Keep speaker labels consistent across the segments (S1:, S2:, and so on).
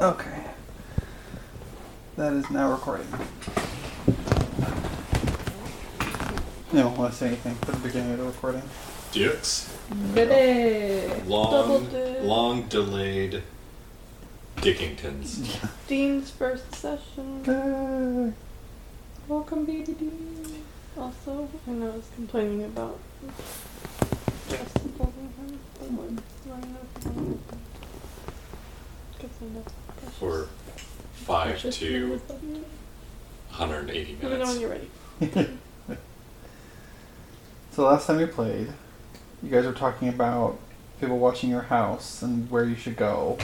S1: Okay. That is now recording. No one wants to say anything for the beginning of the recording.
S2: Dukes.
S3: Village. Double
S2: Long,
S3: dip.
S2: long delayed Dickingtons.
S3: Dean's first session.
S1: Ah.
S3: Welcome, baby Dean. Also, I know I was complaining about Justin Buckingham, but what- I don't know if you want to- 'cause I know it's
S2: for
S3: precious.
S2: 5
S3: Precious
S2: to
S3: minutes of you.
S2: 180
S3: Let me know when
S2: minutes.
S3: you're ready.
S1: so last time we played, you guys were talking about people watching your house and where you should go.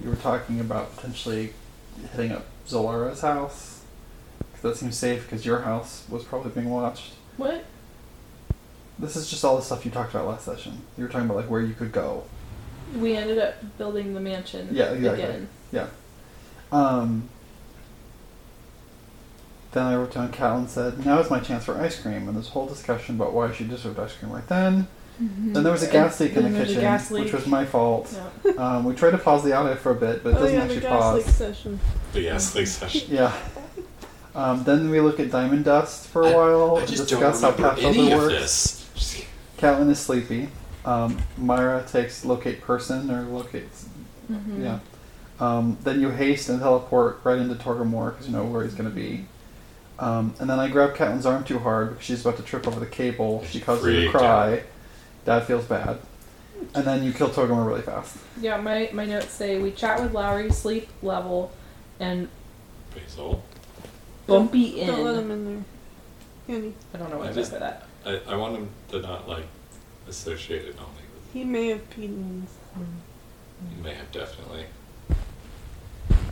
S1: You were talking about potentially hitting up Zolara's house. 'cause that seems safe because your house was probably being watched.
S3: What?
S1: This is just all the stuff you talked about last session. You were talking about like where you could go.
S3: We ended up building the mansion
S1: Yeah, exactly.
S3: again.
S1: Um, then I wrote down Cal and said, "Now is my chance for ice cream." And this whole discussion about why she deserved ice cream right then. Then there was a gas leak in
S3: Then
S1: the
S3: there's Mm-hmm. a
S1: kitchen,
S3: gas leak.
S1: which was my fault.
S3: Yeah.
S1: Um, we tried to pause the audio for a bit, but it
S3: oh,
S1: doesn't
S3: yeah, the
S1: actually
S3: gas leak
S1: pause.
S3: session.
S2: The Astley session.
S1: Yeah. Um, then we look at Diamond Dust for a while
S2: I
S1: and
S2: just don't
S1: discuss how
S2: remember any
S1: Pathfinder
S2: of
S1: works.
S2: this. Just-
S1: Catelyn is sleepy. Um, Myra takes locate person or locates.
S3: Mm-hmm.
S1: Yeah. Um, then you haste and teleport right into Torgamore because you know where he's going to be. Um, and then I grab Catelyn's arm too hard because she's about to trip over the cable. She causes her to
S2: Freaked
S1: cry. Dad feels bad. And then you kill Torgamore really fast.
S4: Yeah, my, my notes say we chat with Lowry, sleep level, and
S2: Basil.
S4: bumpy in.
S3: Don't let him in there. Andy.
S4: I don't know
S2: I
S4: what I meant
S2: just-
S4: by that.
S2: I, I want him to not like associate it only with.
S3: He may have peed in this.
S2: He may have definitely.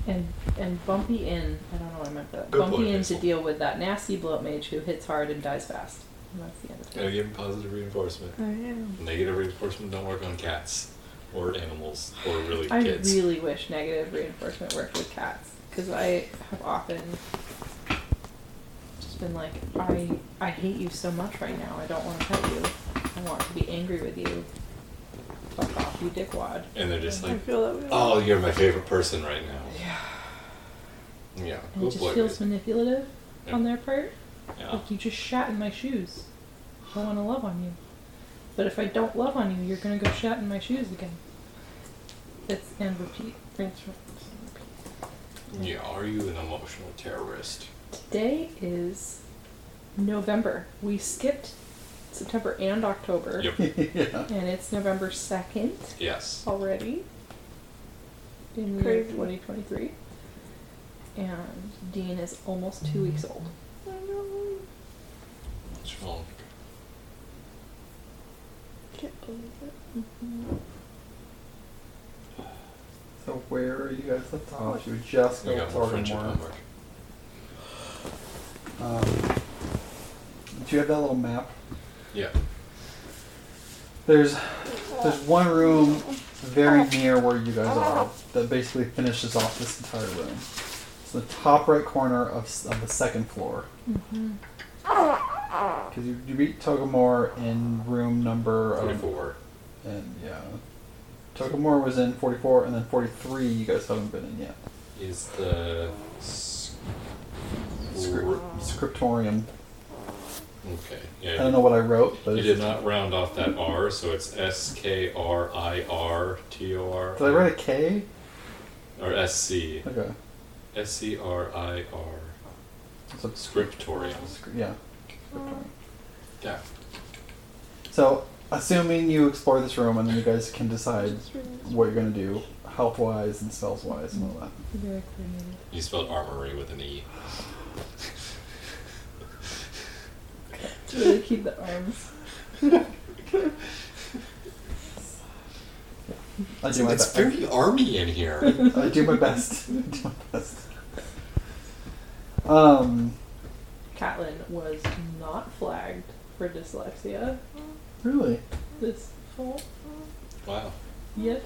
S4: And and bumpy in. I don't know what I meant by that.
S2: Good
S4: bumpy
S2: boy,
S4: in
S2: Hazel.
S4: to deal with that nasty bloat mage who hits hard and dies fast. And that's the end of it.
S2: Gotta give him positive reinforcement.
S3: I am.
S2: Negative reinforcement don't work on cats or animals or really
S4: I
S2: kids.
S4: really wish negative reinforcement worked with cats because I have often just been like, I I hate you so much right now. I don't want to pet you. I want to be angry with you. Fuck off, you dickwad.
S2: and they're just
S3: I
S2: like,
S3: feel that way.
S2: oh, you're my favorite person right now. Yeah. Yeah.
S4: And
S2: Good
S4: it
S2: boy,
S4: just feels
S2: Basil.
S4: manipulative
S2: Yeah.
S4: on their part.
S2: Yeah.
S4: Like you just shat in my shoes. I want to love on you. But if I don't love on you, you're gonna go shat in my shoes again. It's and repeat. Rinse, rinse, and repeat.
S2: Yeah, are you an emotional terrorist?
S4: Today is November. We skipped September and October,
S2: Yep.
S1: yeah.
S4: and it's November second
S2: Yes.
S4: already in the year
S3: Crazy.
S4: 2023. And Dean is almost two weeks old.
S3: I know.
S2: What's wrong?
S3: Can't believe it.
S1: So where are you guys left off? You just
S2: We
S1: go
S2: Oh, got more friendship
S1: Torgamore.
S2: homework.
S1: Um, do you have that little map?
S2: Yeah.
S1: There's there's one room very near where you guys are that basically finishes off this entire room. It's the top right corner of, s- of the second floor. Because you, you beat Togamore in room number um,
S2: 44.
S1: and yeah, Togamore was in 44, and then 43 you guys haven't been in yet.
S2: Is the. s-
S1: Script, scriptorium.
S2: Okay.
S1: I
S2: Yeah.
S1: don't know what I wrote, but
S2: You
S1: it's,
S2: did not round off that R, so it's S K R I R T O R.
S1: did I write a K?
S2: Or S C.
S1: Okay,
S2: S C R I R.
S1: so it's
S2: Scriptorium.
S1: Sc- Yeah.
S4: Uh,
S2: Yeah.
S1: So, assuming you explore this room and then you guys can decide
S3: Just realized.
S1: what you're going to do health wise and spells wise and all that.
S4: Very coordinated.
S2: You spelled armory with an E.
S4: To really keep the arms.
S1: I do my
S2: it's
S1: best.
S2: very army in here.
S1: I do my best. I do my best. Um,
S4: Catelyn was not flagged for dyslexia
S1: really?
S4: this fall
S2: wow.
S4: yet.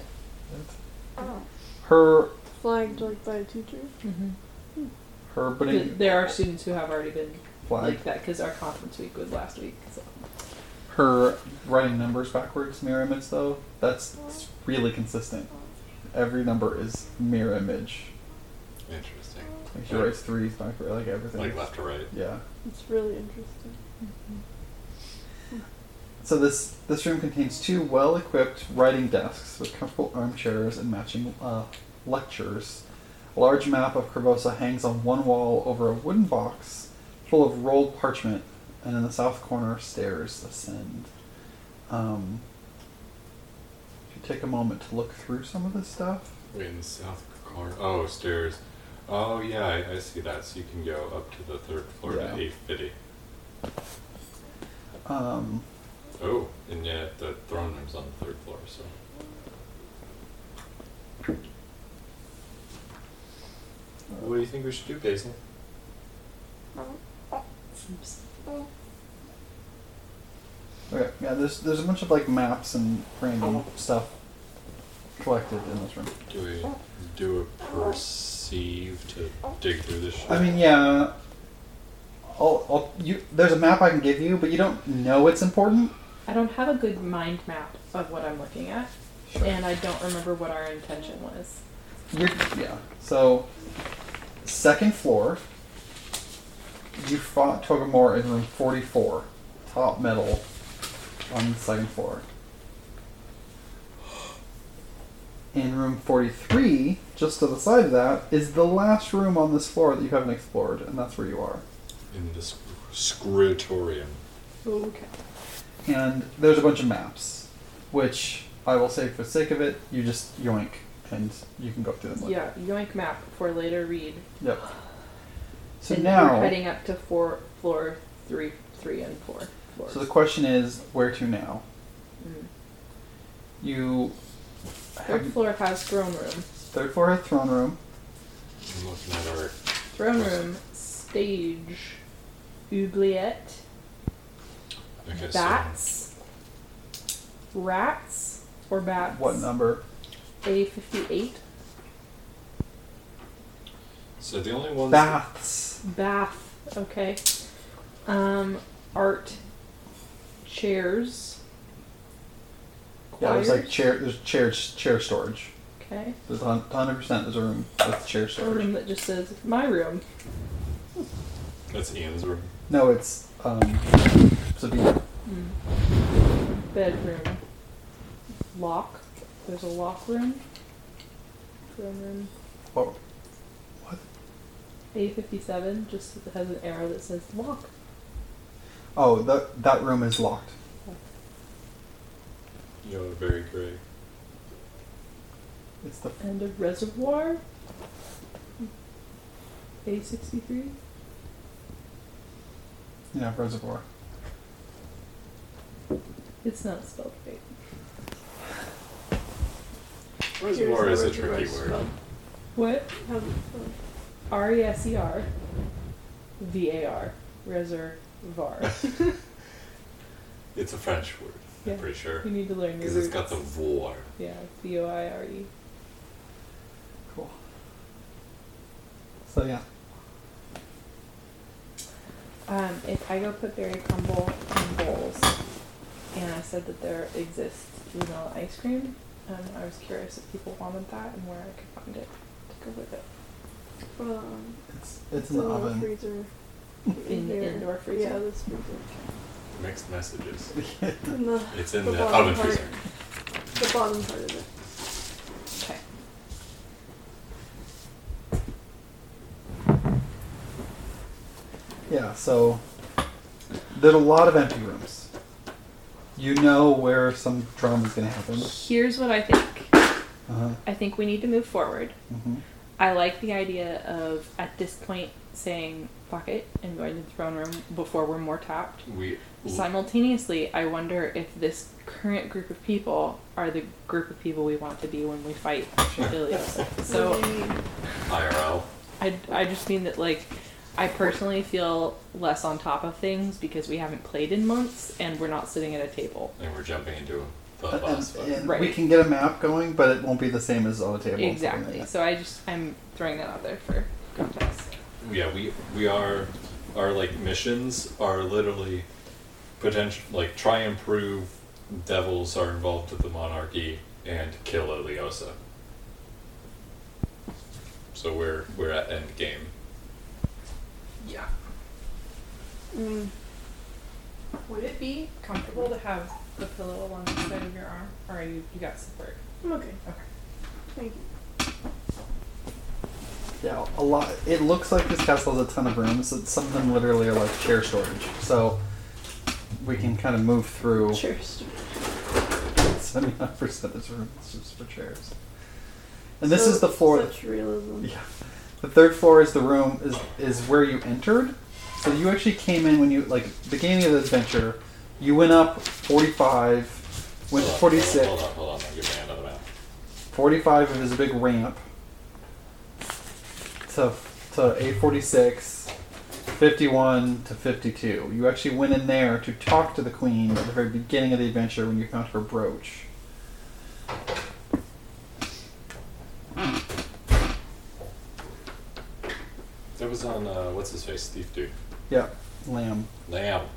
S1: Her,
S3: Flagged like by a teacher.
S1: Mm-hmm. her, but
S4: Th-
S1: in
S4: There are students who have already been
S1: flag.
S4: like that because our conference week was last week. So.
S1: Her writing numbers backwards, mirror image though, that's really consistent. every number is mirror image.
S2: Interesting.
S1: Like she writes threes back, like everything.
S2: Like left to right.
S1: Yeah.
S3: It's really interesting.
S1: So this this room contains two well-equipped writing desks with comfortable armchairs and matching uh, lectures. A large map of Corvosa hangs on one wall over a wooden box full of rolled parchment, and in the south corner, stairs ascend. Um, if you take a moment to look through some of this stuff,
S2: Wait, in the south corner. Oh, stairs. Oh, yeah, I, I see that. So you can go up to the third floor
S1: Yeah.
S2: to 850.
S1: um,
S2: Oh, and yet the throne room's on the third floor, so. What do you think we should do, Basil?
S1: okay, yeah, there's there's a bunch of like maps and random stuff collected in this room.
S2: Do we do a perceive to dig through this shit?
S1: I mean, yeah. I'll, I'll, you, there's a map I can give you, but you don't know it's important.
S4: I don't have a good mind map of what I'm looking at, and I don't remember what our intention was.
S1: You're, yeah. So, second floor. You fought Togamore in room 44, top metal, on the second floor. In room 43, just to the side of that, is the last room on this floor that you haven't explored, and that's where you are.
S2: in this scritorium.
S1: Oh,
S3: Okay.
S1: and there's a bunch of maps, which I will say for the sake of it, you just yoink and you can go through them later.
S4: Yeah, yoink map for later read.
S1: Yep. So
S4: and
S1: now,
S4: we're heading up to four, floor three, three and four floors.
S1: so the question is, where to now?
S4: Mm.
S1: You
S4: Third
S1: have
S4: floor has throne room.
S1: third floor has throne room.
S2: I'm looking at our
S4: Throne room, stage, oubliette,
S2: okay,
S4: bats, rats, or bats.
S1: What number?
S4: A fifty-eight
S2: So, so the only ones
S1: Baths.
S4: bath. Okay. Um, art, chairs.
S1: Yeah, there's like
S4: choirs.
S1: chair. There's chair chair storage.
S4: Okay.
S1: There's a hun- hundred percent. There's a room with chair
S4: A
S1: storage.
S4: room that just says my room.
S2: that's Ian's room.
S1: No, it's um. Sabina.
S4: Hmm. Bedroom. Lock. There's a lock room. Throne room.
S1: Oh,
S4: A fifty seven just has an arrow that says lock.
S1: oh, that that room is locked.
S2: You are very great.
S1: It's the
S4: And a reservoir. A sixty three.
S1: you know reservoir.
S4: It's not spelled right.
S2: Reservoir is a
S3: Here's the
S2: tricky
S3: reservoir
S2: word.
S4: What?
S3: How's it spelled?
S4: R E S E R V A R. Reservoir.
S2: It's a French word,
S4: Yeah.
S2: I'm pretty sure.
S4: you need to learn your
S2: Because it's got the
S4: roots.
S2: vor.
S4: Yeah, V O I R E.
S1: Cool. So yeah.
S4: Um, if I go put berry crumble in bowls, and I said that there exists vanilla ice cream, um, I was curious if people wanted that and where I could find it to go with it
S3: Um,
S1: It's it's in the
S3: little
S1: oven.
S3: freezer.
S4: in the
S3: here.
S4: indoor
S3: Yeah,
S4: freezer.
S3: this freezer.
S2: Mixed messages.
S3: In the,
S2: It's in
S3: The
S2: the,
S3: bottom
S2: oven
S3: part.
S2: freezer.
S3: the bottom part of it.
S4: Okay.
S1: Yeah. So there's a lot of empty rooms. You know where some drama's gonna happen.
S4: Here's what I think.
S1: Uh-huh.
S4: I think we need to move forward.
S1: hmm
S4: I like the idea of at this point saying fuck it and going to the throne room before we're more tapped.
S2: We
S4: Simultaneously, I wonder if this current group of people are the group of people we want to be when we fight Shadilios. so
S3: Really,
S2: IRL.
S4: I, I just mean that, like, I personally feel less on top of things because we haven't played in months and we're not sitting at a table.
S2: And we're jumping into the
S1: And,
S2: boss
S1: and,
S2: fight.
S1: and
S4: Right.
S1: we can get a map going, but it won't be the same as on a table. and stuff like
S4: exactly.
S1: that.
S4: So I just, I'm throwing that out there for context.
S2: Yeah, we we are our like missions are literally potential like try and prove devils are involved with the monarchy and kill Eliosa. so we're we're at end game.
S5: Yeah.
S3: I mean,
S5: Would it be comfortable to have the pillow along the side of your arm, or are you you got support?
S3: I'm okay.
S5: Okay.
S3: Thank you.
S1: Yeah, a lot. It looks like this castle has a ton of rooms. But some of them literally are like chair storage, so we can kind of move through
S3: Cheers.
S1: seventy-nine percent of this room is just for chairs. And this is the floor.
S3: Such realism.
S1: Yeah. The third floor is the room is is where you entered. So you actually came in when you like beginning of the adventure. You went up forty five, went
S2: Hold on,
S1: forty
S2: Hold
S1: six.
S2: on, hold on. I'll give me another map.
S1: Forty five is a big ramp. To to eight forty six. 51 to 52. You actually went in there to talk to the queen at the very beginning of the adventure when you found her brooch.
S2: That was on uh, what's his face, Steve dude,
S1: Yeah, lamb.
S2: Lamb.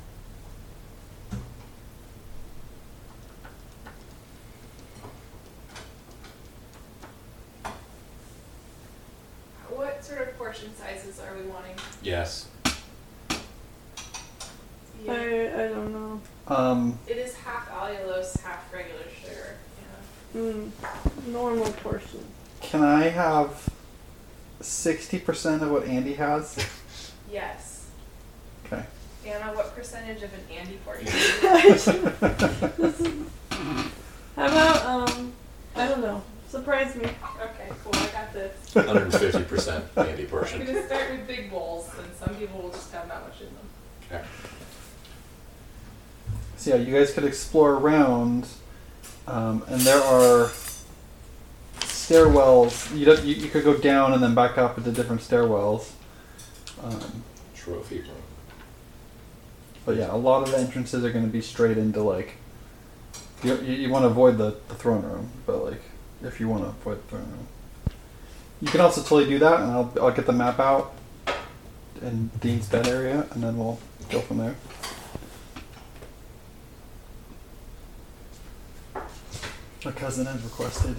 S4: What sort of portion sizes are we wanting?
S2: Yes.
S4: Yeah.
S3: I, I don't know.
S1: Um,
S4: it is half allulose, half regular sugar.
S3: Mm, normal portion.
S1: can I have 60% of what Andy has?
S4: Yes.
S1: Okay.
S4: Anna, what percentage of an Andy portion?
S3: this is, how about um? I don't know. Surprise me.
S4: okay, cool. I got this.
S2: 150 percent Andy
S4: We're
S2: portion.
S4: gonna start with big bowls, and some people will just have that much in them.
S2: Okay.
S1: So yeah, you guys could explore around, um, and there are stairwells. You, don't, you you could go down and then back up into different stairwells. Um,
S2: Trophy room.
S1: but yeah, a lot of the entrances are going to be straight into like. You you, you want to avoid the, the throne room, but like if you want to avoid the throne room, you can also totally do that, and I'll I'll get the map out in Dean's bed area, and then we'll go from there. My cousin had requested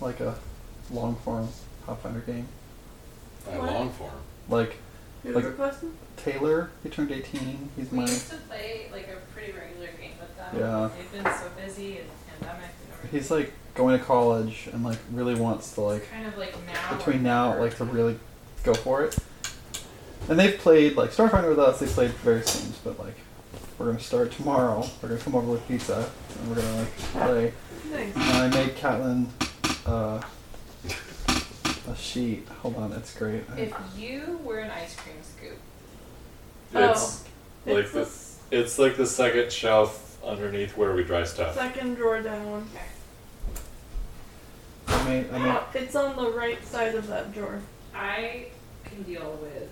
S1: like a long form Pathfinder game.
S2: I
S3: What?
S2: long form.
S1: Like
S3: Who
S1: Like-
S3: requested?
S1: Taylor, he turned eighteen. He's
S4: We
S1: my
S4: used to play like a pretty regular game with them.
S1: Yeah.
S4: They've been so busy and pandemic and everything.
S1: he's like going to college and like really wants to like
S4: It's kind of like now. or
S1: between now
S4: never.
S1: like to really go for it. And they've played like Starfinder with us. They played various games, but like we're gonna start tomorrow. We're gonna come over with pizza and we're gonna like play.
S3: Nice.
S1: And I made Catelyn uh, a sheet. Hold on, it's great. I-
S4: If you were an ice cream scoop,
S2: It's like
S3: it's the
S2: the it's like the second shelf underneath where we dry stuff.
S3: second drawer down.
S4: okay.
S1: I made, I made
S3: It's on the right side of that drawer.
S4: I can deal with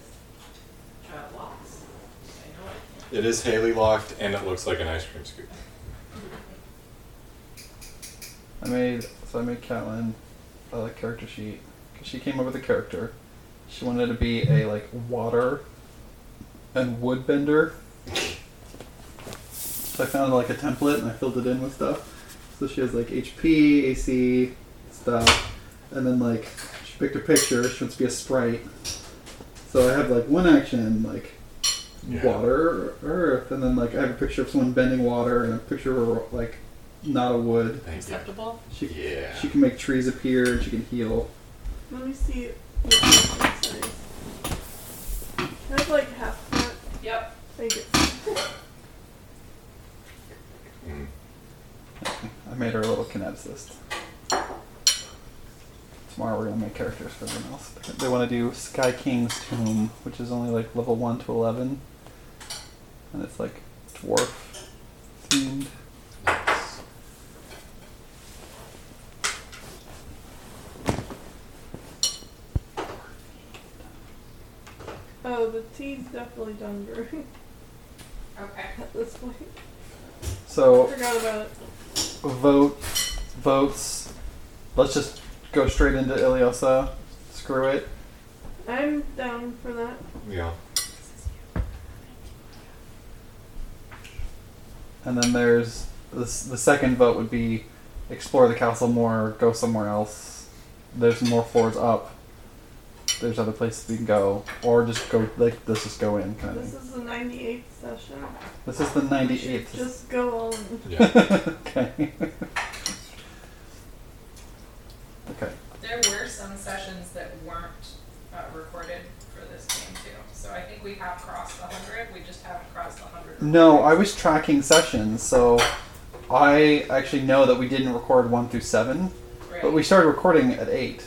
S4: uh, child loss. I know I
S2: It is Haley locked and it looks like an ice cream scoop.
S1: I made so I made Catelyn a character sheet. 'Cause She came up with a character. She wanted to be a like water and wood bender. So I found like a template and I filled it in with stuff. So she has like HP, AC, stuff, and then like she picked a picture. She wants to be a sprite. So I have like one action like
S2: Yeah.
S1: water, earth, and then like I have a picture of someone bending water and a picture of a, like not a wood.
S2: Thank you.
S4: acceptable.
S1: She
S2: Yeah.
S1: she can make trees appear and she can heal.
S3: Let me see. What this is. I have like half that.
S4: Yep.
S3: I guess.
S2: Mm.
S1: I made her a little kineticist. Tomorrow we're gonna make characters for everyone else. They want to do Sky King's Tomb, which is only like level one to eleven, and it's like dwarf themed.
S2: Nice.
S3: Oh, the tea's definitely done brewing
S4: Okay.
S3: at this point.
S1: So
S3: Forgot about it.
S1: vote votes. Let's just go straight into Iliosa. Screw it.
S3: I'm down for that.
S2: Yeah.
S1: And then there's the, s- the second vote would be explore the castle more, go somewhere else. There's more floors up. there's other places we can go, or just go like let's just go in kind of
S3: This
S1: thing.
S3: is the 98th session.
S1: This is the
S3: We should
S1: 98th.
S3: just go all in.
S2: Yeah.
S1: okay. okay.
S4: There were some sessions that weren't uh, recorded for this game too, so I think we have crossed the hundred. We just haven't crossed the hundred.
S1: No, I was tracking sessions, so I actually know that we didn't record one through seven,
S4: Right.
S1: but we started recording at eight.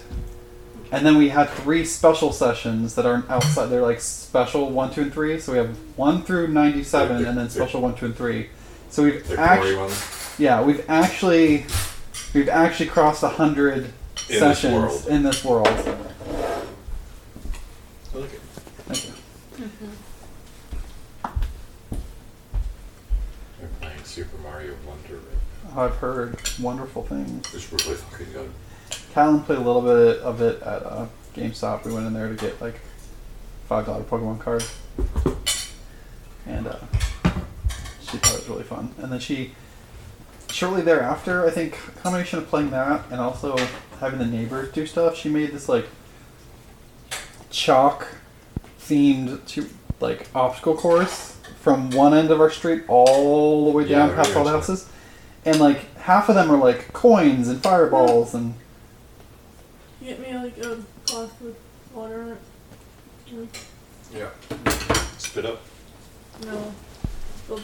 S1: And then we had three special sessions that aren't outside. They're like special one, two, and three. So we have one through ninety-seven, and then special one, two, and three. So we've
S2: The
S1: actually
S2: glory ones.
S1: Yeah, we've actually we've actually crossed a hundred
S2: In this
S1: sessions
S2: world.
S1: in this world.
S2: I like it.
S1: Thank you.
S2: They're playing Super Mario Wonder right now,
S1: I've heard wonderful things.
S2: which really fucking good.
S1: Callan played a little bit of it at uh, GameStop. We went in there to get like five dollar Pokemon card, and uh, she thought it was really fun. And then she shortly thereafter, I think a combination of playing that and also having the neighbors do stuff, she made this like chalk themed to like obstacle course from one end of our street all the way
S2: Yeah,
S1: down
S2: I
S1: past all the
S2: remember
S1: houses. And like half of them are like coins and fireballs and
S3: Get me like a glass with water in it.
S2: Yeah. Spit up.
S3: No. They'll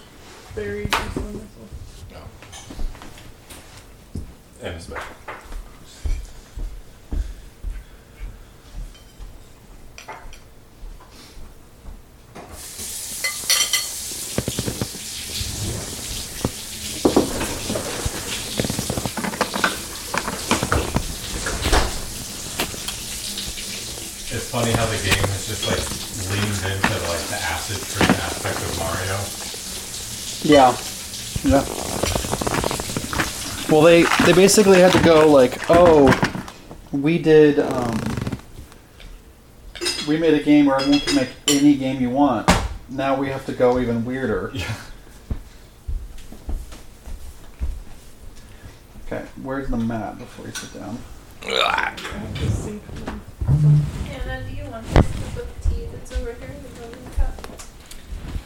S3: bury juice in this one.
S2: No. And it's back. It's funny how the game has just like leaned into like the acid trip aspect of Mario.
S1: Yeah. Yeah. Well, they they basically had to go like, oh, we did. Um, we made a game where everyone can make any game you want. Now we have to go even weirder.
S2: Yeah.
S1: Okay, where's the map before you sit down?
S3: I have to sink them.
S6: Anna, do you want us to put the tea that's over here in the golden cup?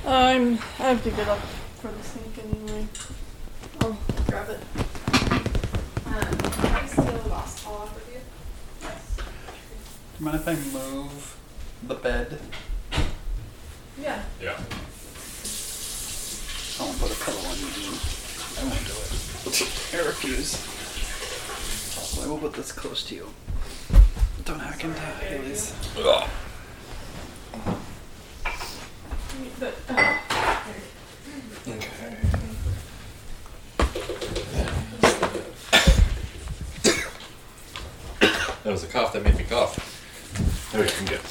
S3: I'm. I have to get up for the sink anyway. I'll grab it.
S4: Um, I still lost all of you.
S1: Do you mind if I move the bed?
S4: Yeah.
S2: Yeah.
S1: I won't put a pillow on you, dude. I won't do it. I refuse. Also, I will put this close to you. Don't hack into Haley's.
S4: But
S2: Okay. That was a cough that made me cough. There we go, I'm good.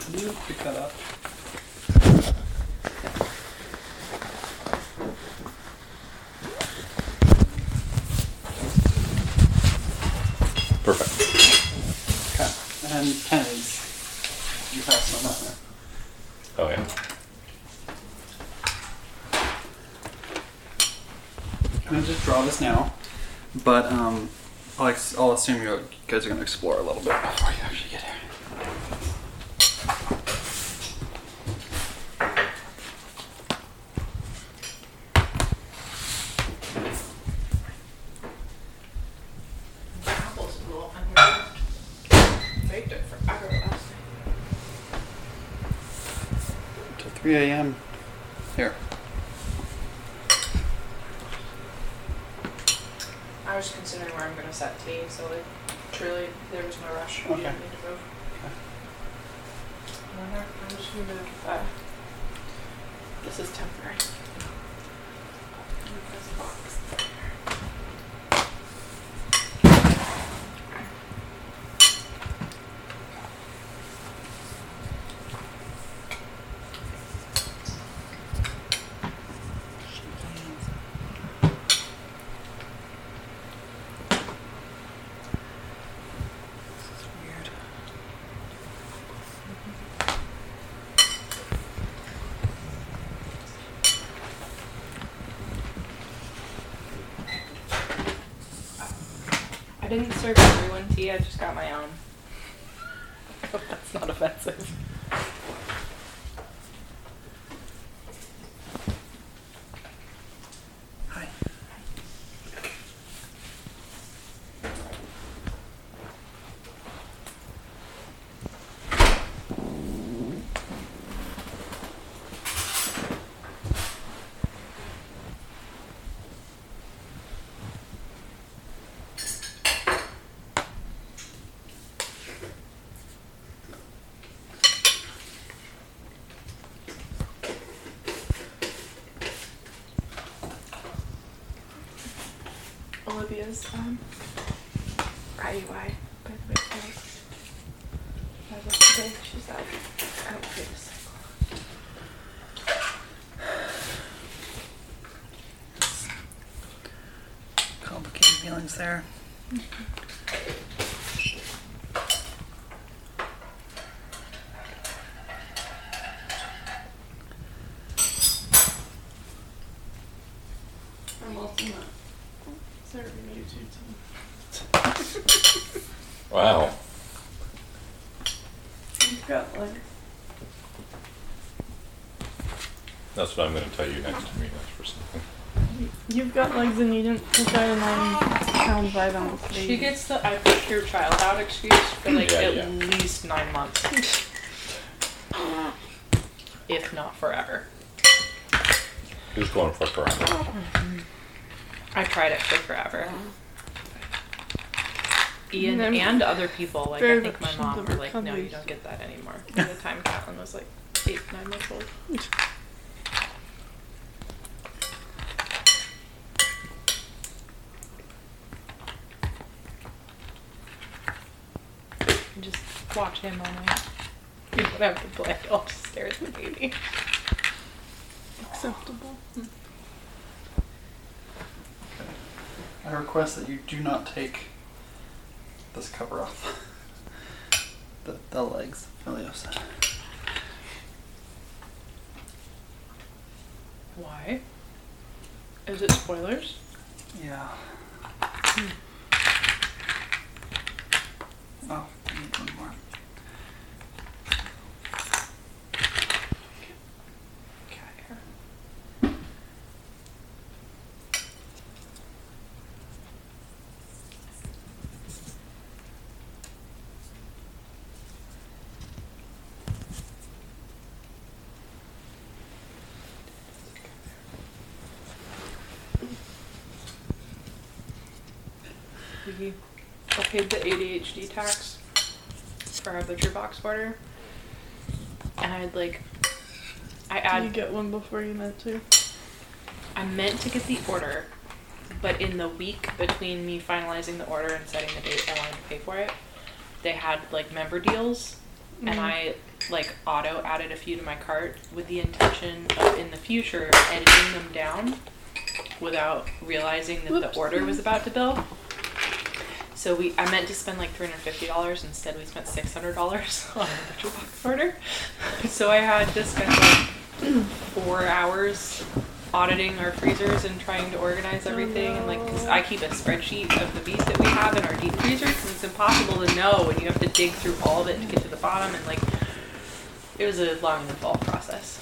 S1: Can you pick that up?
S2: Perfect.
S1: Okay. And pennies. You have some on there.
S2: Oh yeah.
S1: I'm gonna just draw this now, but um, I'll, ex- I'll assume you guys are gonna explore a little bit before you actually get here.
S4: apples will under. Baked it forever last night.
S1: Till 3 a.m. Here.
S4: I was considering where I'm gonna set tea, so like, truly, there was no rush. We
S1: Okay.
S4: didn't need to move. Wonder- I'm just gonna move. Uh, this is temporary. Move this box there. I didn't serve everyone tea. I just got my own. That's not offensive.
S3: Olivia's um, IUI, by the way, was as of today. She's out. Out for the cycle.
S1: Complicated feelings there.
S3: I'm also not serving you two
S2: Wow.
S3: times. You've got like
S2: That's what I'm going to tell you next to me. That's for something.
S3: You've got legs and you didn't put that in nine pounds right on the sleeve.
S4: She gets the I pushed your child out excuse for like
S2: Yeah,
S4: at
S2: yeah.
S4: least nine months. if not forever.
S2: Who's going for forever?
S4: I tried it for forever. Ian
S3: And I'm
S4: and other people, like
S3: very
S4: I think my
S3: much
S4: mom,
S3: into
S4: were like, no, you
S3: recovery.
S4: don't get that anymore. By the time Catelyn was like eight, nine months old. And just watch him all night. You don't have to play. Oh, I'll just stare at the baby.
S3: acceptable.
S1: I request that you do not take this cover off. the, the legs, Meliosa.
S4: Why? Is it spoilers?
S1: Yeah. Oh, I need one more.
S4: Cat hair. We I Mhm. paid the ADHD tax for our butcher box order, and I'd like, I add
S3: you get one before you meant to.
S4: I meant to get the order, but in the week between me finalizing the order and setting the date I wanted to pay for it, they had like member deals, and I like auto added a few to my cart with the intention of in the future editing them down without realizing that the order was about to build. So we, I meant to spend like three hundred fifty dollars. Instead, we spent six hundred dollars on a virtual box order. So I had to spend like four hours auditing our freezers and trying to organize everything. And like, 'cause I keep a spreadsheet of the meat that we have in our deep freezer because it's impossible to know, and you have to dig through all of it to get to the bottom. And like, it was a long and involved process.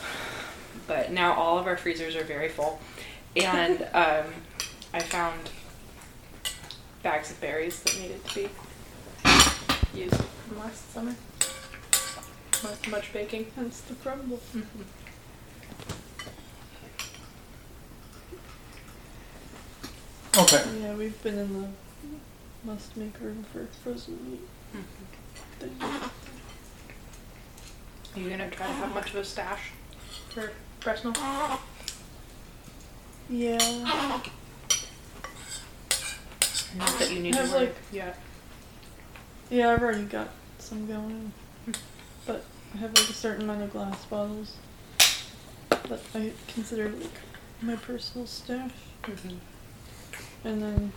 S4: But now all of our freezers are very full, and um, I found bags of berries that needed to be used from last summer. Not too much baking.
S3: Hence the crumble.
S1: Okay.
S3: Yeah, we've been in the must make room for frozen meat.
S4: Hmm.
S3: thing.
S4: Are you gonna try to have much of a stash for breast milk?
S3: Yeah.
S4: Not that you need
S3: Have,
S4: to worry.
S3: like-
S4: yeah.
S3: Yeah, I've already got some going. But I have like a certain amount of glass bottles that I consider like my personal stash.
S4: mm-hmm,
S3: And then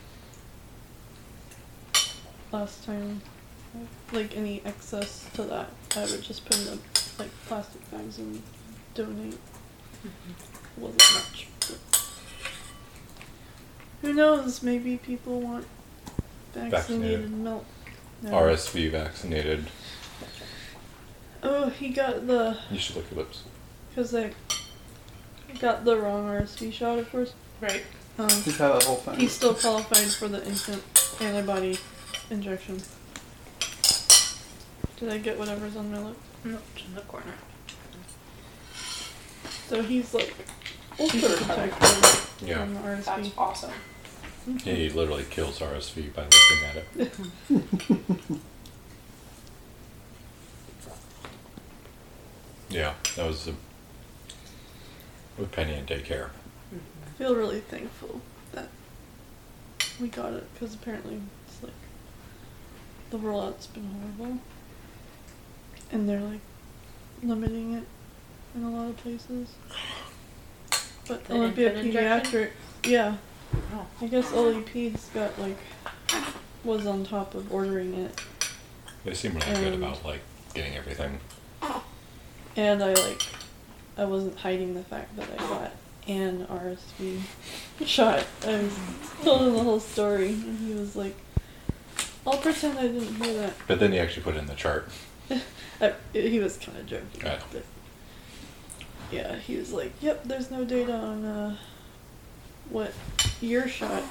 S3: last time, like any excess to that, I would just put in the like plastic bags and donate. Wasn't much. But who knows? Maybe people want
S2: Vaccinated.
S3: vaccinated milk. now.
S2: RSV vaccinated
S3: Oh, he got the
S2: You should lick your lips.
S3: because they got the wrong RSV shot, of course.
S4: Right.
S3: Um,
S1: Just have that whole thing.
S3: he's still qualified for the instant antibody injection. Did I get whatever's on my lip?
S4: No, it's in the corner.
S3: So he's like ultra
S4: He's recovered.
S3: protected
S2: Yeah.
S3: from the RSV.
S4: That's awesome.
S2: He literally kills RSV by looking at it. yeah, that was the with Penny and daycare.
S3: I feel really thankful that we got it because apparently it's like the rollout's been horrible, and they're like limiting it in a lot of places. But
S4: The
S3: Olympia
S4: infant injection?
S3: Pediatric, yeah,
S4: Oh.
S3: I guess OEP's got like was on top of ordering it,
S2: They seem really good
S3: Um,
S2: about like getting everything.
S3: and I like I wasn't hiding the fact that I got an RSV shot. I was told him the whole story, and he was like, "I'll pretend I didn't hear that."
S2: But then he actually put it in the chart.
S3: I, he was kind of joking.
S2: Yeah.
S3: But yeah, he was like, "Yep, there's no data on uh, what your shot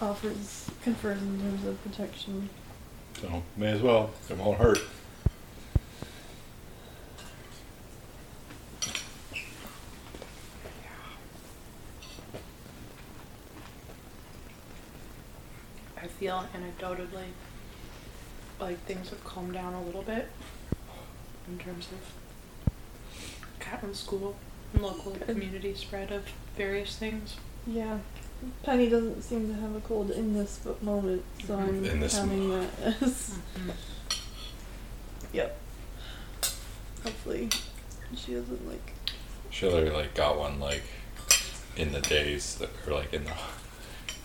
S3: offers confers in terms of protection."
S2: So may as well. It won't hurt.
S4: I feel anecdotally like things have calmed down a little bit in terms of cat in school and local
S3: Good.
S4: community spread of various things.
S3: Yeah. Penny doesn't seem to have a cold in this bo- moment, so I'm
S2: In this
S3: counting that as. Yep. Hopefully, she doesn't like.
S2: She literally like got one like in the days that or like in the.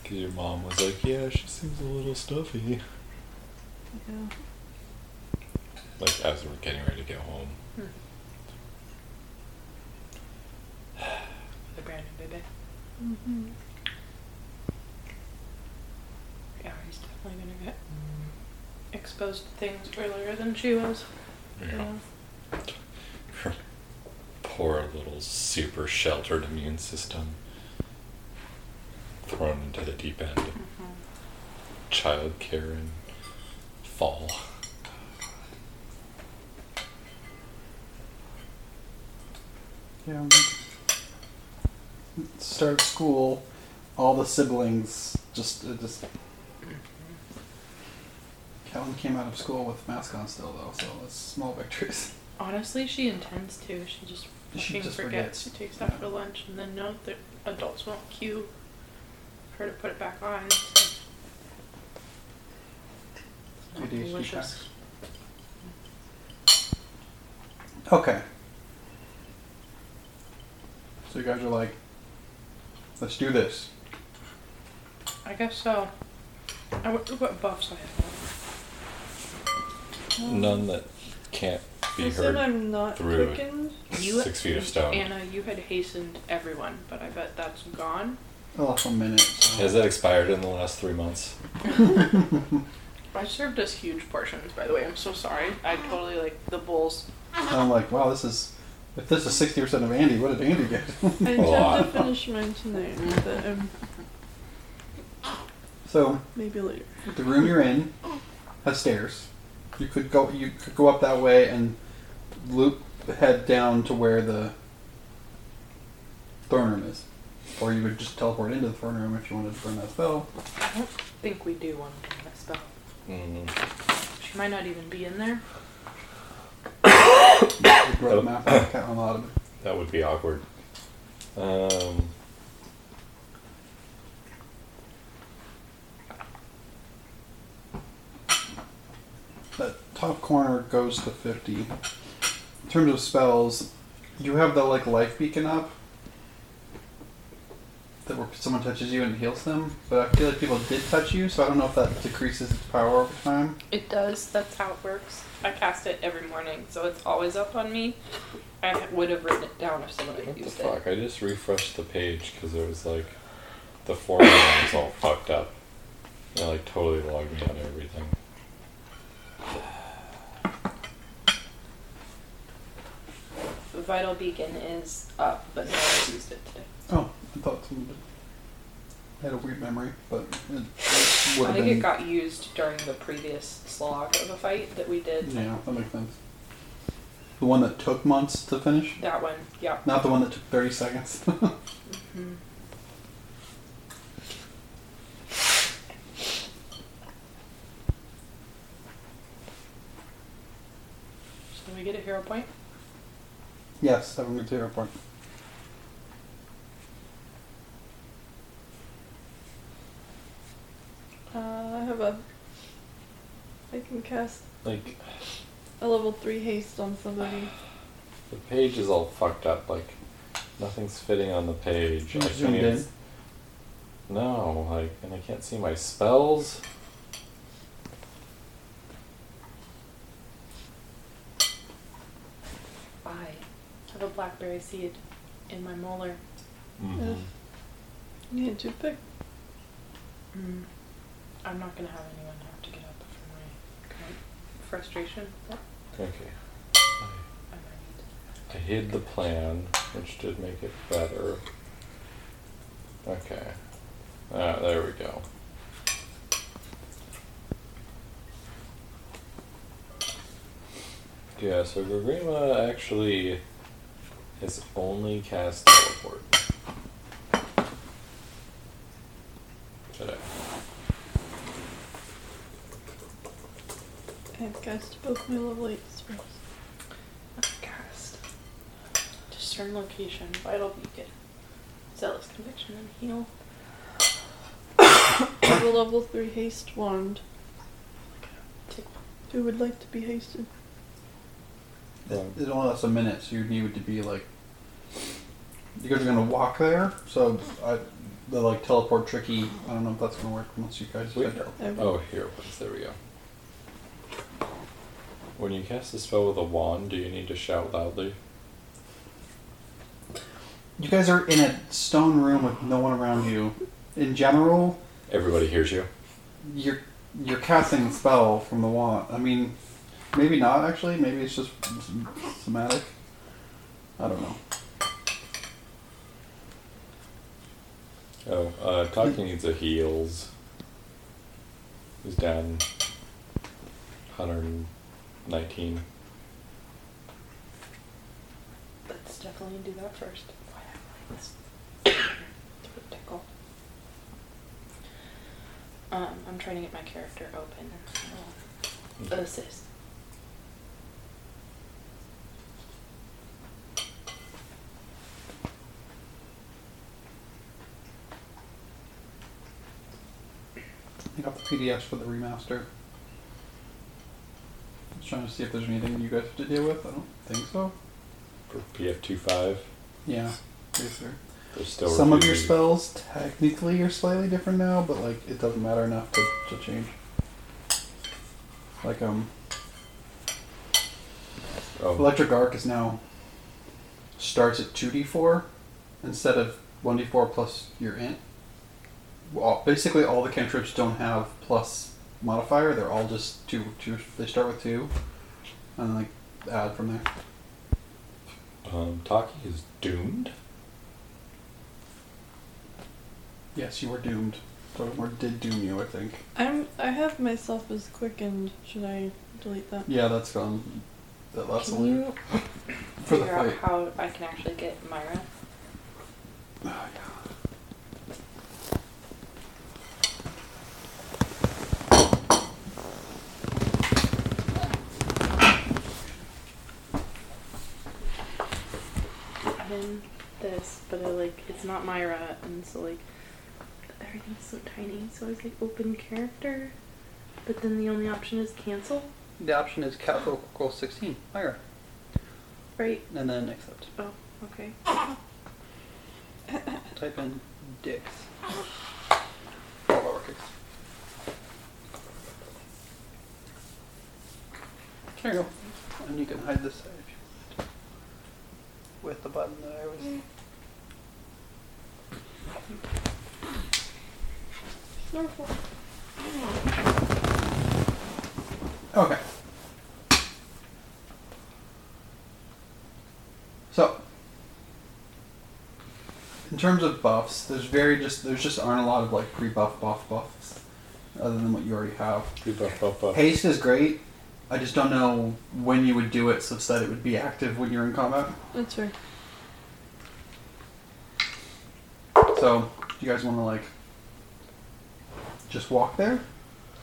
S2: Cause your mom was like, yeah, she seems a little stuffy.
S3: Yeah.
S2: Like as we're getting ready to get home.
S4: Hmm. The Brandon baby.
S3: Mm-hmm.
S4: Yeah, he's definitely gonna get exposed to things earlier than she was.
S2: Yeah. Her poor little super sheltered immune system thrown into the deep end of
S4: Mm-hmm.
S2: child care and fall.
S1: Yeah. Start of school, all the siblings just uh, just. Calvin came out of school with mask on still though, so it's small victories.
S4: Honestly, she intends to. She just
S1: She
S4: fucking
S1: just forgets.
S4: forgets. She takes
S1: Yeah.
S4: that for lunch, and then no, the adults won't cue her to put it back on. so- It's not
S1: ADHD
S4: delicious.
S1: Okay. So you guys are like, let's do this.
S4: I guess so. I wonder what buffs I have.
S3: Oh.
S2: None that can't be
S3: Assume
S2: heard.
S3: I'm not
S2: through it.
S3: quickened.
S4: You-
S2: Six feet of stone.
S4: Anna, you had hastened everyone, but I bet that's gone.
S1: I lost one Oh, minute. so-
S2: Has that expired in the last three months?
S4: I served us huge portions, by the way. I'm so sorry. I totally like the bowls.
S1: I'm like, wow, this is. If this is sixty percent of Andy, what did Andy get?
S3: I
S2: lot.
S3: intend to finish mine tonight, but um,
S1: so
S3: maybe later.
S1: the room you're in has stairs. You could go. You could go up that way and loop head down to where the throne room is, or you would just teleport into the throne room if you wanted to burn that spell.
S4: I don't think we do want to do that spell.
S2: Mm,
S4: She might not even be in there.
S1: You could grab a map and count on a lot of it.
S2: that would be awkward. Um,
S1: That top corner goes to fifty. In terms of spells, you have the like life beacon up. That where someone touches you and heals them, but I feel like people did touch you, so I don't know if that decreases its power over time.
S4: It does. That's how it works. I cast it every morning, so it's always up on me. I would have written it down if someone
S2: what
S4: had
S2: the
S4: used it.
S2: fuck? I just refreshed the page because there was like the formula was all fucked up. And it like totally logged me out of everything.
S4: vital beacon is up, but no one's used it today.
S1: Oh, I thought someone had a weird memory, but it, it would
S7: I
S1: have
S7: think
S1: been.
S7: it got used during the previous slog of a fight that we did.
S1: yeah, that makes sense. The one that took months to finish,
S7: That one, yeah.
S1: not the one that took thirty seconds.
S4: Hmm. So we get a hero point.
S1: yes, that one to your point.
S8: Uh, I have a. I can cast
S2: Like
S8: a level 3 haste on somebody.
S2: the page is all fucked up. Like nothing's fitting on the page. I
S1: Zoomed
S2: can't
S1: in.
S2: even, no, like, and I can't see my spells.
S4: I have a blackberry seed in my molar.
S2: Mhm.
S8: You need to pick.
S4: Mm. I'm not gonna have anyone have to get up from my current frustration, but
S2: Okay.
S4: I might.
S2: I hid the plan, which did make it better. Okay. Ah, there we go. Yeah, so Gagrima actually has only cast teleport. Today.
S8: I've cast both my level 8 spells.
S4: Cast. Discern location, vital beacon, zealous conviction, and heal.
S8: I have a level 3 haste wand.
S4: Take one.
S8: Who would like to be hasted?
S2: Um,
S1: It, it only lasts a minute, so you need to be like. You guys are gonna walk there, so I, the like teleport tricky. I don't know if that's gonna work once you guys
S2: We-
S1: get there.
S8: I would-
S2: Oh, here it was. There we go. When you cast a spell with a wand, do you need to shout loudly?
S1: You guys are in a stone room with no one around you. In general,
S2: Everybody hears you.
S1: you're you're casting the spell from the wand. I mean, maybe not actually. Maybe it's just somatic. I don't know.
S2: Oh, uh, Taki needs a heals. He's down 119.
S4: Let's definitely do that first. Why am I this? Throat tickle. Um, I'm trying to get my character open. I will Assist.
S1: I got the PDFs for the remaster. Just trying to see if there's anything you guys have to deal with. I don't think so.
S2: For PF25,
S1: Yeah, basically.
S2: they're still
S1: Some of your
S2: refusing.
S1: spells technically are slightly different now, but like it doesn't matter enough to, to change. Like um,
S2: Oh,
S1: electric arc is now starts at two d four instead of one d four plus your int. Well, basically, all the cantrips don't have plus modifier. They're all just two two. They start with two, and like add from there.
S2: um, Taki is doomed.
S1: Yes, you were doomed. So, Or did doom you, I think.
S8: I'm, I have myself as quickened. Should I delete that?
S1: Yeah, that's gone. That last
S4: Can
S1: one
S4: you
S1: for the
S4: figure out
S1: fight.
S4: how I can actually get Myra?
S1: Oh,
S4: I'm in this, but I like it's not Myra, and so like everything's so tiny. So I was like open character, but then the only option is cancel,
S1: The option is capital goal sixteen higher,
S4: right?
S1: and then accept.
S4: Oh, okay.
S1: Type in dicks. All lowercase. There you go. And you can hide this side if you want. With the button that I was.
S8: Snorkel.
S1: Okay. So, terms of buffs, there's very just there's just aren't a lot of like pre-buff buff buffs, other than what you already have.
S2: Pretty buff, buff, buff.
S1: Haste is great. I just don't know when you would do it such that it would be active when you're in combat.
S9: That's right.
S1: So, do you guys want to like just walk there?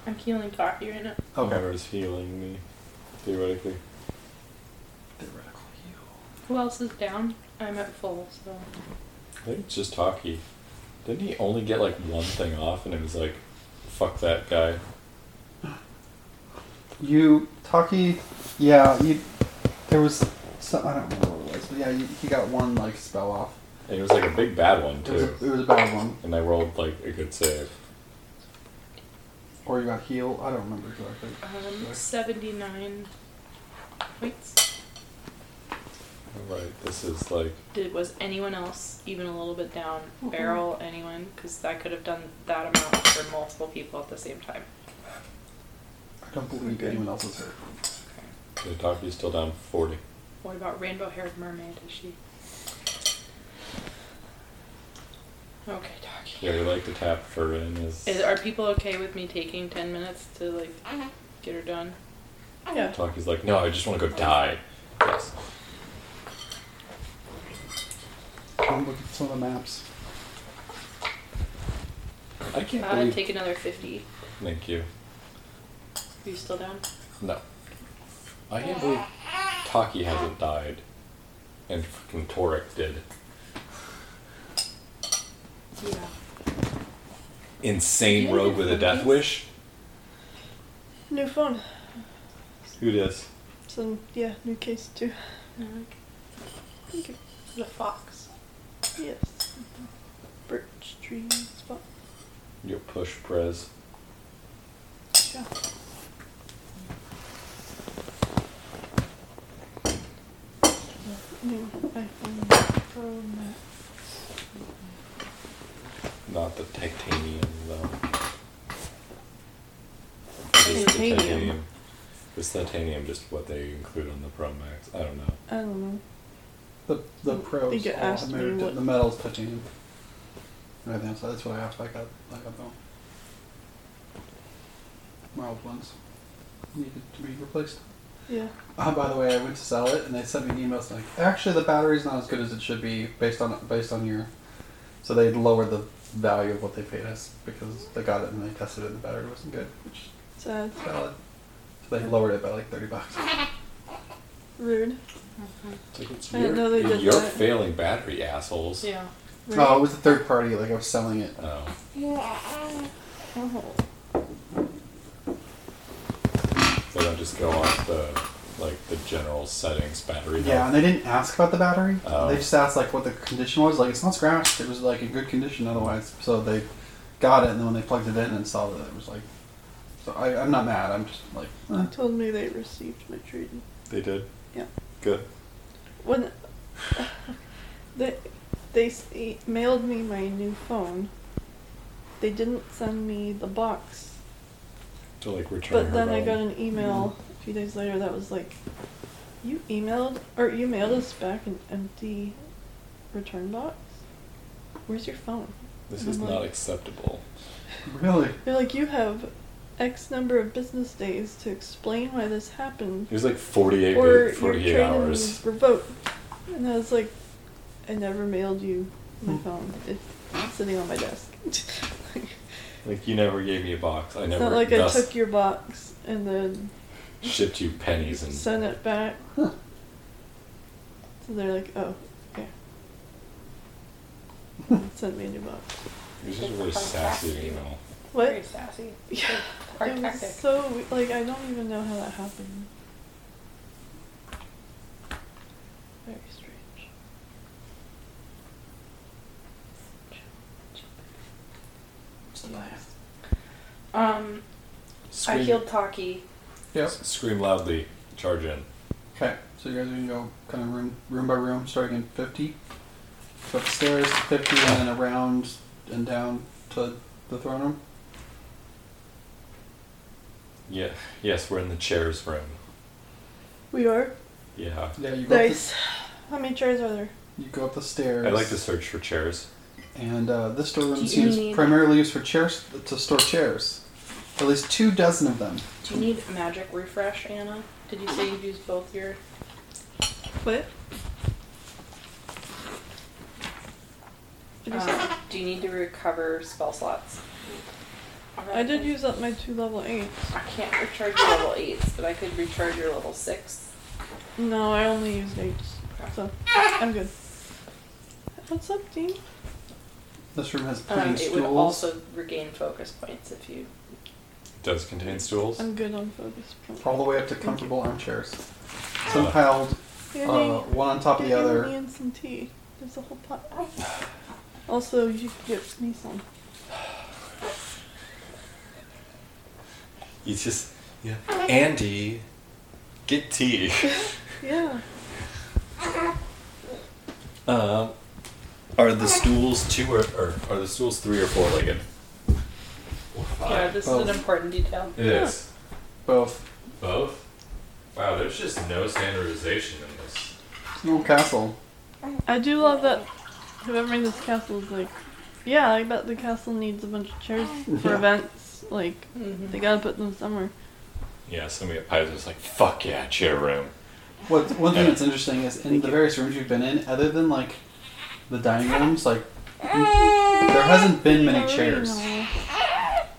S4: I'm healing thought. You're in it.
S1: Okay.
S2: Whoever's healing me, theoretically.
S1: Theoretical heal.
S4: Who else is down? I'm at full, so
S2: I think it's just Taki. Didn't he only get like one thing off and it was like, fuck that guy?
S1: You Taki, yeah. You there was some, I don't remember what it was, but yeah, you, he got one like spell off.
S2: And it was like a big bad one
S1: It was
S2: too.
S1: a, it was a bad one.
S2: And I rolled like a good save.
S1: Or you got heal. I don't remember exactly.
S4: um,
S1: Sure.
S4: 79 points.
S2: Right, this is like
S4: Did was anyone else even a little bit down? Barrel anyone? Because I could have done that amount for multiple people at the same time.
S1: I don't believe anyone else is hurt.
S2: the Taki's still down forty.
S4: What about rainbow-haired mermaid? Is she? Okay, doggy.
S2: Yeah, we like to tap her in as
S4: Is, are people okay with me taking ten minutes to like get her done?
S3: Yeah.
S2: Taki's like, no, I just want to go die. Yes.
S1: I'm looking at some of the maps.
S2: I can't
S4: Uh,
S2: believe.
S4: take another fifty.
S2: Thank you.
S4: Are you still down?
S2: No. I can't believe Taki hasn't died, and fucking Torek did.
S4: Yeah.
S2: Insane
S3: Yeah,
S2: rogue with a death
S3: yes.
S2: wish.
S3: New phone.
S2: Who does?
S3: So yeah, new case too.
S4: The fox.
S3: Yes. Birch tree spot.
S2: Your push, Prez.
S3: Yeah. New iPhone Pro Max.
S2: Not the titanium though.
S3: Titanium.
S2: It's the titanium. Is titanium just what they include on the Pro Max? I don't know.
S3: I don't know.
S1: The the
S3: You
S1: pros.
S3: get
S1: all
S3: asked
S1: the,
S3: me
S1: metal,
S3: what-
S1: the metal's titanium. Right now, so that's what I asked. I got I got them. My old ones needed to be replaced.
S3: Yeah.
S1: Uh, by the way, I went to sell it, and they sent me an email saying, "Actually, the battery's not as good as it should be based on based on your." So they lowered the value of what they paid us because they got it and they tested it, and the battery wasn't good, which
S3: Sad.
S1: is valid. So they lowered it by like thirty bucks.
S3: Rude.
S2: It's like, it's
S3: I didn't
S2: your-
S3: know they did
S2: You're
S3: that.
S2: failing battery assholes.
S4: Yeah.
S3: Rude.
S1: Oh, it was a third party. Like I was selling it.
S2: Oh.
S3: Oh.
S2: They don't just go off the like the general settings
S1: Yeah,
S2: battery.
S1: and
S2: health.
S1: they didn't ask about the battery.
S2: Oh.
S1: They just asked like what the condition was. Like it's not scratched. It was like in good condition otherwise. So they got it, and then when they plugged it in and saw that it was like. So I, I'm not mad. I'm just like. eh.
S3: Told me they received my trade.
S2: They did.
S3: Yeah.
S2: Good.
S3: When they they s- e- mailed me my new phone, they didn't send me the box.
S2: To like return.
S3: But
S2: her
S3: then I got
S2: value.
S3: an email
S1: Mm-hmm.
S3: a few days later that was like, "You emailed or you mailed us back an empty return box. Where's your phone?"
S2: This is
S3: I'm
S2: not
S3: like-
S2: acceptable.
S1: Really.
S3: They're like, "You have X number of business days to explain why this happened,
S2: It was like 48,
S3: or your
S2: 48
S3: trade-in
S2: hours.
S3: was revoked." And I was like, "I never mailed you my phone. It's sitting on my desk."
S2: Like you never gave me a box. I
S3: It's
S2: never
S3: not like I
S2: thus
S3: took your box and then
S2: shipped you pennies and
S3: sent it back.
S1: Huh.
S3: So they're like, oh, okay. And sent me a new box.
S2: It was just a really sassy email.
S3: What?
S10: Very sassy.
S3: Yeah.
S10: Our
S3: It was
S10: tactic.
S3: so, we- like, I don't even know how that happened. Very strange.
S4: Um, I
S2: Scream,
S4: healed Taki.
S1: Yep.
S2: s- scream loudly. Charge in.
S1: Okay. So you guys are gonna go kind of room room by room, starting in fifty. So upstairs to fifty, and then around and down to the throne room.
S2: Yeah. Yes, we're in the chairs room.
S3: We are?
S2: Yeah.
S1: Yeah. You go, up
S3: Nice. How many chairs are there?
S1: the, you go up the stairs.
S2: I like to search for chairs.
S1: And uh, this
S3: Do
S1: storeroom
S3: you
S1: seems
S3: need-
S1: primarily used for chairs to store chairs. At least two dozen of them.
S11: Do you need magic refresh, Anna? Did you say you've used both your
S3: What? What did you say?
S4: Um, do you need to recover spell slots?
S3: I did use up my two level eights.
S4: I can't recharge your level eights, but I could recharge your level six.
S3: No, I only used eights, so I'm good. What's up, Dean?
S1: This room has
S4: Um,
S1: plenty of
S4: it would
S1: stools.
S4: also regain focus points if you.
S2: Does contain stools?
S3: I'm good on focus point.
S1: all the way up to
S3: Thank you.
S1: comfortable armchairs. Some piled
S3: Your
S1: uh,
S3: name-
S1: one on top of
S3: Get
S1: the
S3: your
S1: other.
S3: man some tea. There's a whole pot. Also, you could get me some.
S2: You just yeah. Andy, get tea.
S3: Yeah.
S2: Um, are the stools two or, or are the stools three or four legged? Or
S4: Yeah,
S2: five?
S4: this
S1: Both.
S4: is an important detail.
S2: It is.
S1: Both.
S2: Both? Wow, there's just no standardization in this.
S1: No castle.
S3: I do love that whoever made this castle is like, yeah, I bet the castle needs a bunch of chairs for
S1: Yeah.
S3: events. Like,
S4: Mm-hmm.
S3: they gotta put them somewhere.
S2: Yeah, somebody at Pies was like, fuck yeah, chair room.
S1: What one thing that's interesting is in the various rooms you've been in, other than like the dining rooms, like there hasn't been many chairs.
S3: Arena.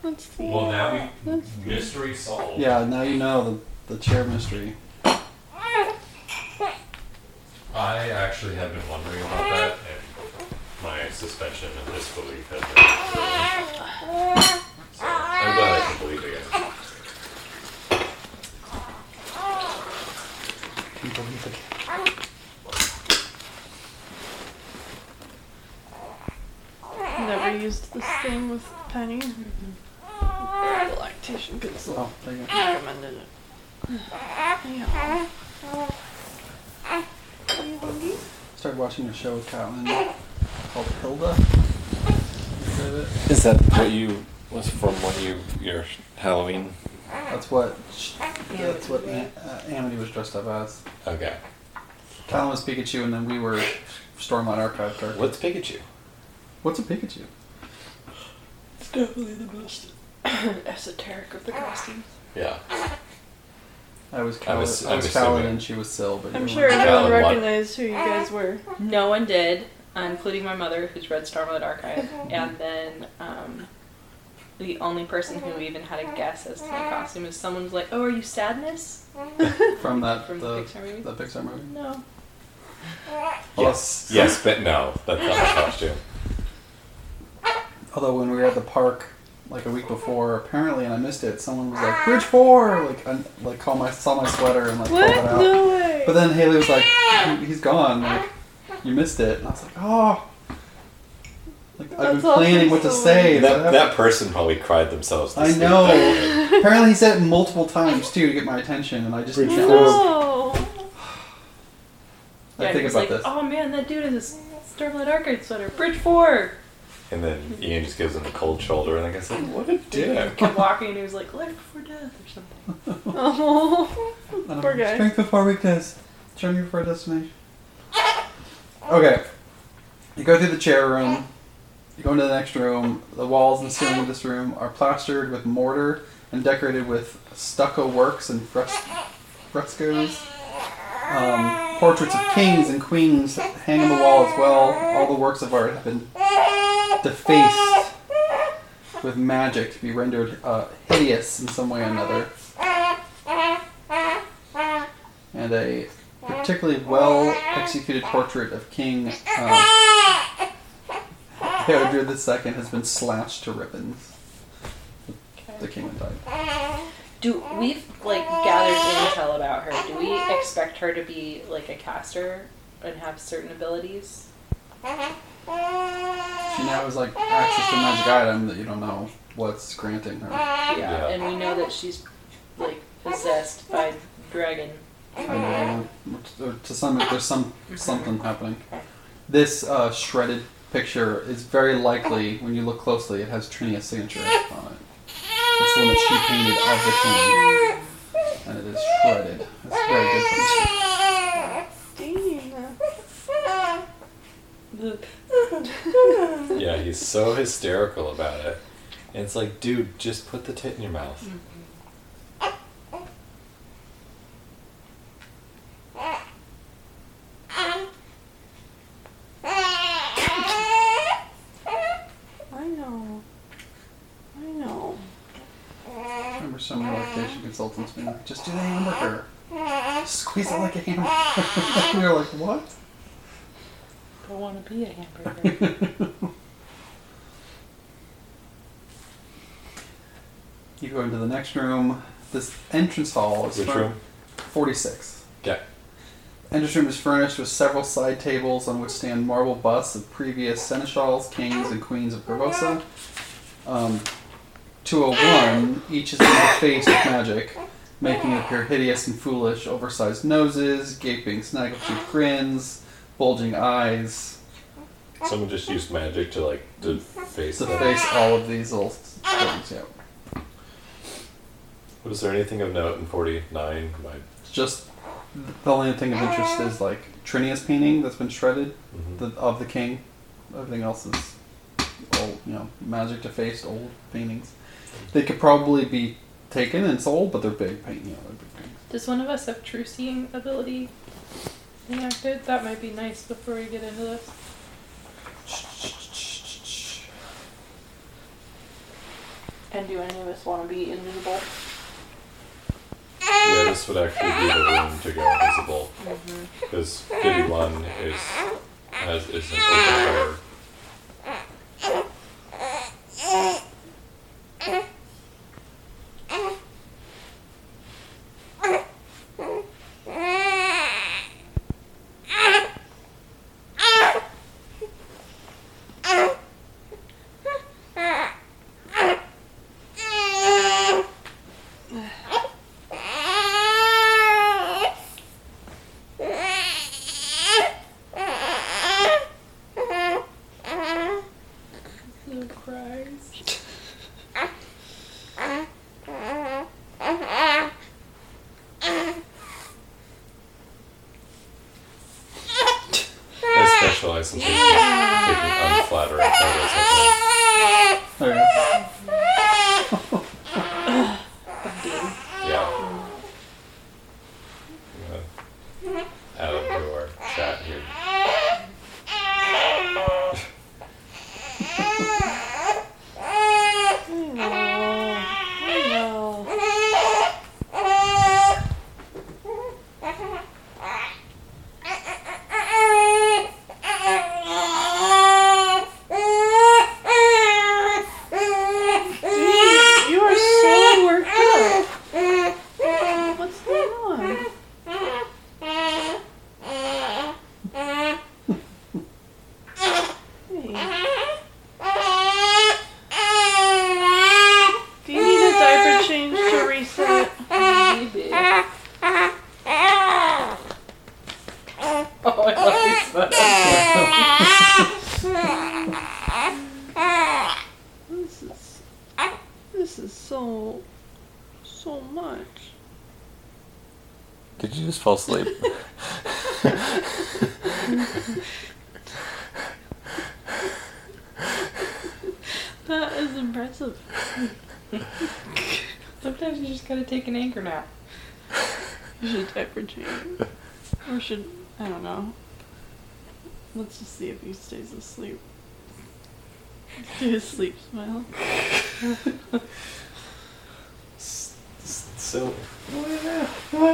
S3: Let's see.
S2: Well, now we mystery solved.
S1: Yeah, now you know the, the chair mystery.
S2: I actually have been wondering about that, and my suspension of disbelief has been. really- So I'm glad I can believe again.
S1: Can you believe it?
S3: Never used this thing with Penny. The lactation consultant
S1: Oh, there you go.
S3: recommended it. Yeah. Are you hungry?
S1: Started watching a show with Caitlin called Hilda. You heard of it?
S2: Is that what you was from what you your Halloween?
S1: That's what sh- that's what Am- uh, Amity was dressed up as.
S2: Okay.
S1: Caitlin was Pikachu, and then we were Stormlight Archive. Dark.
S2: What's Pikachu?
S1: What's a Pikachu?
S11: It's definitely the most esoteric of the costumes.
S2: Yeah.
S1: I was Cal-
S2: I
S1: I
S2: was-
S1: was,
S2: I was
S1: Caitlin,
S2: thinking-
S1: and she was Syl. But you
S3: I'm
S1: were-
S3: sure
S2: Valid
S3: everyone
S2: one.
S3: recognized who you guys were.
S4: No one did, uh, including my mother, who's read Stormlight Archive, and then um, the only person who even had a guess as to my costume is someone was like, "Oh, are you sadness
S1: from that
S4: from
S1: the,
S4: the Pixar movie?"
S1: the Pixar movie.
S4: No.
S2: Yes. Yes, but no. That's not a costume.
S1: Although when we were at the park like a week before, apparently, and I missed it, someone was
S3: Ah.
S1: like Bridge Four, like un- like call my saw my sweater and like
S3: What?
S1: called it out.
S3: No way.
S1: But then Haley was like, "He- "He's gone, like you missed it," and I was like, "Oh." Like, I've
S3: That's
S1: been planning what to
S3: awesome.
S1: say.
S2: That,
S1: but
S2: that person probably cried themselves. to
S1: I
S2: sleep
S1: know.
S2: that day.
S1: Apparently, he said it multiple times too to get my attention, and I just
S2: Bridge
S1: didn't-
S2: Four.
S3: no.
S1: I
S4: Yeah, he
S1: think
S4: was
S1: about
S4: like,
S1: this.
S4: "Oh man, that dude in his Stormlight Archive sweater, Bridge Four,
S2: And then Ian just gives him a cold shoulder, and I guess like, what a dick.
S4: kept walking, and he was like, "Life before death" or something.
S3: Oh.
S1: Um,
S3: Poor guy.
S1: Strength before weakness. Journey before destination. Okay. You go through the chair room. You go into the next room. The walls and ceiling of this room are plastered with mortar and decorated with stucco works and fres- frescoes. Um, portraits of kings and queens hang on the wall as well. All the works of art have been defaced with magic to be rendered uh, hideous in some way or another and a particularly well executed portrait of King uh, Theodore II has been slashed to ribbons. The king that died.
S4: Do we've like gathered intel about her? Do we expect her to be like a caster and have certain abilities?
S1: She now has like access to a magic item that you don't know what's granting her.
S4: Yeah.
S2: Yeah.
S4: and we know that she's like possessed by dragon.
S1: I don't know, or to some there's some something happening. This uh, shredded picture is very likely when you look closely. It has Trinia's signature on it. It's the one that she painted of the king, and it is shredded. It's very good. picture.
S3: Dean.
S4: The
S2: Yeah, he's so hysterical about it. And it's like, dude, just put the tit in your mouth.
S1: Mm.
S8: I know. I know.
S1: Remember some lactation consultants being like, just do the hamburger. Just squeeze it like a hamburger. and we were like, what?
S3: Don't want to be a hamburger.
S1: You go into the next room. This entrance hall is
S2: Which
S1: fur-
S2: room?
S1: 46.
S2: Yeah.
S1: Entrance room is furnished with several side tables on which stand marble busts of previous seneschals, kings, and queens of Corvosa. Um, 201, each is in the face with magic, making it appear hideous and foolish, oversized noses, gaping snaggle-toothed grins, bulging eyes.
S2: Someone just used magic to like to face
S1: to
S2: that.
S1: face all of these little things. Yeah,
S2: Was there anything of note in 49? My,
S1: it's just the only thing of interest is like Trinia's painting that's been shredded
S2: mhm.
S1: the, of the king. Everything else is old, you know, magic defaced old paintings. They could probably be taken and sold, but they're big paint. You know, they're big paintings.
S4: Does one of us have true seeing ability enacted? That might be nice before we get into this.
S3: and do any of us want to be invisible?
S2: Yeah, this would actually be the room to go invisible. Because Giddy One is, has, is an open fire.
S8: Little cries.
S2: I specialize in taking, taking unflattering photos of them.
S1: There you go.
S2: Yeah. Uh, Adam, you are chat here.
S8: Oh, I know.
S3: You are so worked up. What's going on? Hey, do you need a diaper change to reset?
S4: Maybe. Oh, I love these photos.
S3: This is this is so so much.
S2: Did you just fall asleep?
S3: That is impressive.
S4: Sometimes you just gotta take an anchor nap.
S3: We should diaper change, or should I don't know. Let's just see if he stays asleep. Do his sleep smile.
S2: so,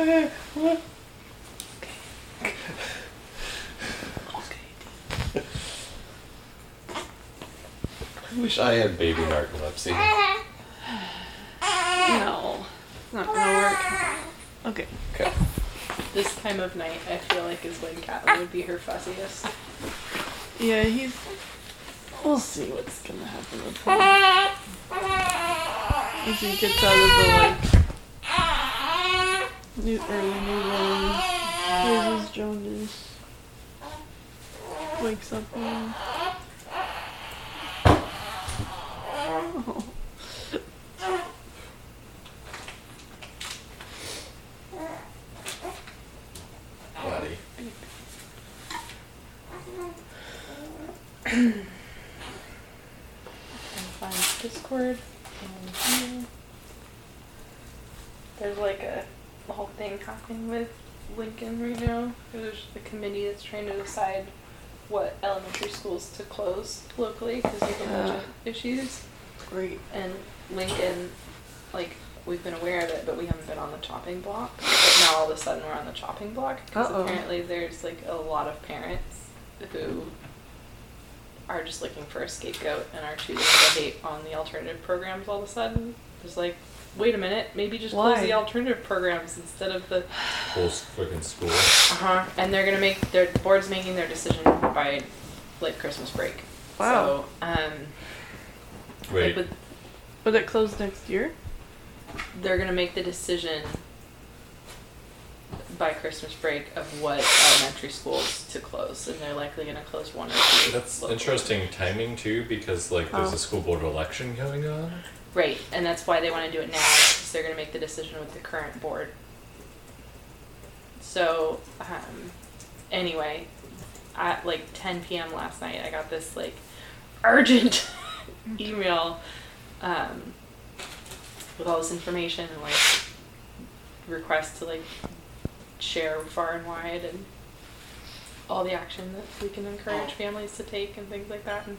S3: Okay.
S2: I wish I had baby narcolepsy.
S3: No, it's not gonna work. Okay.
S2: Okay.
S4: This time of night, I feel like is when Catelyn would be her fussiest.
S3: Yeah, he's. We'll see what's gonna happen with him as he gets out of the like new early New Orleans. Raises Jonas. Wakes up. And... Oh.
S2: Buddy.
S4: and find Discord and here. There's like a whole thing happening with Lincoln right now. There's the committee that's trying to decide what elementary schools to close locally because there's a bunch of issues.
S7: Great.
S4: And Lincoln, like we've been aware of it, but we haven't been on the chopping block. But now all of a sudden we're on the chopping block because
S7: Uh-oh.
S4: apparently there's like a lot of parents who are just looking for a scapegoat and are choosing to hate on the alternative programs all of a sudden. There's like, wait a minute, maybe just close
S7: Why?
S4: the alternative programs instead of the.
S2: Whole fucking school.
S4: Uh
S7: Uh-huh.
S4: huh. And they're gonna make their the board's making their decision by like Christmas break.
S7: Wow.
S4: So, um,
S2: Wait,
S4: like,
S7: Would it close next year?
S4: but they're gonna make the decision by Christmas break of what elementary schools to close, and they're likely gonna close one or two.
S2: that's
S4: locally.
S2: interesting timing too, because like there's
S7: Oh.
S2: a school board election going on.
S4: Right, and that's why they want to do it now, because they're going to make the decision with the current board. So, um, anyway, at like 10 p.m. last night, I got this like urgent email um, with all this information and like requests to like share far and wide and all the action that we can encourage families to take and things like that. And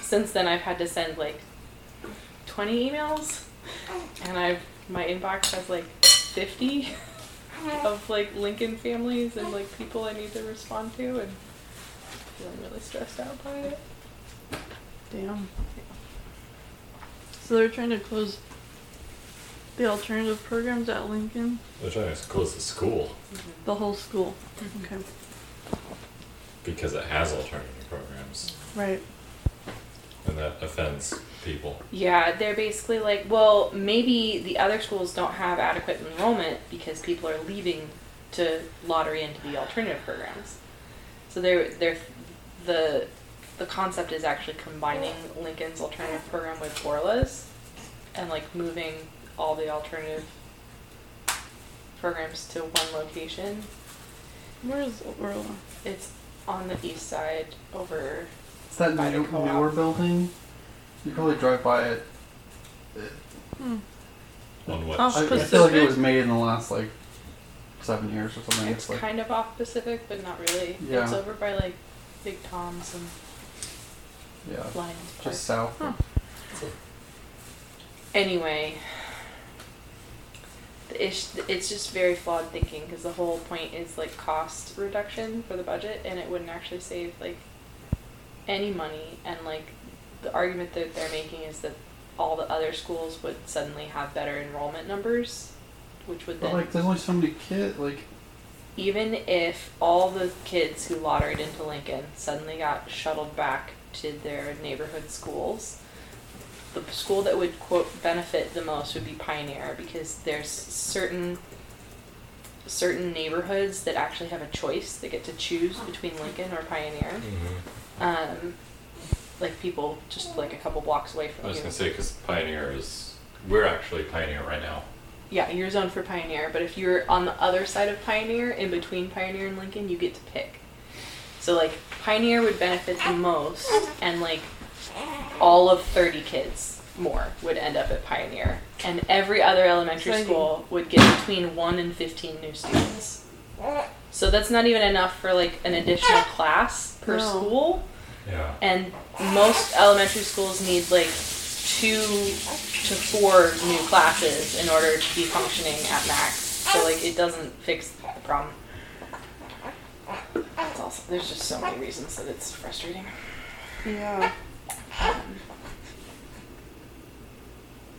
S4: since then, I've had to send like 20 emails and I've my inbox has like 50 of like Lincoln families and like people I need to respond to and feeling really stressed out by it.
S3: Damn. So they're trying to close the alternative programs at Lincoln,
S2: They're trying to close the school
S3: the whole school. Okay.
S2: because it has alternative programs,
S3: Right.
S2: and that offends people.
S4: Yeah, they're basically like, well, maybe the other schools don't have adequate enrollment because people are leaving to lottery into the alternative programs. So they're they're the the concept is actually combining Lincoln's alternative program with Borla's and like moving all the alternative programs to one location.
S3: Where's Orla?
S4: It's on the east side over
S1: It's that
S4: By the
S1: new,
S4: co-op.
S1: newer building. You probably drive by it.
S2: On what?
S3: Oh.
S1: I, I
S3: Pacific?
S1: feel like it was made in the last like seven years or something.
S4: It's
S1: It's, like
S4: kind of off Pacific, but not really.
S1: Yeah.
S4: It's over by like Big Tom's and
S1: yeah,
S4: Lions Park.
S1: just south. of-
S4: Anyway, the ish, it's just very flawed thinking because the whole point is like cost reduction for the budget, and it wouldn't actually save like any money. And like the argument that they're making is that all the other schools would suddenly have better enrollment numbers, which would
S1: But
S4: then
S1: like, there's only so many kids. Like,
S4: even if all the kids who lotteried into Lincoln suddenly got shuttled back to their neighborhood schools, the school that would quote benefit the most would be Pioneer because there's certain certain neighborhoods that actually have a choice. They get to choose between Lincoln or Pioneer.
S2: Mhm.
S4: Um, like people just like a couple blocks away from
S2: I was
S4: you.
S2: gonna say because Pioneer is we're actually Pioneer right now.
S4: Yeah, you're zoned for Pioneer, but if you're on the other side of Pioneer, in between Pioneer and Lincoln, you get to pick. So like Pioneer would benefit the most, and like all of 30 kids more would end up at Pioneer, and every other elementary
S3: Exciting.
S4: school would get between one and 15 new students. So that's not even enough for like an additional class per
S3: No.
S4: school
S2: Yeah.
S4: and most elementary schools need like two to four new classes in order to be functioning at max. So like it doesn't fix the problem. It's also, there's just so many reasons that it's frustrating.
S3: Yeah.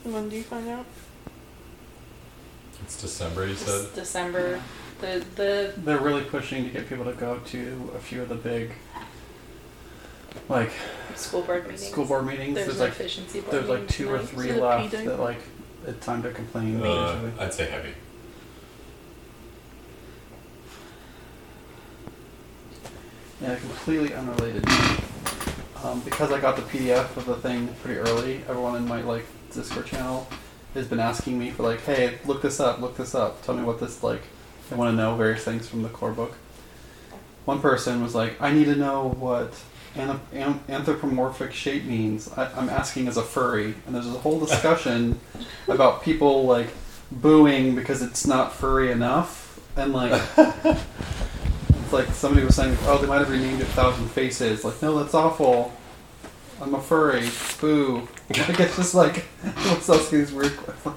S3: When do you find out?
S2: It's December, you said.
S4: This December, the the
S1: they're really pushing to get people to go to a few of the big, like
S4: school board meetings.
S1: school board meetings.
S4: There's
S1: There's,
S4: an
S1: like
S4: efficiency board.
S1: there's like
S4: meeting
S1: two or
S4: tonight.
S1: three
S3: Is it a
S1: left
S3: PD?
S1: that like it's time to complain.
S2: Uh,
S1: usually.
S2: I'd say heavy.
S1: Yeah, completely unrelated. Um, because I got the PDF of the thing pretty early, everyone in my like Discord channel has been asking me for like, hey, look this up, look this up, tell me what this like. They want to know various things from the core book. One person was like, I need to know what an- an- anthropomorphic shape means. I, I'm asking as a furry, and there's a whole discussion about people like booing because it's not furry enough, and like it's like somebody was saying, oh, they might have renamed it Thousand Faces. Like, no, that's awful. I'm a furry. Boo. Like it's just like what's asking these weird questions.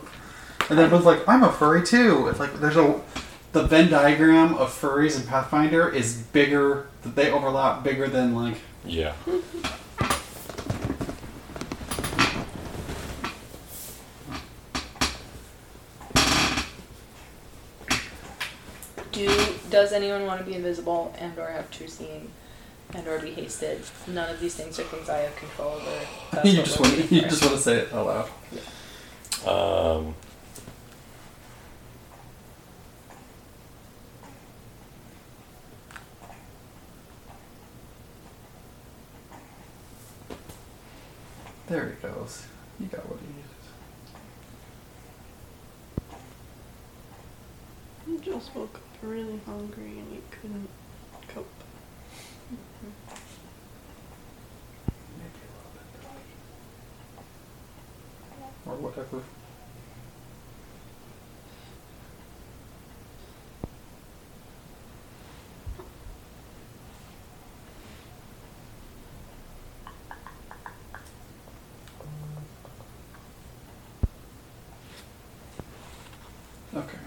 S1: And then it was like, I'm a furry too. It's like there's a the Venn diagram of furries and Pathfinder is bigger. They overlap bigger than like
S2: Yeah.
S4: Do does anyone want to be invisible and or have true seeing and or be hasted? None of these things are things I have control over. That's
S1: you
S4: what
S1: just
S4: we're
S1: want
S4: looking
S1: you
S4: for.
S1: just want to say it out loud.
S2: Um,
S1: There it goes. You got what you needed.
S3: You just woke up really hungry and you couldn't cope.
S1: Maybe a little bit. Or whatever. Okay.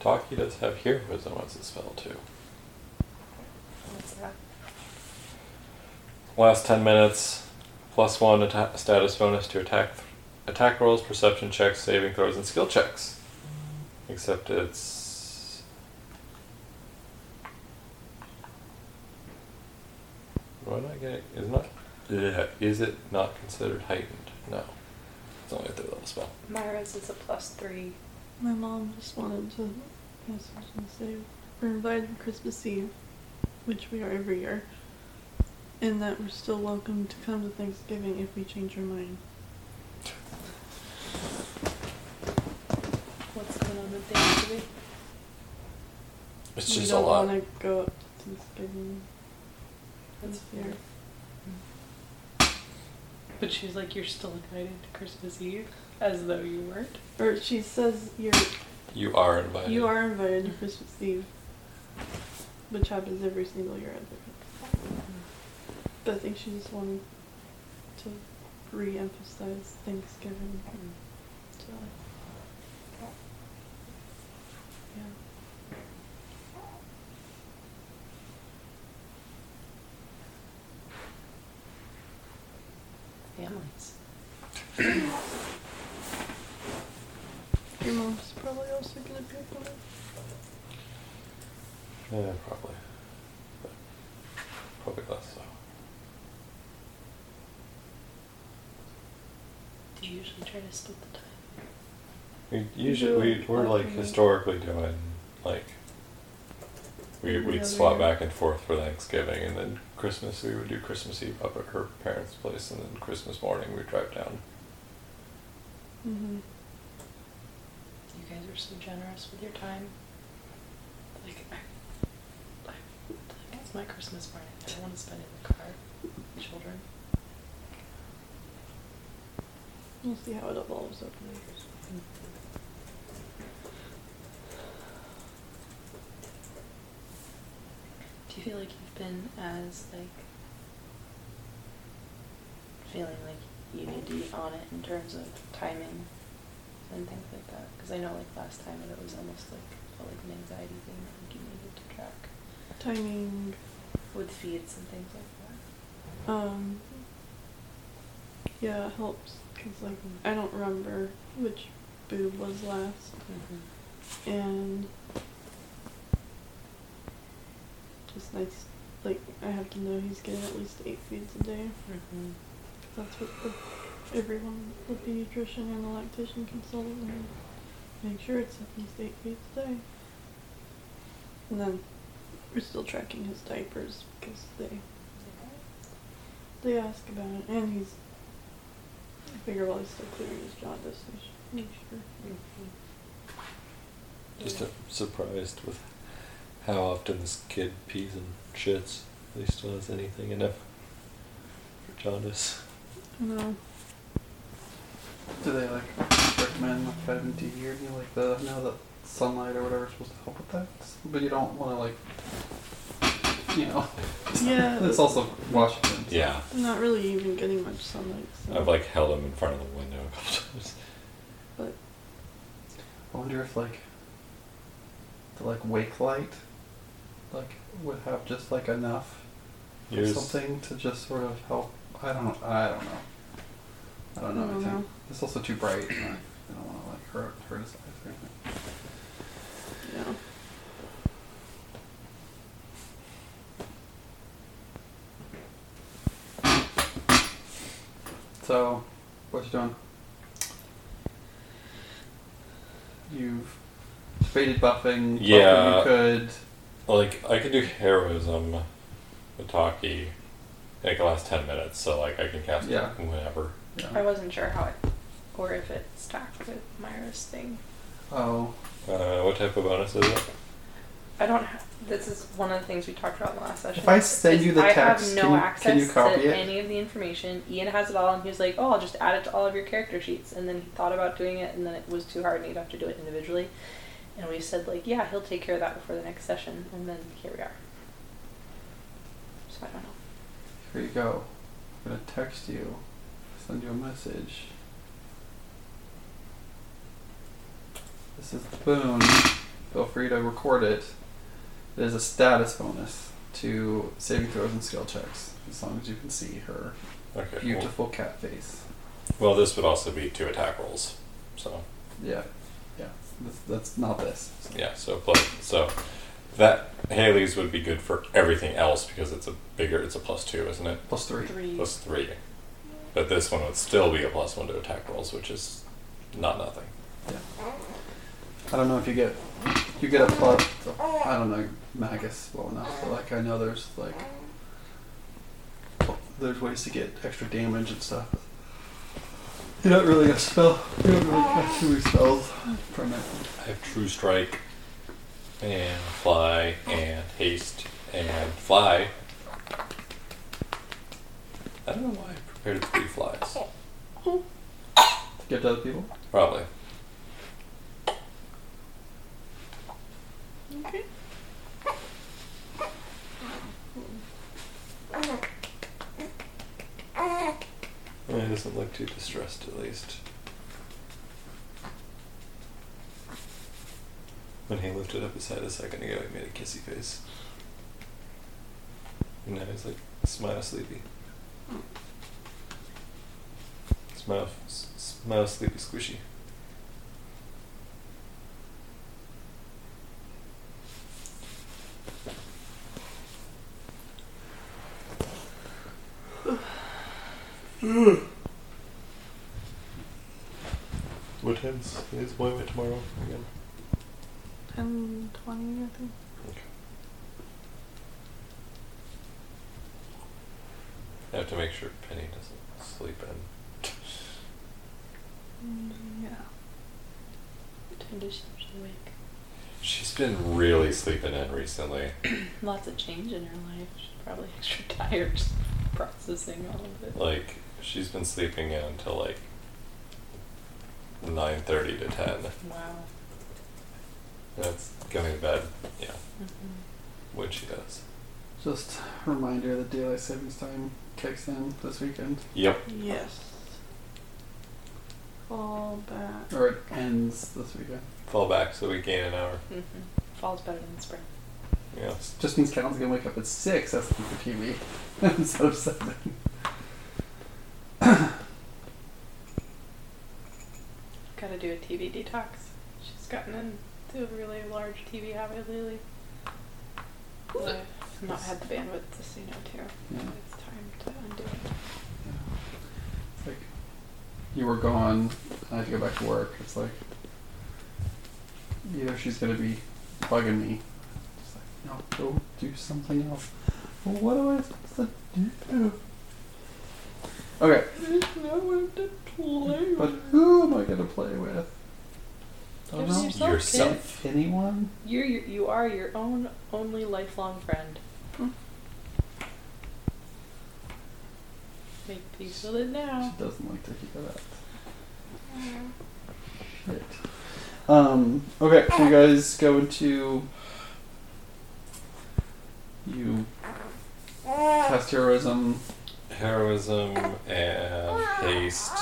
S2: Taki does have heroism as a spell too.
S4: What's that?
S2: Last 10 minutes, plus one atta- status bonus to attack attack rolls, perception checks, saving throws, and skill checks. Except it's. Why not get it? Is not. Yeah. Is it not considered heightened? No. It's only a third level spell.
S4: Myra's is a plus three.
S3: My mom just wanted to message and say we're invited to Christmas Eve, which we are every year, and that we're still welcome to come to Thanksgiving if we change our mind.
S4: What's going on with Thanksgiving?
S2: It's
S3: we
S2: just a
S3: don't
S2: lot.
S3: want to go up to Thanksgiving.
S4: That's
S3: this year.
S4: fair. But she's like, you're still invited to Christmas Eve, as though you weren't.
S3: Or she says you're
S2: You are invited.
S3: you are invited to Christmas Eve, which happens every single year. I think. But I think she just wanted to re-emphasize Thanksgiving. So, yeah.
S4: Families.
S3: Your mom's probably also gonna be a part.
S2: Yeah, probably. But probably less so.
S4: Do you usually try to split the time?
S2: We usually we, we're like historically doing like we
S3: Every
S2: we'd
S3: other
S2: swap
S3: year.
S2: back and forth for Thanksgiving and then Christmas we would do Christmas Eve up at her parents' place and then Christmas morning we'd drive down.
S3: Mm-hmm.
S4: You guys are so generous with your time. Like, I, I, like it's my Christmas morning. I don't want to spend it in the car, with children.
S3: We'll see how it evolves over the years.
S4: Do you feel like you've been as like feeling like you need to be on it in terms of timing and things like that? Because I know like last time it was almost like felt like an anxiety thing that like you needed to track
S3: Timing,
S4: with feeds and things like that.
S3: um, yeah, it helps because like I don't remember which boob was last,
S4: Mm-hmm.
S3: and it's nice. Like I have to know he's getting at least eight feeds a day.
S4: Mm-hmm.
S3: That's what the, everyone, the pediatrician and the lactation consultant, and make sure it's at least eight feeds a day. And then we're still tracking his diapers because they they ask about it, and he's I figure while he's still clearing his jaundice, I should make sure.
S2: Just uh, surprised with how often this kid pees and shits. At least still has anything enough jaundice.
S3: No.
S1: Do they like recommend like vitamin D or do you like the you know that sunlight or whatever is supposed to help with that? But you don't want to like you know.
S3: Yeah,
S1: It's also Washington. so-
S2: Yeah,
S3: I'm not really even getting much sunlight. So.
S2: I've like held him in front of the window a couple times.
S1: I wonder if like the like wake light like would have just like enough or
S2: Yours-
S1: something to just sort of help. I don't. I don't know. I don't know
S3: I don't
S1: anything.
S3: know.
S1: It's also too bright. And I, I don't want to like hurt hurt his eyes or anything.
S3: Yeah.
S1: So, what you doing? You've debated buffing. buffing
S2: Yeah.
S1: You could.
S2: Like I could do heroism, Bataki, like the last ten minutes, so like I can cast
S1: Yeah.
S2: it whenever.
S1: Yeah.
S4: I wasn't sure how it, or if it stacked with Myra's thing.
S1: Oh,
S2: Uh, what type of bonus is it?
S4: I don't. Ha- this is one of the things we talked about in the last session.
S1: If I send
S4: is
S1: you the
S4: I
S1: text,
S4: have no
S1: can you- can
S4: access
S1: you copy
S4: to
S1: it?
S4: any of the information. Ian has it all, and he was like, "Oh, I'll just add it to all of your character sheets." And then he thought about doing it, and then it was too hard, and he'd have to do it individually. And we said, like, "Yeah, he'll take care of that before the next session." And then here we are. So I don't know.
S1: here you go. I'm gonna text you. Send you a message. This is the boon. Feel free to record it. It is a status bonus to saving throws and skill checks, as long as you can see her
S2: Okay. Well,
S1: beautiful cat face.
S2: well, this would also be two attack rolls, so
S1: Yeah, yeah. That's, that's not this. so.
S2: yeah. So plus, so that Haley's would be good for everything else because it's a bigger. It's a plus two, isn't it?
S1: Plus three.
S3: Three.
S2: Plus three. But this one would still be a plus one to attack rolls, which is not nothing.
S1: I don't know if you get you get a plus. I don't know Magus well enough, but like I know there's like there's ways to get extra damage and stuff. You're not really gonna spell. You don't really cast too many spells from it.
S2: I have True Strike and Fly and Haste and Fly. I don't know why I prepared three flies.
S1: To give to other people.
S2: Probably.
S3: Okay.
S2: It doesn't look too distressed, at least. When he lifted up his head a second ago, he made a kissy face. And now he's like, smile, sleepy. Smile, s- smile, sleepy, squishy. What time's is appointment tomorrow again?
S3: Ten twenty, I think.
S2: I have to make sure Penny doesn't sleep in.
S3: Mm, Yeah.
S4: What time does she usually wake?
S2: She's been really sleeping in recently.
S4: Lots of change in her life. She's probably extra tired, just processing all of it.
S2: Like she's been sleeping in until like nine thirty to ten.
S4: Wow.
S2: That's going to bed
S4: Mm-hmm.
S2: when she does.
S1: Just a reminder that daylight savings time kicks in this weekend,
S2: Yep.
S3: Yes. Fall back.
S1: or it ends this weekend.
S2: Fall back so we gain an hour.
S4: Mm-hmm. Fall's better than spring.
S2: Yeah.
S1: Just means Cal's gonna wake up at six. That's for TV instead of seven.
S4: Gotta do a TV detox. She's gotten into a really large TV habit lately. But I've not had the bandwidth to say no to.
S1: Yeah.
S4: It's time to undo it.
S1: It's like you were gone, and I had to go back to work. It's like either she's gonna be bugging me. It's like, no, go do something else. Well, what am I supposed to do? Okay,
S3: Now I have to play.
S1: but who am I gonna play with? Don't
S4: Just
S1: know.
S4: yourself,
S2: Yourself.
S1: Anyone?
S4: You're, you you are your own Hmm. only lifelong friend. Like, you filled it now.
S1: She doesn't like to hear that. Shit. Um, okay, so you guys go into. You cast heroism.
S2: Heroism and haste.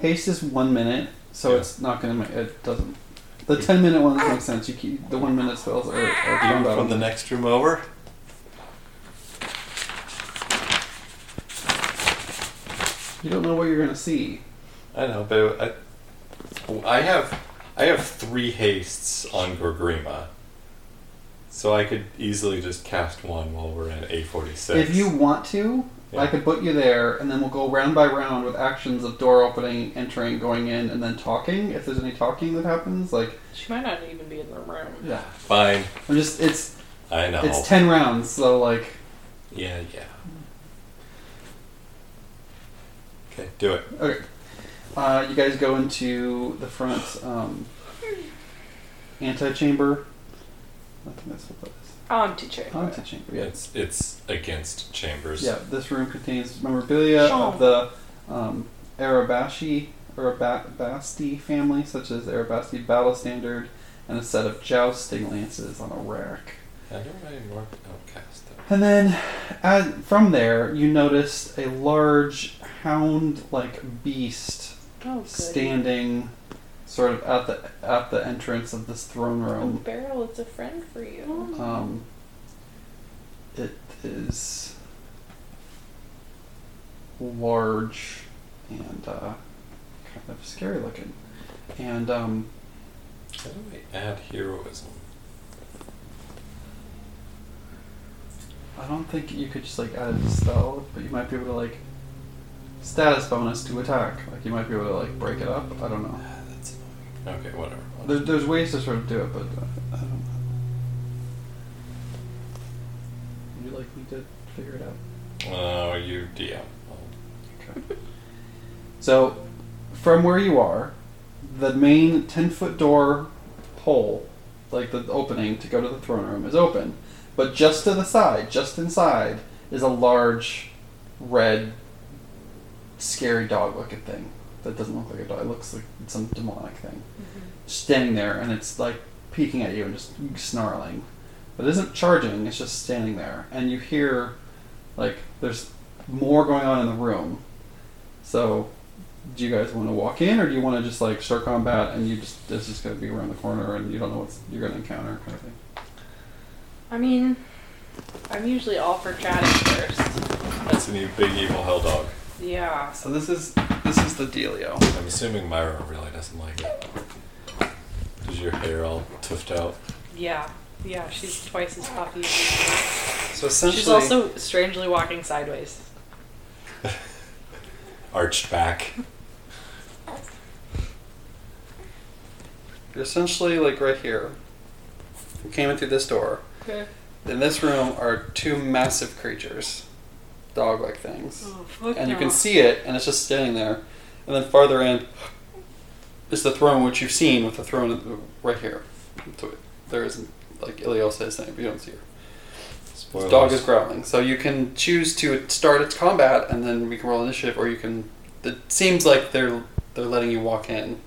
S1: Haste is one minute, so
S2: Yeah.
S1: it's not gonna make. It doesn't. The ten minute ones make sense. You keep the one minute spells are, are combo.
S2: From the next room over.
S1: You don't know what you're gonna see.
S2: I know, but I, oh, I have I have three hastes on Gorgrima. So I could easily just cast one while we're at A forty six.
S1: If you want to,
S2: Yeah.
S1: I could put you there, and then we'll go round by round with actions of door opening, entering, going in, and then talking. If there's any talking that happens, like
S4: She might not even be in the room.
S1: yeah,
S2: Fine.
S1: I'm just it's
S2: I know.
S1: it's ten rounds, so like
S2: yeah, yeah. Okay, do it.
S1: okay. Uh, you guys go into the front um, antechamber. I think that's what that is.
S4: Oh, I'm teacher.
S1: Antechamber, yeah.
S2: It's it's against chambers.
S1: Yeah, this room contains memorabilia of the um, Arabashi, Arabasti family, such as the Arabasti battle standard, and a set of jousting lances on a rack.
S2: I don't really more outcast though.
S1: And then as, from there, you noticed a large hound like beast
S4: Oh, good.
S1: standing sort of at the, at the entrance of this throne
S4: Oh,
S1: room.
S4: Beryl, it's a friend for you.
S1: Um, it is large and uh, kind of scary looking. And um,
S2: How do I add heroism?
S1: I don't think you could just like add a spell, but you might be able to like status bonus to attack. Like you might be able to like break it up. I don't know.
S2: Ah, that's annoying. Okay, whatever.
S1: There's, there's ways to sort of do it, but uh, I don't know. Would you like me to figure it out?
S2: Oh, you DM. I'll
S1: Okay. So, from where you are, the main 10 foot door hole, like the opening to go to the throne room, is open. But just to the side, just inside, is a large, red, scary dog looking thing. That doesn't look like a dog, it looks like some demonic thing. Standing there, and it's like peeking at you and just snarling. But it isn't charging, it's just standing there. And you hear, like, there's more going on in the room. So, do you guys want to walk in, or do you want to just like start combat and you just this is going to be around the corner and you don't know what you're going to encounter kind of thing?
S4: I mean, I'm usually all for chatting first.
S2: That's a new big evil hell dog.
S4: Yeah.
S1: So this is this is the dealio.
S2: I'm assuming Myra really doesn't like it. Is your hair all toughed out?
S4: Yeah. Yeah, she's twice as puffy. as
S2: So
S4: me. She's also strangely walking sideways.
S2: arched back.
S1: You're essentially like right here. You came in through this door.
S4: Okay.
S1: In this room are two massive creatures, dog-like things.
S4: Oh, fuck
S1: and you
S4: no.
S1: can see it, and it's just standing there. And then farther in is the throne, which you've seen with the throne right here. So there isn't like Ilios says, you don't see her. This
S2: Spoilers.
S1: dog is growling, so you can choose to start its combat, and then we can roll initiative, or you can. It seems like they're they're letting you walk in.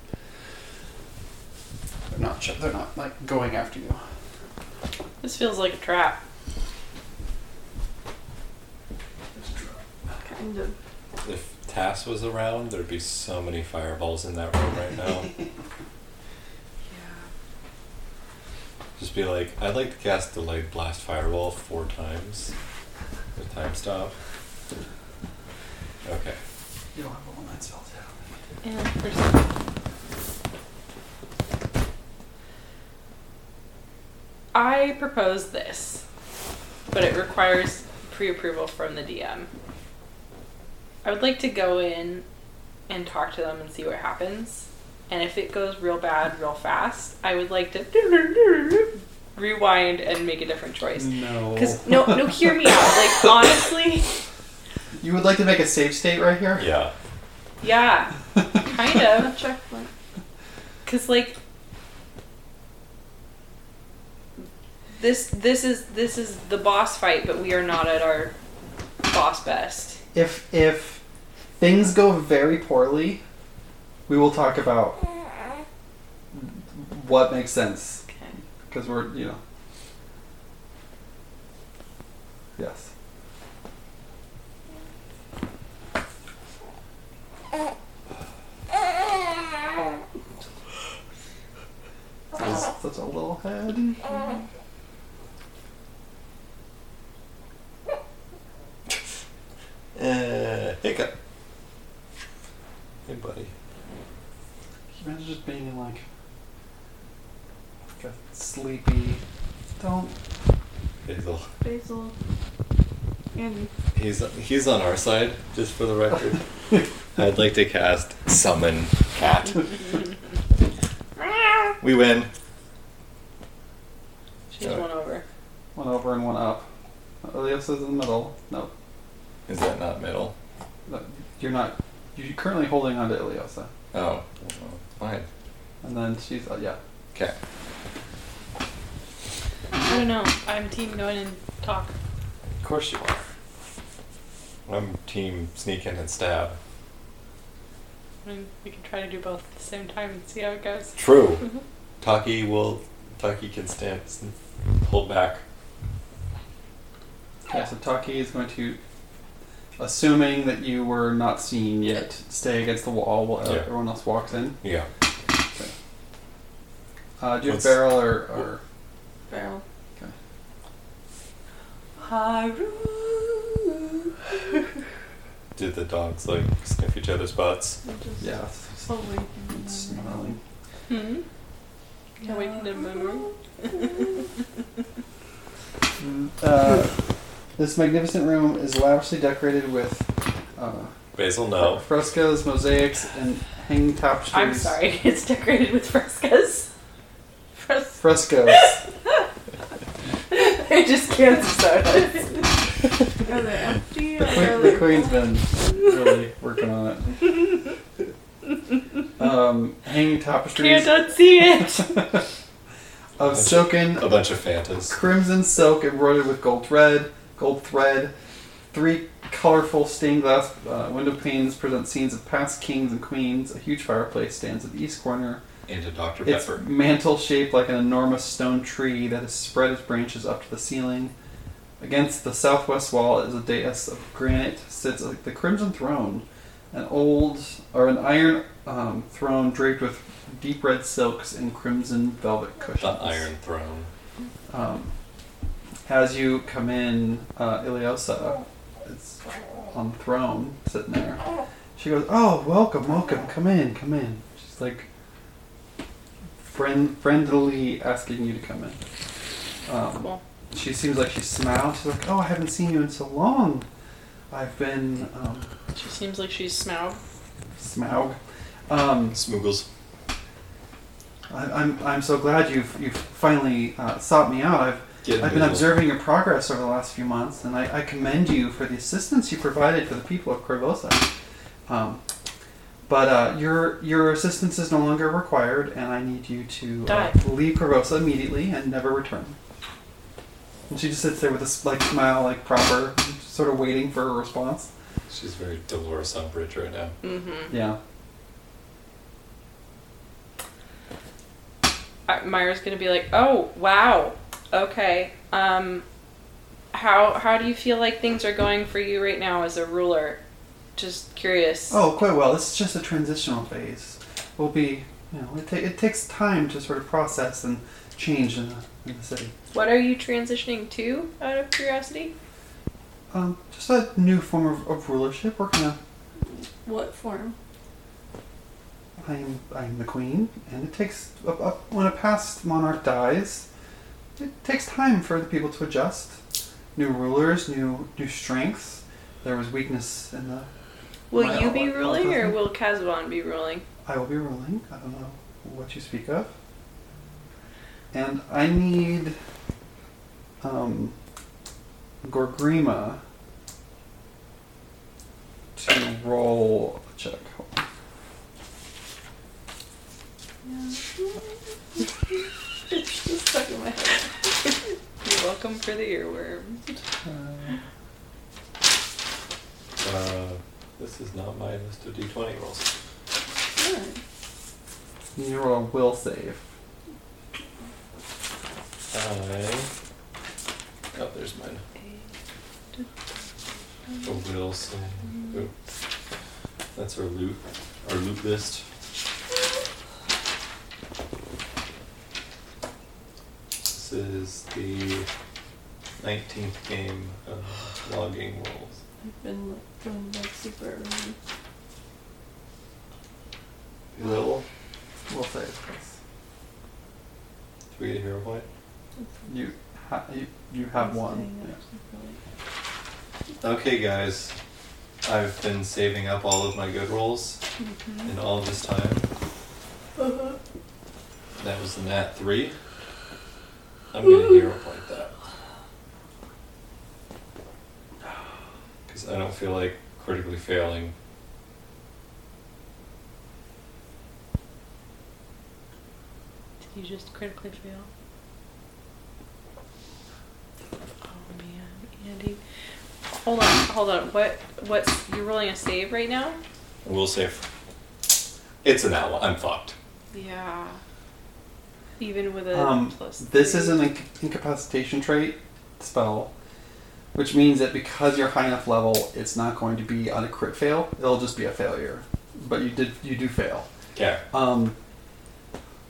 S1: They're not. sh- They're not like going after you.
S4: This feels like a trap.
S3: Kind of.
S2: If Tass was around, there'd be so many fireballs in that room right now. Just be like, I'd like to cast delayed blast fireball four times. The time stop. Okay.
S1: You don't have a one night spell
S4: And for I propose this, but it requires pre-approval from the DM. I would like to go in and talk to them and see what happens. And if it goes real bad, real fast, I would like to rewind and make a different choice.
S1: No.
S4: Cause no, no, hear me out. Like honestly,
S1: You would like to make a save state right here.
S2: Yeah.
S4: yeah, kind of.
S3: Checkpoint.
S4: Cause like this this is this is the boss fight, but we are not at our cost best.
S1: If if things go very poorly, we will talk about what makes sense
S4: Okay.
S1: because we're you know. Yes. That's such a little head.
S2: Uh, hiccup. Hey, buddy.
S1: Can you imagine just being in like, like a sleepy? Don't.
S2: Basil.
S3: Basil. Andy.
S2: He's he's on our side, just for the record. I'd like to cast summon cat. we win.
S4: She's
S2: Sorry.
S4: one over.
S1: One over and one up. Elias is in the middle. No,
S2: Is that not middle?
S1: no, you're not. You're currently holding on to Iliosa.
S2: Oh, well, fine.
S1: And then she's, uh, yeah.
S2: Okay.
S4: I don't know. I'm team going and talk.
S1: Of course you are.
S2: I'm team sneak in and stab.
S4: I mean, we can try to do both at the same time and see how it goes.
S1: Mm-hmm.
S2: True. Taki will. Taki can stand. Hold back.
S1: Yeah, so Taki is going to, assuming that you were not seen yet, stay against the wall while
S2: Yeah.
S1: everyone else walks in.
S2: Yeah.
S1: Uh, do you have
S2: What's-
S1: barrel or. or
S3: Barrel.
S4: Haru.
S2: Did the dogs like sniff each other's butts?
S3: I'm just
S1: yeah. s-
S3: slowly.
S1: s- Snarling.
S4: Hmm? Can't wait for the memory.
S1: Uh, this magnificent room is lavishly decorated with uh,
S2: Basil, no.
S1: frescoes, mosaics, and hanging tapestries.
S4: I'm sorry. It's decorated with frescoes. Fres-
S1: Frescoes.
S4: I just can't start it.
S3: Are they empty?
S1: The, queen, the queen's been really working on it. Um, hanging
S4: Can't
S1: tapestries
S4: unsee it.
S1: of silken
S2: A bunch of Fantas.
S1: crimson silk embroidered with gold thread, gold thread. Three colorful stained glass uh, window panes present scenes of past kings and queens. A huge fireplace stands at the east corner.
S2: And a Dr.
S1: Its
S2: Pepper.
S1: mantle shaped like an enormous stone tree that has spread its branches up to the ceiling. Against the southwest wall is a dais of granite sits like the crimson throne, an old or an iron um, throne draped with deep red silks and crimson velvet cushions.
S2: The Iron Throne.
S1: Um, as you come in, uh, Iliosa is on the throne, sitting there. She goes, "Oh, welcome, welcome. Come in, come in." She's like friend, friendly asking you to come in. Um,
S4: Cool.
S1: she seems like she smiled. She's like, "Oh, I haven't seen you in so long. I've been um,
S4: She seems like she's smelled.
S1: smaug. Um,
S2: Smoogles.
S1: I, I'm I'm so glad you've you've finally uh, sought me out. I've
S2: Get him,
S1: I've been
S2: Basil.
S1: observing your progress over the last few months, and I, I commend you for the assistance you provided for the people of Corvosa. Um, but uh, your your assistance is no longer required, and I need you to uh,
S4: Die.
S1: leave Corvosa immediately and never return. And she just sits there with a s- like smile, like proper, sort of waiting for a response.
S2: She's very Dolores Umbridge right now.
S4: Mm-hmm.
S1: Yeah.
S4: Uh, Myra's gonna be like, "Oh, wow. Okay. Um, how how do you feel like things are going for you right now as a ruler? Just curious.
S1: Oh, quite well. This is just a transitional phase. We'll be, you know, it, ta- it takes time to sort of process and change in the, in the city.
S4: What are you transitioning to? Out of curiosity.
S1: Um, just a new form of, of rulership. We're gonna.
S3: What form?
S1: I am. I am the queen, and it takes a, a, when a past monarch dies, it takes time for the people to adjust. New rulers, new new strengths. There was weakness in the.
S4: Will
S1: My
S4: you be
S1: outlook on
S4: ruling, or
S1: Tasman.
S4: will Casavon be ruling?
S1: I will be ruling. I don't know what you speak of. And I need. Um, Gorgrima. To roll a check. Hold on.
S3: It's just stuck in my head.
S4: You're welcome for the earworm.
S1: Uh,
S2: Uh, this is not my list of d20 rolls.
S3: Alright.
S1: You need to roll a will save.
S2: I. Oh, there's mine. A will save. Ooh. That's our loot. Our loot list. This is the 19th game of logging rolls.
S3: I've been like, going like super early.
S2: Will,
S1: Will save. Yes.
S2: do we get a hero point?
S1: You, ha- you, you have one.
S3: Staying
S1: Yeah.
S3: up super late.
S2: Okay, guys. I've been saving up all of my good rolls in all of this time. That was the nat 3. I'm going to hero point that. Because I don't feel like critically failing.
S4: Did you just critically fail? Oh man, Andy. Hold on, hold on. What? What's you're rolling a save right now?
S2: We'll save. It's an owl. I'm fucked.
S4: Yeah. Even with a
S1: Um,
S4: plus.
S1: This
S4: three.
S1: is an inc- incapacitation trait spell, which means that because you're high enough level, it's not going to be on a crit fail. It'll just be a failure. But you did you do fail.
S2: Yeah.
S1: Um,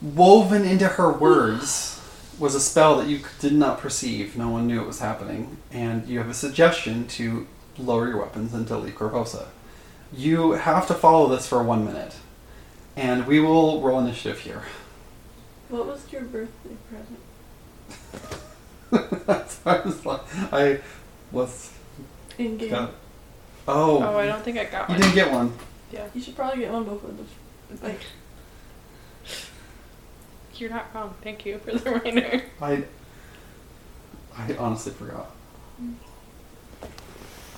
S1: woven into her words was a spell that you c- did not perceive. No one knew it was happening, and you have a suggestion to lower your weapons and delete Corvosa. You have to follow this for one minute, and we will roll initiative here.
S3: What was your birthday present?
S1: That's why I was like, I was.
S3: In game.
S1: Got, oh,
S4: Oh, I don't think I got
S1: you
S4: one.
S1: didn't get one.
S3: You should probably get one before the like
S4: You're not wrong. Thank you for the reminder.
S1: I. I honestly forgot.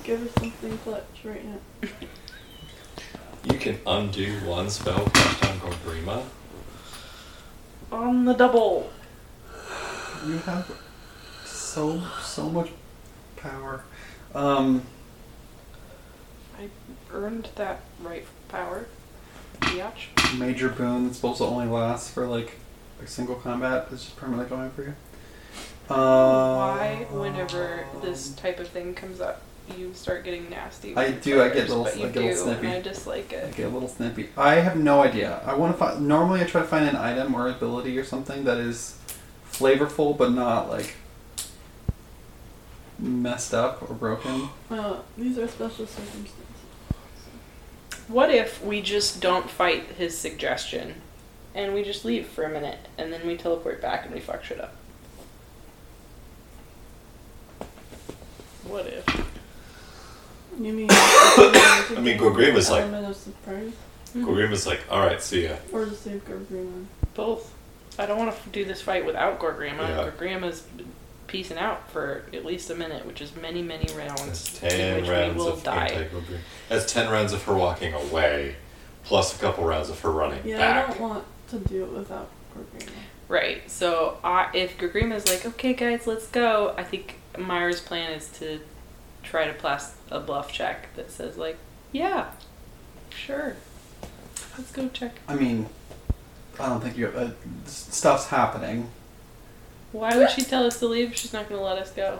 S3: give us something clutch right now.
S2: You can undo one spell cast on Gorgrima.
S4: On the double.
S1: You have so so much power. Um,
S4: Earned that right power. Biatch.
S1: major boon that's supposed to only last for like a single combat is just permanently going for you. Uh,
S4: Why, whenever this type of thing comes up, you start getting nasty? with
S1: I
S4: your
S1: do, I get
S4: players,
S1: little-
S4: but you
S1: I get little
S4: do, and
S1: snippy.
S4: I dislike it.
S1: Get a little snippy. I have no idea. I want to find. Normally, I try to find an item or ability or something that is flavorful but not like messed up or broken.
S3: Well, Uh, these are special circumstances.
S4: What if we just don't fight his suggestion, and we just leave for a minute, and then we teleport back and we fuck shit up? What if?
S3: You mean
S2: I mean, Gorgrima's like-
S3: element of surprise
S2: Gorgrima's like, alright, see ya.
S3: or to save Gorgrima.
S4: Both. I don't want to do this fight without Gorgrima.
S2: Yeah.
S4: Gorgrima's piecing out for at least a minute, which is many, many rounds
S2: That's
S4: in
S2: ten
S4: which
S2: rounds
S4: we will
S2: of
S4: die.
S2: anti-Gorgrima. That's ten rounds of her walking away, plus a couple rounds of her running
S3: Yeah,
S2: back.
S3: I don't want to do it without Gorgrima.
S4: Right. So I, if Gorgrima's like, okay, guys, let's go, I think Myra's plan is to try to pass a bluff check that says, like, yeah, sure. Let's go check.
S1: I mean, I don't think you have. Uh, s- stuff's happening.
S4: Why would she tell us to leave if she's not going to let us go?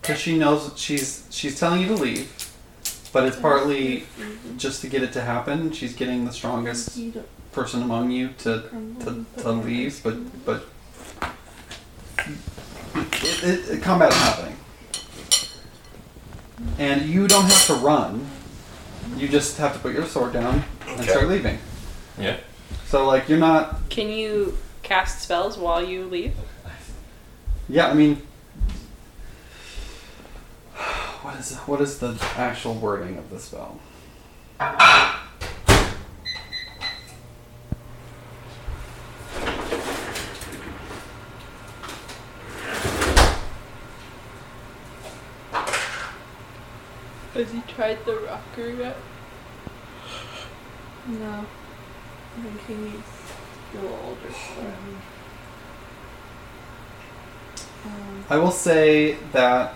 S1: Because she knows that she's she's telling you to leave, but it's partly just to get it to happen. She's getting the strongest
S3: Eat up
S1: person among you to to,
S3: Gorgrima.
S1: to leave, but but it, it, it- combat's happening, and you don't have to run. You just have to put your sword down and
S2: Okay.
S1: start leaving.
S2: Yeah.
S1: So like you're not.
S4: Can you cast spells while you leave?
S1: Yeah, I mean. What is what is the actual wording of the spell?
S4: Has he tried the rocker yet?
S3: No, I think he needs to be a little older. for it. Um,
S1: I will say that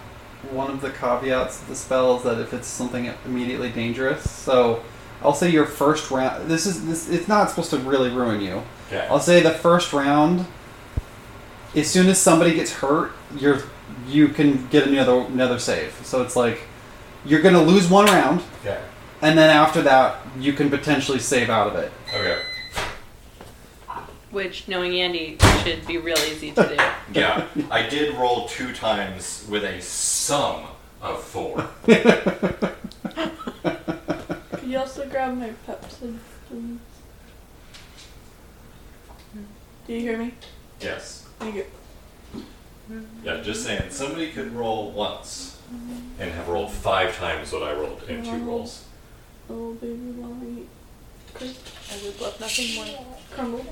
S1: one of the caveats of the spell is that if it's something immediately dangerous, so I'll say your first round. This is this. It's not supposed to really ruin you.
S2: Okay.
S1: I'll say the first round. As soon as somebody gets hurt, you're you can get another another save. So it's like you're gonna lose one round,
S2: Okay.
S1: and then after that you can potentially save out of it.
S2: Okay.
S4: Which, knowing Andy, should be real easy to do.
S2: Yeah, I did roll two times with a sum of four.
S3: Could you also grab my peps and things? Do you hear me?
S2: Yes.
S3: Thank you.
S2: Yeah, just saying. Somebody could roll once and have rolled five times what I rolled in two rolls.
S3: Oh, baby, mommy. Chris, I would love nothing more. Crumble.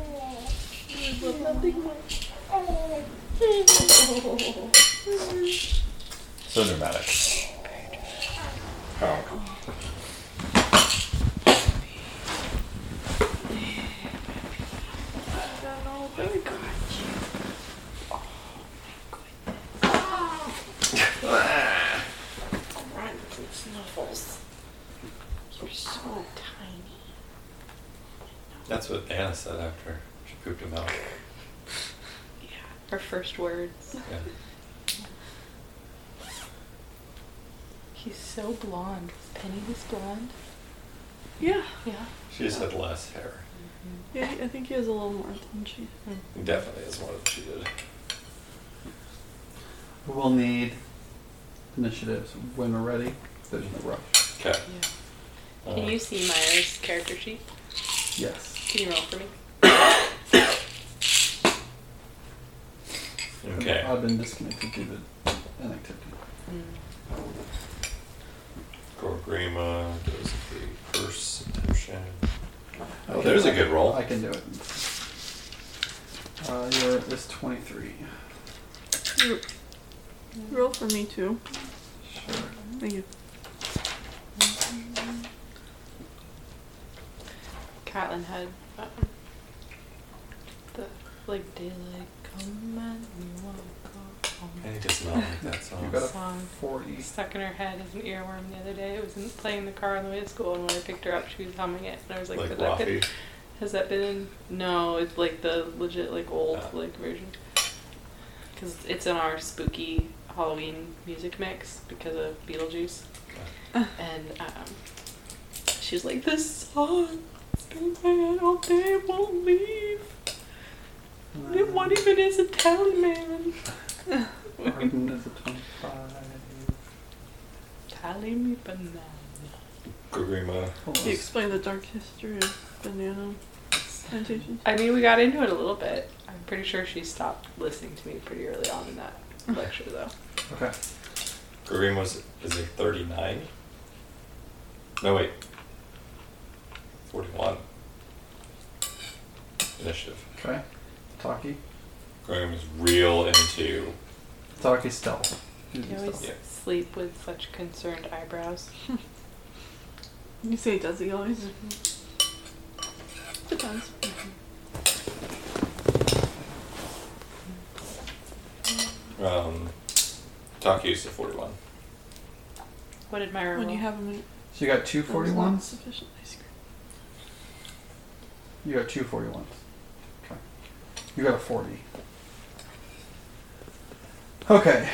S3: I would love nothing more. Oh.
S2: So dramatic. Oh. That's what Anna said after she pooped him out.
S4: Her first words.
S2: Yeah.
S4: He's so blonde. Was Penny this blonde?
S3: Yeah.
S4: Yeah.
S2: She just had less hair.
S3: yeah, I think he has a little more than she.
S2: Definitely is more than she did.
S1: We'll need initiatives when we're ready. There's no rush.
S2: Okay.
S4: Can you see Myers' character sheet?
S1: Yes.
S4: Can you roll for me?
S2: Okay.
S1: I've been disconnected due to an activity.
S2: Gorgrima does the perception.
S1: I
S2: Oh,
S1: can-
S2: there's a good roll.
S1: I can do it. Uh, your is 23.
S3: Roll for me too.
S1: Sure.
S3: Thank you.
S4: Catelyn had um, the like daylight come and we wanna go home
S2: Penny does not like that
S1: You
S2: song.
S1: got a
S4: song
S1: 40.
S4: stuck in her head as an earworm the other day. It was in, playing in the car on the way to school, and when I picked her up, she was humming it, and I was like,
S2: Like
S4: "Has that been-
S2: Rafi.
S4: has that been? No, it's like the legit like old
S2: Ah.
S4: like version." Because it's in our spooky Halloween music mix because of Beetlejuice. And um, she's like, this song has been in my head all day, it won't leave. And It won't even is a tally man.
S1: Arden is a 25.
S4: Tally me banana.
S2: Gorgrima.
S1: Hold on.
S3: You explain the dark history of banana plantation.
S4: I mean, we got into it a little bit. I'm pretty sure she stopped listening to me pretty early on in that
S3: Mm-hmm.
S4: lecture, though.
S1: Okay.
S2: Gorgrima's is a 39. No, wait. 41. Initiative.
S1: Okay. Taki.
S2: Gorgrima's real into.
S1: Taki stealth. He's
S4: You
S1: in
S4: always
S2: Yeah.
S4: sleep with such concerned eyebrows.
S3: You say Desi always. Depends.
S2: Um, Taki is a 41.
S4: What did Myra
S3: When
S4: roll?
S3: you have a minute.
S1: stealth. So you got two
S3: that was not
S1: 41s?
S3: Sufficient ice cream.
S1: You got two 41s. Okay. You got a 40. Okay.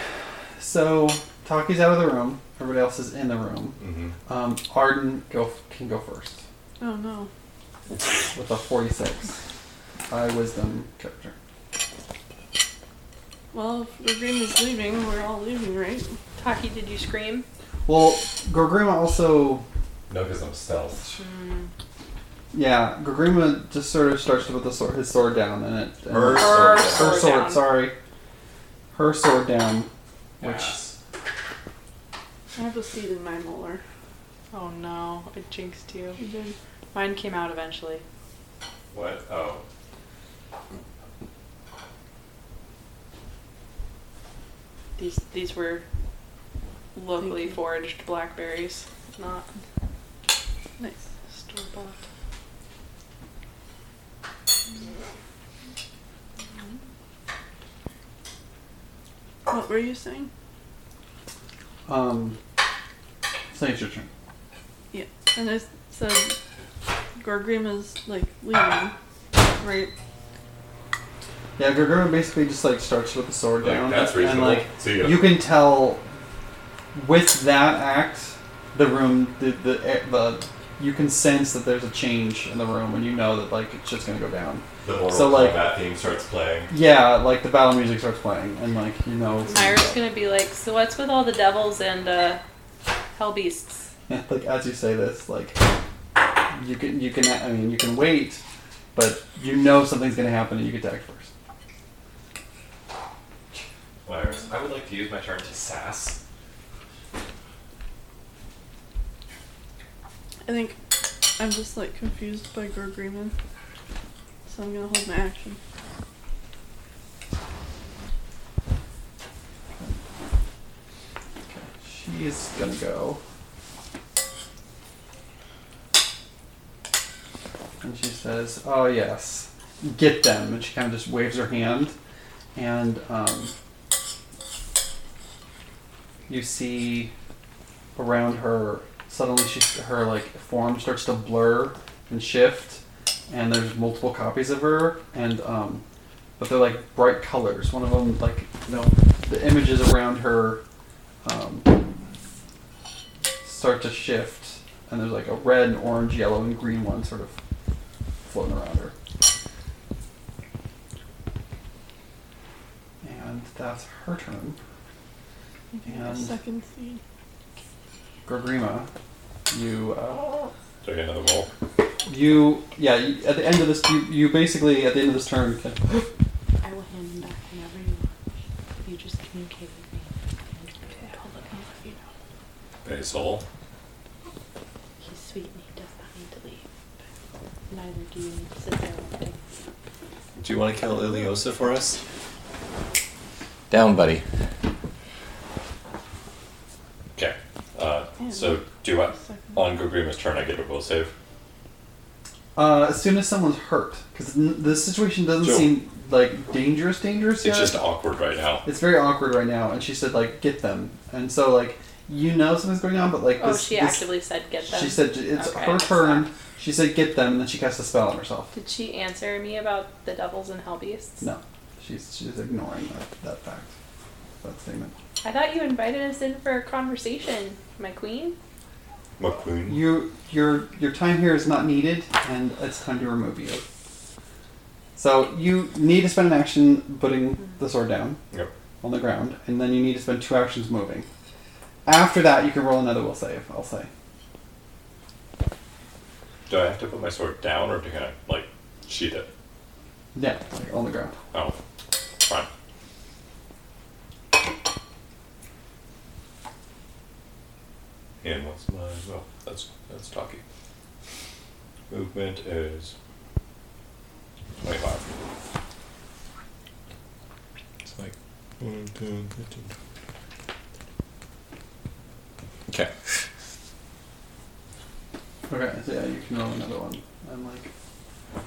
S1: So Taki's out of the room. Everybody else is in the room.
S2: Mm-hmm.
S1: Um, Arden go, can go first
S3: Oh no.
S1: with a 46. I wisdom character.
S3: Well, if the dream is leaving, we're all leaving, right?
S4: Taki, did you scream?
S1: Well, Gorgrima also
S2: No, because I'm stealth.
S1: Yeah, Gagrima just sort of starts to put the sword, his sword down, and it and
S2: Her
S4: Her
S1: her
S2: sword.
S4: sword
S1: sword,
S4: down.
S1: sorry, her sword down, which
S2: Yes.
S3: I have a seed in my molar.
S4: Oh no, I jinxed you.
S3: You did.
S4: Mine came out eventually.
S2: What? Oh.
S4: These these were locally
S3: Thank you.
S4: foraged blackberries, not
S3: Nice.
S4: store bought.
S3: What were you saying?
S1: Um, so it's your turn.
S3: And I s- said, Gorgrima's like leaving, right?
S1: Yeah, Gregor basically just like starts with the sword
S2: Like,
S1: down.
S2: that's reasonable.
S1: And like
S2: See ya.
S1: you can tell with that act, the room, the, the eh, the you can sense that there's a change in the room, and you know that like it's just gonna go down.
S2: the Mortal
S1: so, like-
S2: Kombat theme starts playing.
S1: Yeah, like the battle music starts playing, and like you know. It's
S4: Myra's gonna be like, so what's with all the devils and uh, hell beasts?
S1: like as you say this, like you can you can I mean you can wait, but you know something's gonna happen, and you get to act first.
S2: Myers, I would like to use my turn to sass.
S3: I think I'm just like confused by Gorgrima, so I'm gonna hold my action.
S1: She's gonna go. And she says, Oh, yes, get them. And she kind of just waves her hand. And um, you see around her, suddenly she, her like form starts to blur and shift. And there's multiple copies of her. And um, but they're like bright colors. One of them, like, you know, the images around her um, start to shift, and there's like a red, and orange, yellow, and green one sort of floating around her. And that's her turn.
S3: I think I have a
S1: And-
S3: second seed.
S1: Gorgrima, you uh,
S2: Do I get another roll?
S1: you yeah you, at the end of this you, you basically at the end of this turn can-
S12: I will hand them back whenever you want. You just communicate with me. And I'll let me let you know.
S2: Hey, soul.
S12: He's sweet and he does not need to leave. Neither do you need to sit there and think.
S13: Do you want to kill Iliosa for us? Down, buddy.
S2: Okay. Uh, so do I on Gogrima's turn? I get a will save.
S1: uh, as soon as someone's hurt because this situation doesn't
S2: Sure.
S1: seem like dangerous dangerous
S2: It's
S1: yet.
S2: just awkward right now.
S1: It's very awkward right now, and she said like get them, and so like you know something's going on, but like
S4: Oh,
S1: this,
S4: she
S1: this-
S4: actively said, get them.
S1: she said j- it's
S4: Okay, I
S1: her
S4: missed
S1: turn. She said get them, and then she cast a spell on herself.
S4: Did she answer me about the devils and hell beasts?
S1: No, she's she's ignoring that, that fact, that statement.
S4: I thought you invited us in for a conversation, my queen.
S2: McQueen.
S1: You your your time here is not needed, and it's time to remove you. So you need to spend an action putting the sword down
S2: Yep.
S1: on the ground, and then you need to spend two actions moving. After that, you can roll another will save. I'll say.
S2: Do I have to put my sword down or can I like sheath it?
S1: Yeah, like on the ground.
S2: Oh, fine. And what's my well? That's that's talkie. Movement is twenty-five.
S13: It's like one, two, fifteen. Okay.
S1: Okay, so yeah, you can roll another one. I'm like,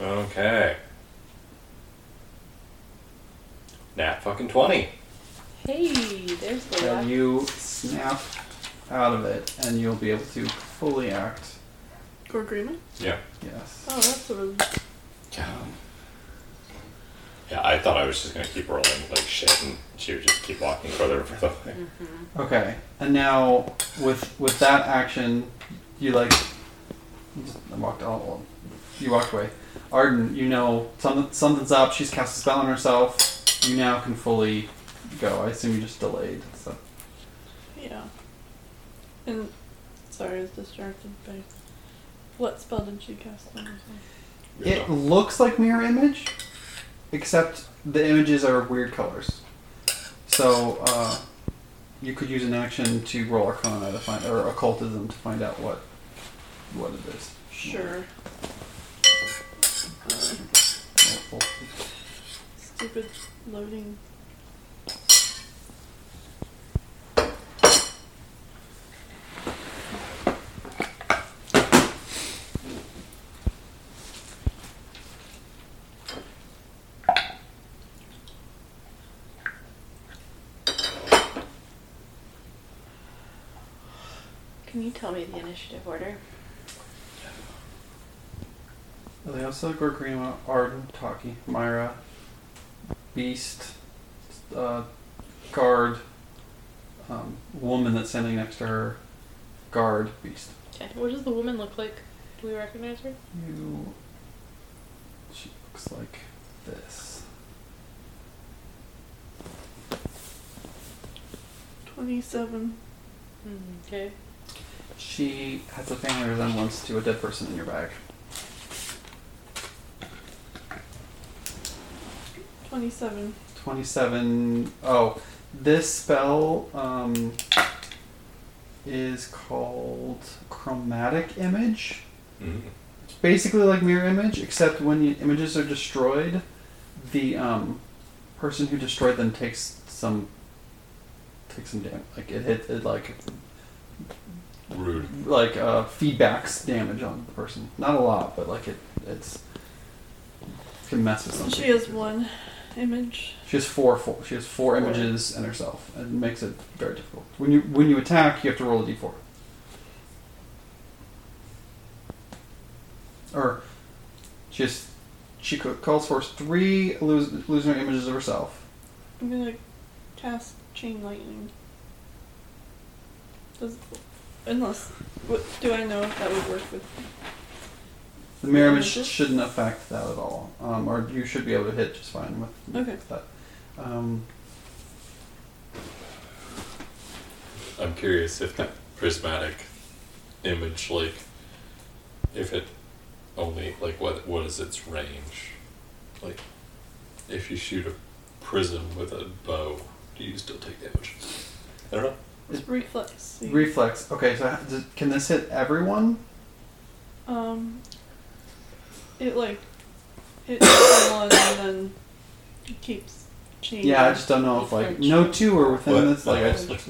S2: Okay. Nat fucking twenty.
S4: Hey, there's the
S1: so
S4: luck.
S1: you snap out of it, and you'll be able to fully act.
S3: Gorgrima?
S2: Yeah.
S1: Yes.
S3: Oh, that's a really
S2: Yeah, I thought I was just gonna keep rolling like shit, and she would just keep walking further and further away.
S1: Okay, and now with with that action, you like you just walked all you walked away. Arden, you know something something's up. She's cast a spell on herself. You now can fully go. I assume you just delayed. So
S3: Yeah. And sorry, I was distracted by what spell did she cast on herself?
S1: it looks like mirror image, except the images are weird colors. So uh, you could use an action to roll Arcana to find or Occultism to find out what what it is.
S3: Sure. Uh, stupid loading.
S12: Can you tell me the initiative order?
S1: Iliosa, Gorgrima, Arden, Taki, Myra, Beast, uh, Guard, um, woman that's standing next to her, Guard, Beast.
S4: Okay. What does the woman look like? Do we recognize her?
S1: You. She looks like this.
S3: 27.
S8: Mm-hmm.
S4: Okay.
S1: She has a family resemblance to a dead person in your bag.
S3: 27.
S1: 27 oh this spell um, is called chromatic image
S2: Mm-hmm.
S1: it's basically like mirror image except when the images are destroyed the um, person who destroyed them takes some takes some damage like it hit it like
S2: Rude.
S1: like uh, feedbacks damage on the person not a lot but like it it's can mess with
S3: So
S1: something
S3: she has one image.
S1: She has four, four she has four images and herself. It makes it very difficult. When you when you attack, you have to roll a d4. Or she has, she ca- calls for three illus- illusionary images of herself.
S3: I'm gonna cast chain lightning. Does unless what do I know if that would work with?
S1: The mirror image
S3: Images?
S1: shouldn't affect that at all, um, or you should be able to hit just fine with
S3: Okay.
S1: that. Um,
S2: I'm curious if that prismatic image, like, if it only, like, what what is its range? Like, if you shoot a prism with a bow, do you still take damage? I don't know.
S3: It's reflex. so you-
S1: reflex. Okay, so ha- does- can this hit everyone?
S3: um, it like hits someone and then it keeps changing.
S1: Yeah, I just don't know if like no two are within
S2: What?
S1: this. Like I
S2: What?
S1: just.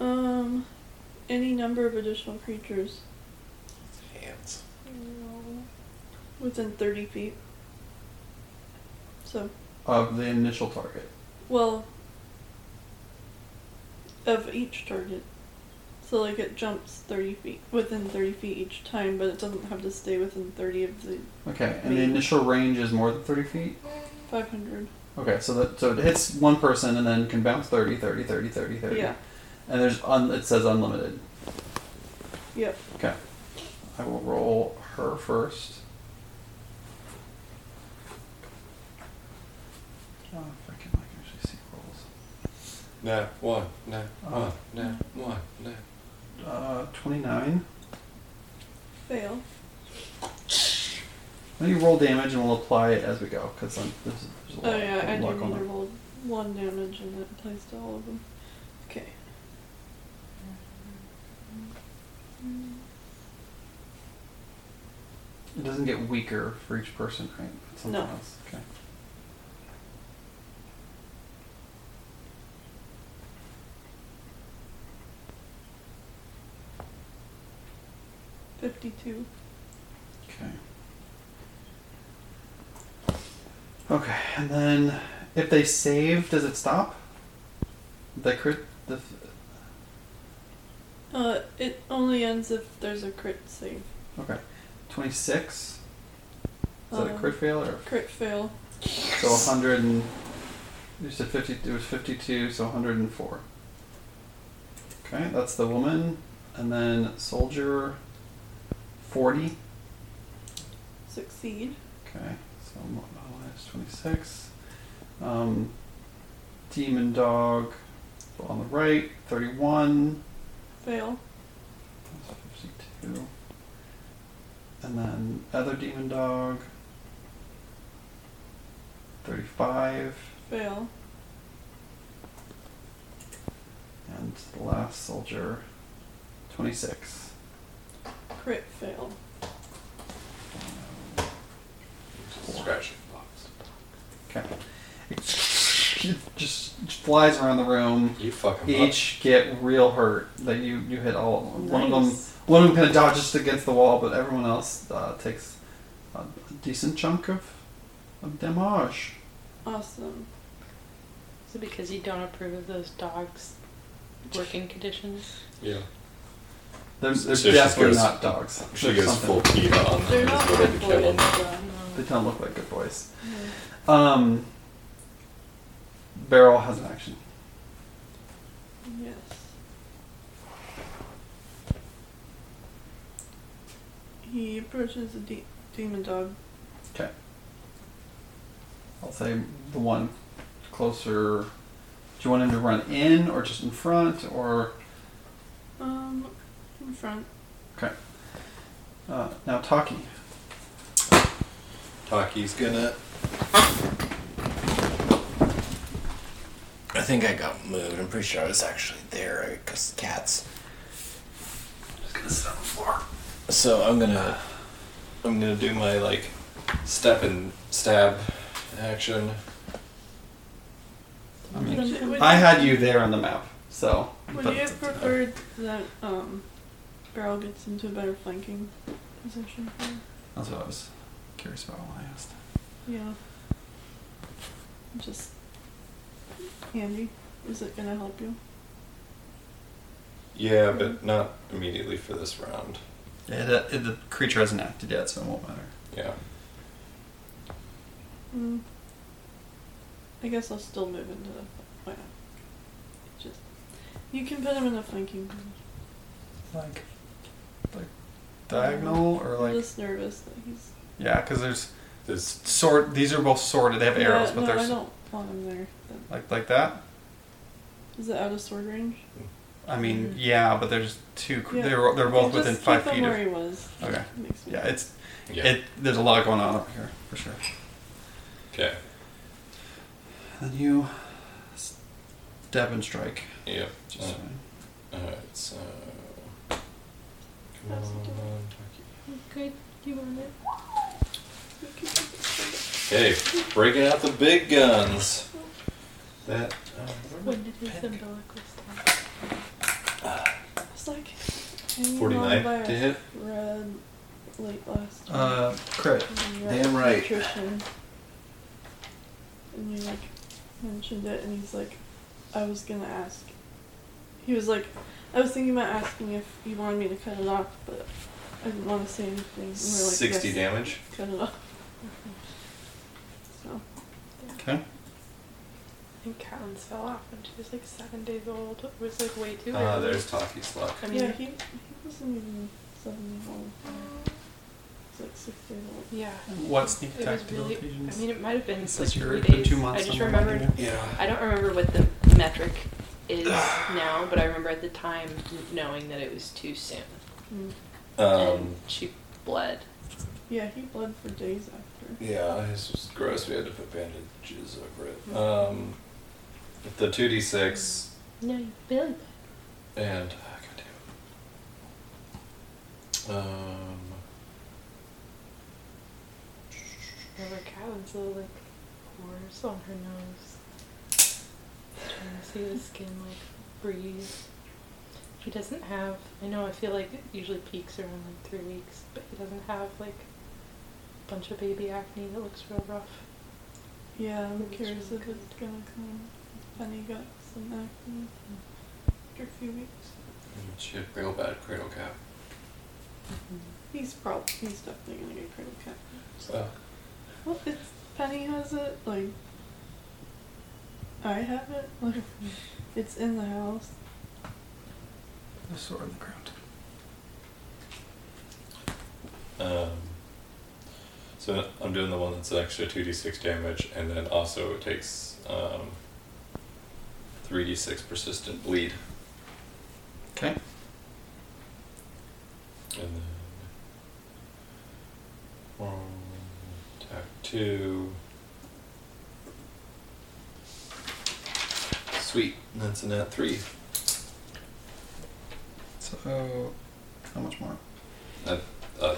S3: um, any number of additional creatures
S13: Hands.
S3: within thirty feet. So
S1: of the initial target.
S3: Well, of each target. So, like, it jumps 30 feet, within 30 feet each time, but it doesn't have to stay within 30 of the
S1: Okay, and the initial range is more than 30 feet?
S3: 500.
S1: Okay, so that so it hits one person and then can bounce 30, 30, 30, 30, 30.
S3: Yeah.
S1: And there's un, it says unlimited.
S3: Yep.
S1: Okay. I will roll her first. Oh, if I can like actually see rolls.
S13: No, one, no,
S1: one,
S13: no, one, no.
S1: Uh, 29.
S3: Fail.
S1: Then you roll damage and we'll apply it as we go because there's, there's a lot
S3: Oh, yeah, I
S1: of luck
S3: do
S1: on
S3: need to
S1: that.
S3: roll one damage and it applies to all of them. Okay.
S1: It doesn't get weaker for each person, right? It's something
S3: No.
S1: else. Okay.
S3: Fifty-two.
S1: Okay. Okay, and then if they save, does it stop? The crit. The,
S3: Uh, it only ends if there's a crit save.
S1: okay, twenty six. Is that a
S3: Um,
S1: crit fail or
S3: Crit fail.
S1: so a hundred and you said fifty? It was fifty two, so hundred and four. Okay, that's the woman, and then soldier. Forty.
S3: Succeed.
S1: Okay, so my is 26. Um, demon dog on the right, 31.
S3: Fail.
S1: That's 52. And then other demon dog, 35.
S3: Fail.
S1: And the last soldier, 26.
S3: Crit fail.
S13: Scratching box.
S1: Okay. It just flies around the room.
S13: You fucking
S1: each get real hurt that you you hit all of them. One of them one of them kind of dodges against the wall, but everyone else uh, takes a decent chunk of of damage.
S3: Awesome.
S4: Is it because you don't approve of those dogs' working conditions?
S2: Yeah.
S1: There's, there's
S2: So she
S1: definitely
S2: goes-
S1: not dogs.
S2: She
S1: There's
S2: goes
S1: something-
S2: full PETA on
S3: They're
S2: them.
S3: not
S2: is what I
S3: good
S2: could kill
S3: boys,
S2: them.
S3: though,
S1: They
S3: no.
S1: don't look like good boys.
S3: No.
S1: Um, Beryl has an action.
S3: Yes. He approaches the de- demon dog.
S1: Okay. I'll say the one closer. Do you want him to run in or just in front or.
S3: Um, in front.
S1: Okay. Uh, now, Taki.
S13: Taki's gonna. I think I got moved. I'm pretty sure I was actually there because cats. Just gonna sit on the floor. So I'm gonna, I'm gonna do my like,
S2: Step and stab action.
S1: I mean,
S3: Would you-
S1: I had you there on the map, so.
S3: Would
S1: but-
S3: you have preferred that um, Beryl gets into a better flanking position? For him?
S1: That's what I was curious about when I asked.
S3: Yeah. Just handy. Is it gonna help you?
S2: Yeah, but not immediately for this round.
S1: Yeah, the, the creature hasn't acted yet, so it won't matter.
S2: Yeah.
S3: Mm. I guess I'll still move into the. Why not? Just you can put him in a flanking position.
S1: Like, like diagonal or
S3: I'm
S1: like
S3: just nervous that he's.
S1: yeah, because there's
S2: This
S1: sword. These are both sorted. They have arrows,
S3: Yeah,
S1: but
S3: no,
S1: there's
S3: I don't want him there. Then.
S1: like like that.
S3: Is it out of sword range?
S1: I mean,
S4: Mhm.
S1: yeah, but there's two.
S3: Mm-hmm.
S1: cr
S3: Yeah.
S1: They're they're both
S3: Okay,
S1: within
S3: just
S1: five
S3: keep
S1: feet
S3: him
S1: of.
S3: where he was.
S1: Okay.
S3: Makes me
S1: Yeah, it's
S2: yeah.
S1: it. There's a lot going on up here for sure.
S2: okay.
S1: And you stab and strike.
S2: Yeah.
S1: Just
S2: Uh,
S1: fine.
S2: Alright, so come on,
S3: How's it doing?
S2: Taki.
S8: Good. You want it?
S2: Okay, breaking out the big guns. That uh,
S8: When did his umbilical start?
S3: It's like hanging
S2: forty
S3: on by
S2: nine to
S3: a
S2: hit.
S3: red late last year.
S1: Uh, crit.
S3: And you
S13: Damn
S3: were
S13: right.
S3: nutrition. And you like mentioned it, and he's like, I was gonna ask. He was like, I was thinking about asking if you wanted me to cut it off, but I didn't want to say anything. And we were like,
S2: Sixty
S3: yes,
S2: damage.
S3: Cut it off. So
S1: Okay.
S8: I think Catelyn's fell off when she was like seven days old. It was like way too
S2: Ah,
S8: early.
S2: there's Taki's luck.
S8: I mean,
S3: yeah, he he wasn't even seven years old. He's like six years old.
S8: yeah.
S1: What sneak
S8: It
S1: attack
S8: was really.
S1: limitations?
S8: I mean, it might have been
S1: Since
S8: like
S1: you're-
S8: three
S1: it's been
S8: days.
S1: two months,
S8: I just
S1: I'm reminding
S8: remembered.
S2: Yeah.
S4: I don't remember what the metric is now, but I remember at the time knowing that it was too soon.
S3: Mm.
S2: Um
S4: and she bled.
S3: Yeah, he bled for days after.
S2: Yeah, this was gross. We had to put bandages over it. Um the two D six
S8: No, you barely bled.
S2: And oh, goddamn. Um,
S8: Remember Catelyn's little like pores on her nose. Trying to see the skin like breathe. He doesn't have. I know. I feel like it usually peaks around like three weeks, but he doesn't have like a bunch of baby acne that looks real rough.
S3: Yeah, I'm
S8: Which
S3: curious
S8: one
S3: if
S8: could-
S3: it's gonna come. Funny got some acne after a few weeks.
S2: she had real bad cradle cap.
S3: He's probably he's definitely gonna get cradle cap.
S2: So
S3: Well, it's Penny has it. Like I have it. Like it's in the house.
S1: The sword in the ground.
S2: um, so I'm doing the one that's an extra two d six damage, and then also it takes um three d six persistent bleed,
S1: Okay.
S2: and then um, attack two. Sweet, that's a nat three.
S1: So, how much more?
S2: Uh,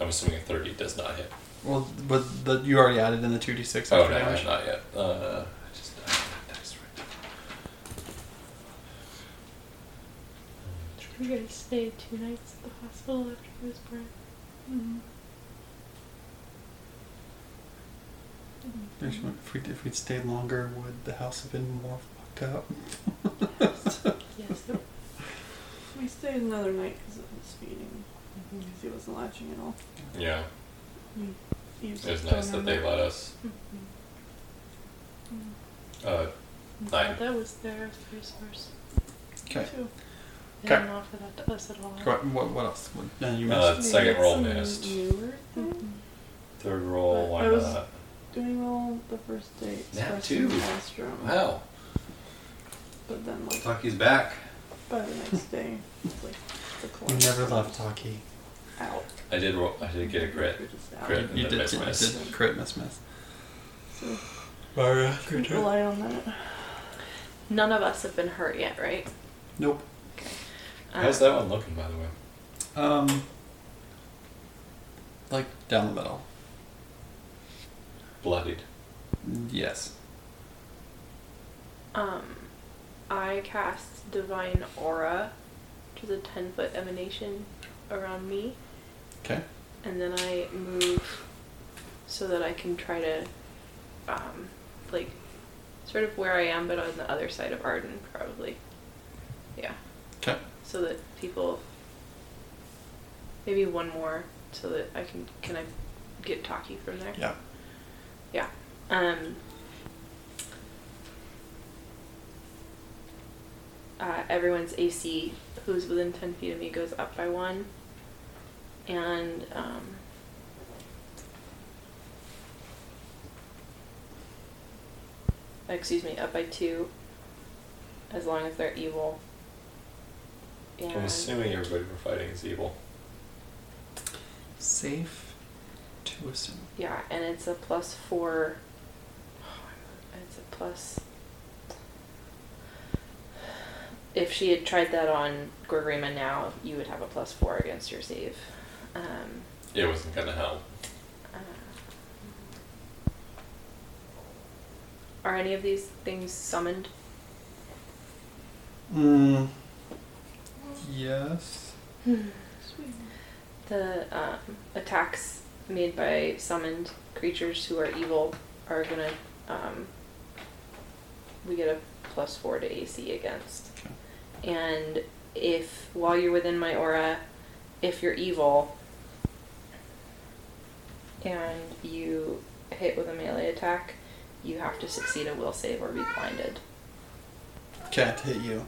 S2: I'm assuming a thirty does not hit.
S1: Well, but the, you already added in the two d six.
S2: Oh, no, not yet. Uh, I just I don't have dice right
S8: Did you guys stay two nights at the hospital after he was born?
S3: Mm.
S1: If we if we'd stayed longer, would the house have been more fucked up?
S8: Yes.
S3: we stayed another night because of his feeding. Because he wasn't latching at all.
S2: Yeah,
S3: We eavesdropped
S2: it was nice
S3: on
S2: that they
S3: him.
S2: let us.
S8: Mm-hmm.
S3: Mm.
S2: Uh,
S12: I'm
S2: Nine.
S12: glad That was their resource.
S1: Okay.
S3: Too.
S12: They
S1: Okay.
S12: didn't offer that to us at all.
S1: Go ahead, What, what else? What, no, you
S2: Uh,
S1: mentioned.
S2: That second
S3: Maybe
S2: roll
S3: some
S2: missed.
S3: newer thing?
S8: Mm-hmm.
S2: third roll,
S3: But
S2: why
S3: I was-
S2: not?
S3: Doing all the first date.
S13: Nat
S3: first
S13: two.
S3: restroom,
S13: Wow.
S3: But then, like,
S13: Tucky's back.
S3: by the next day, it's like the
S1: We
S3: collapse
S1: never
S3: was
S1: left hockey.
S3: Out.
S2: I did roll. I did get a crit.
S3: We're just out.
S2: Crit.
S1: You
S2: And
S1: did,
S2: then
S1: you
S2: miss,
S1: did crit miss miss.
S3: So,
S1: Mara, your
S3: couldn't rely on that.
S4: None of us have been hurt yet, right?
S1: Nope.
S4: Um,
S2: How's
S3: Uh,
S2: that one looking, by the way?
S1: Um, like down the middle.
S2: Bloodied.
S1: Yes.
S4: Um, I cast Divine Aura, which is a 10 foot emanation around me,
S1: Okay.
S4: and then I move so that I can try to, um, like, sort of where I am, but on the other side of Arden, probably. Yeah,
S1: Okay.
S4: so that people. Maybe one more, so that I can. Can I get Taki from there?
S1: Yeah.
S4: Yeah. Um, uh, everyone's AC who's within 10 feet of me goes up by one. And um, excuse me, up by two as long as they're evil. And
S2: I'm assuming everybody we're fighting is evil.
S1: Safe to assume.
S4: Yeah, and it's a plus four. It's a plus. If she had tried that on Gorgrima now, you would have a plus four against your save. Um,
S2: It wasn't gonna help.
S4: uh, are any of these things summoned?
S1: Mm. Yes.
S4: The um, attacks made by summoned creatures who are evil are gonna. Um, we get a plus four to AC against. And if, while you're within my aura, if you're evil and you hit with a melee attack, you have to succeed a will save or be blinded.
S1: Okay, to hit you.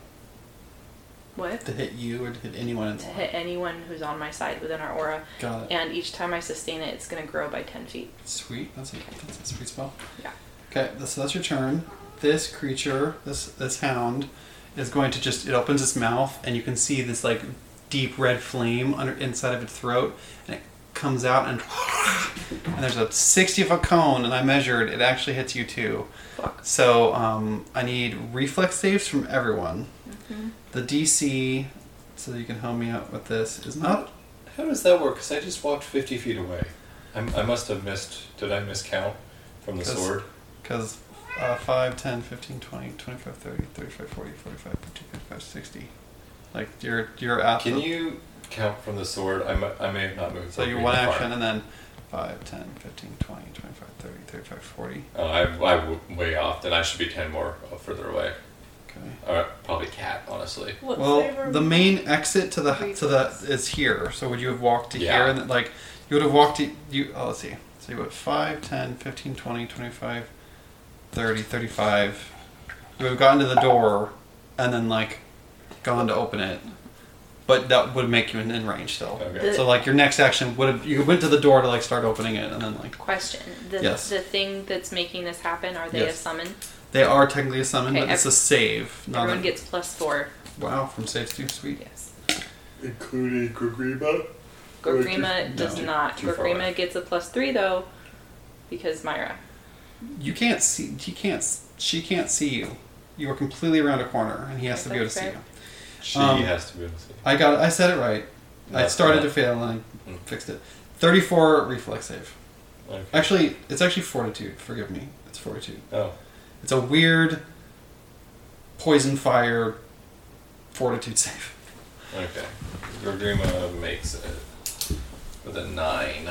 S4: What?
S1: To hit you or to hit anyone in the
S4: To
S1: line.
S4: hit anyone who's on my side within our aura,
S1: Got it.
S4: and each time I sustain it, it's gonna grow by 10 feet.
S1: Sweet. That's a, that's a sweet spell.
S4: Yeah.
S1: Okay, th- so that's your turn. This creature, this this hound, is going to just it opens its mouth and you can see this like deep red flame under inside of its throat and it comes out and and there's a 60 foot cone and I measured it actually hits you too.
S4: Fuck.
S1: So um, I need reflex saves from everyone.
S4: Mm-hmm.
S1: The DC, so you can help me out with this, is not.
S2: How does that work? Because I just walked 50 feet away. I'm, I must have missed. Did I miscount from the
S1: Yes.
S2: sword?
S1: Because uh, 5, 10, 15, 20, 25, 30, 35, 40, 45, 50, 55, 60. Like, you're, you're at
S2: Can
S1: the-
S2: you count from the sword? I, mu- I may have not moved.
S1: So
S2: over
S1: you're
S2: very
S1: one
S2: far.
S1: action and then 5, 10, 15, 20, 25, 30, 35, 40.
S2: Oh, I'm, I'm way off. Then I should be 10 more further away.
S1: Okay.
S2: Or probably cat, honestly.
S3: What flavor?
S1: Well, the main exit to the to the
S3: Reflex.
S1: is here. So would you have walked to here
S2: Yeah.
S1: and then, like you would have walked to you oh, let's see. So you went 5, 10, 15, 20, 25, 30, 35. You would have gotten to the door and then like gone to open it. But that would make you in, in range still.
S2: Okay.
S1: So like your next action would have you went to the door to like start opening it and then like
S4: Question: the
S1: Yes.
S4: the thing that's making this happen are they
S1: Yes.
S4: a summon?
S1: they are technically a summon,
S4: Okay,
S1: but it's a
S4: ev-
S1: save. Not
S4: Everyone
S1: a-
S4: gets plus four.
S1: wow from saves too sweet.
S4: Yes.
S13: Including Grigriba? Or too-
S4: Gorgrima does
S1: no,
S4: not.
S2: too far
S4: Gorgrima
S2: away.
S4: gets a plus three though, because Myra.
S1: You can't see. He can't. She can't see you. You are completely around a corner, and he has to be able to see you.
S2: She
S1: Um,
S2: has to be able to see.
S1: I got. It. I said it right. I
S2: That's
S1: started
S2: fine.
S1: to fail, and I
S2: Mm.
S1: fixed it. Thirty-four reflex save.
S2: Okay.
S1: Actually, it's actually fortitude. Forgive me. It's fortitude.
S2: Oh,
S1: It's a weird poison fire fortitude save.
S2: okay. Grima makes it with a 9.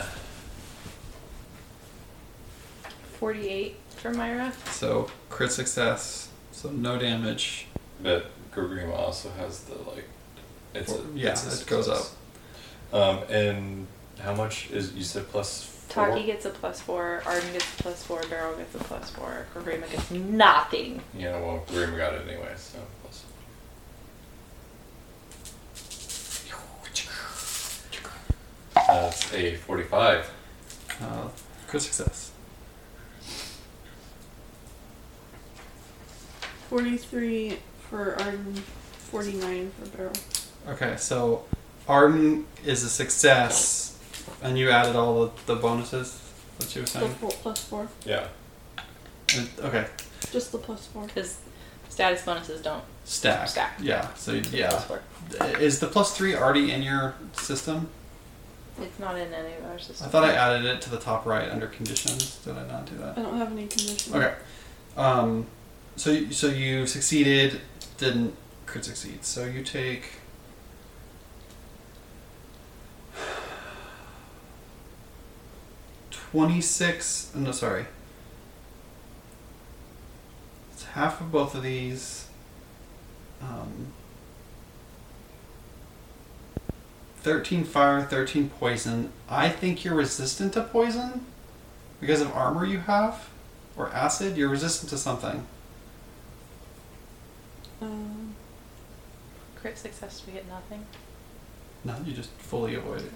S4: Forty-eight for Myra.
S1: So crit success. So no damage.
S2: But Grima also has the, like, It's a,
S1: Yeah,
S2: it's a
S1: it
S2: success.
S1: goes up.
S2: Um, and how much is you said plus four?
S4: Taki gets a plus four, Arden gets a plus four, Beryl gets a plus four, Karima gets nothing.
S2: Yeah, well, Grim got it anyway, so plus. That's a forty-five.
S1: Uh, good success.
S3: 43 for Arden, 49 for Beryl.
S1: Okay, so Arden is a success, and you added all the, the bonuses that you were
S3: The
S1: saying.
S3: four, plus 4.
S2: Yeah.
S1: And- Okay,
S3: Just the plus 4.
S4: Because status bonuses don't
S1: stack.
S4: Stack.
S1: Yeah. So
S4: get
S1: yeah,
S4: plus four.
S1: is the plus three already in your system?
S4: It's not in any of our
S1: I
S4: systems.
S1: thought I added it to the top right under conditions. Did I not do that?
S3: I don't have any conditions.
S1: Okay. Um, so y- so you succeeded, didn't could succeed. So you take. Twenty-six. No, sorry. It's half of both of these. Um, thirteen fire, thirteen poison. I think you're resistant to poison because of armor you have or acid, you're resistant to something.
S3: Um,
S4: Crit success, we get nothing.
S1: No, you just fully avoid it.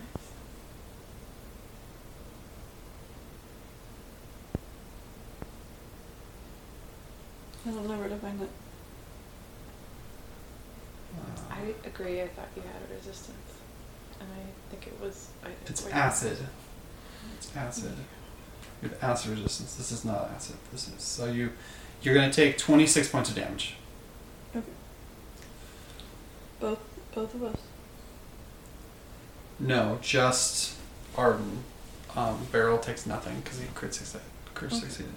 S3: I don't know where to find it.
S1: Uh,
S4: I agree. I thought you had a resistance, and I think it was. I think
S1: it's
S4: we-
S1: acid. It's acid. You have acid resistance. This is not acid. This is so you. You're gonna take 26 points of damage.
S3: Both both of us.
S1: No, just Arden. Um, Beryl takes nothing because he crit succeed. Crit
S3: Okay.
S1: succeeded.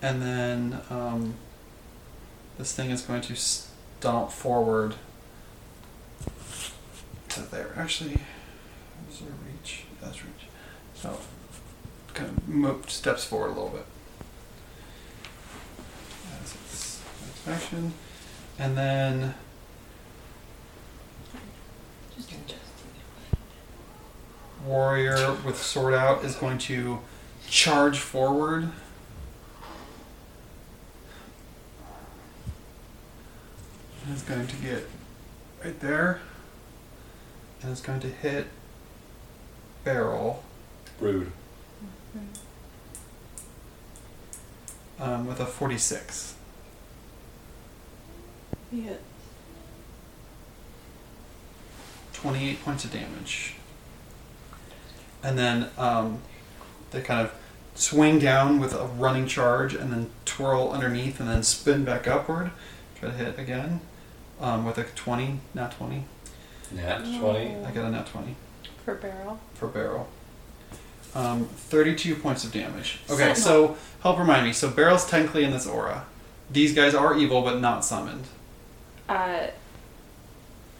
S1: And then um, this thing is going to stomp forward to there. Actually, there's a reach. That's reach. So kind of moved steps forward a little bit. That's its its action, and then.
S12: Just adjusting
S1: warrior with sword out is going to charge forward. And it's going to get right there. And it's going to hit barrel
S2: Rude.
S1: um, with a 46.
S3: He hit.
S1: 28 points of damage. And then um, they kind of swing down with a running charge and then twirl underneath and then spin back upward. Try to hit again um, with a 20, not 20.
S2: Nat
S4: No.
S2: twenty.
S1: I got a nat 20
S4: for barrel.
S1: per barrel. Um, 32 points of damage. Okay,
S4: Sentinel.
S1: so help remind me. So barrel's technically in this aura. These guys are evil but not summoned.
S4: Uh,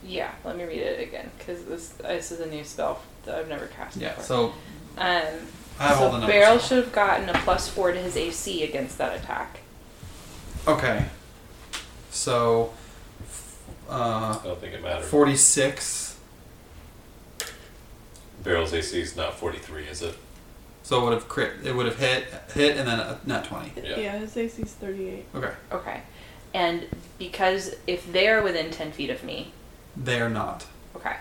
S4: yeah. Let me read it again because this this is a new spell that I've never cast
S1: Yeah,
S4: before.
S1: so
S4: um,
S1: I have
S4: so
S1: all the numbers.
S4: Barrel should have gotten a plus four to his AC against that attack.
S1: Okay. So, f- uh,
S2: I don't think it matters.
S1: 46.
S2: Barrel's AC is not forty-three, is it?
S1: So it would have crit. It would have hit, hit, and then a not 20.
S2: Yeah.
S3: Yeah, his AC's 38.
S1: Okay.
S4: Okay, and because if they are within ten feet of me,
S1: They are not.
S4: okay,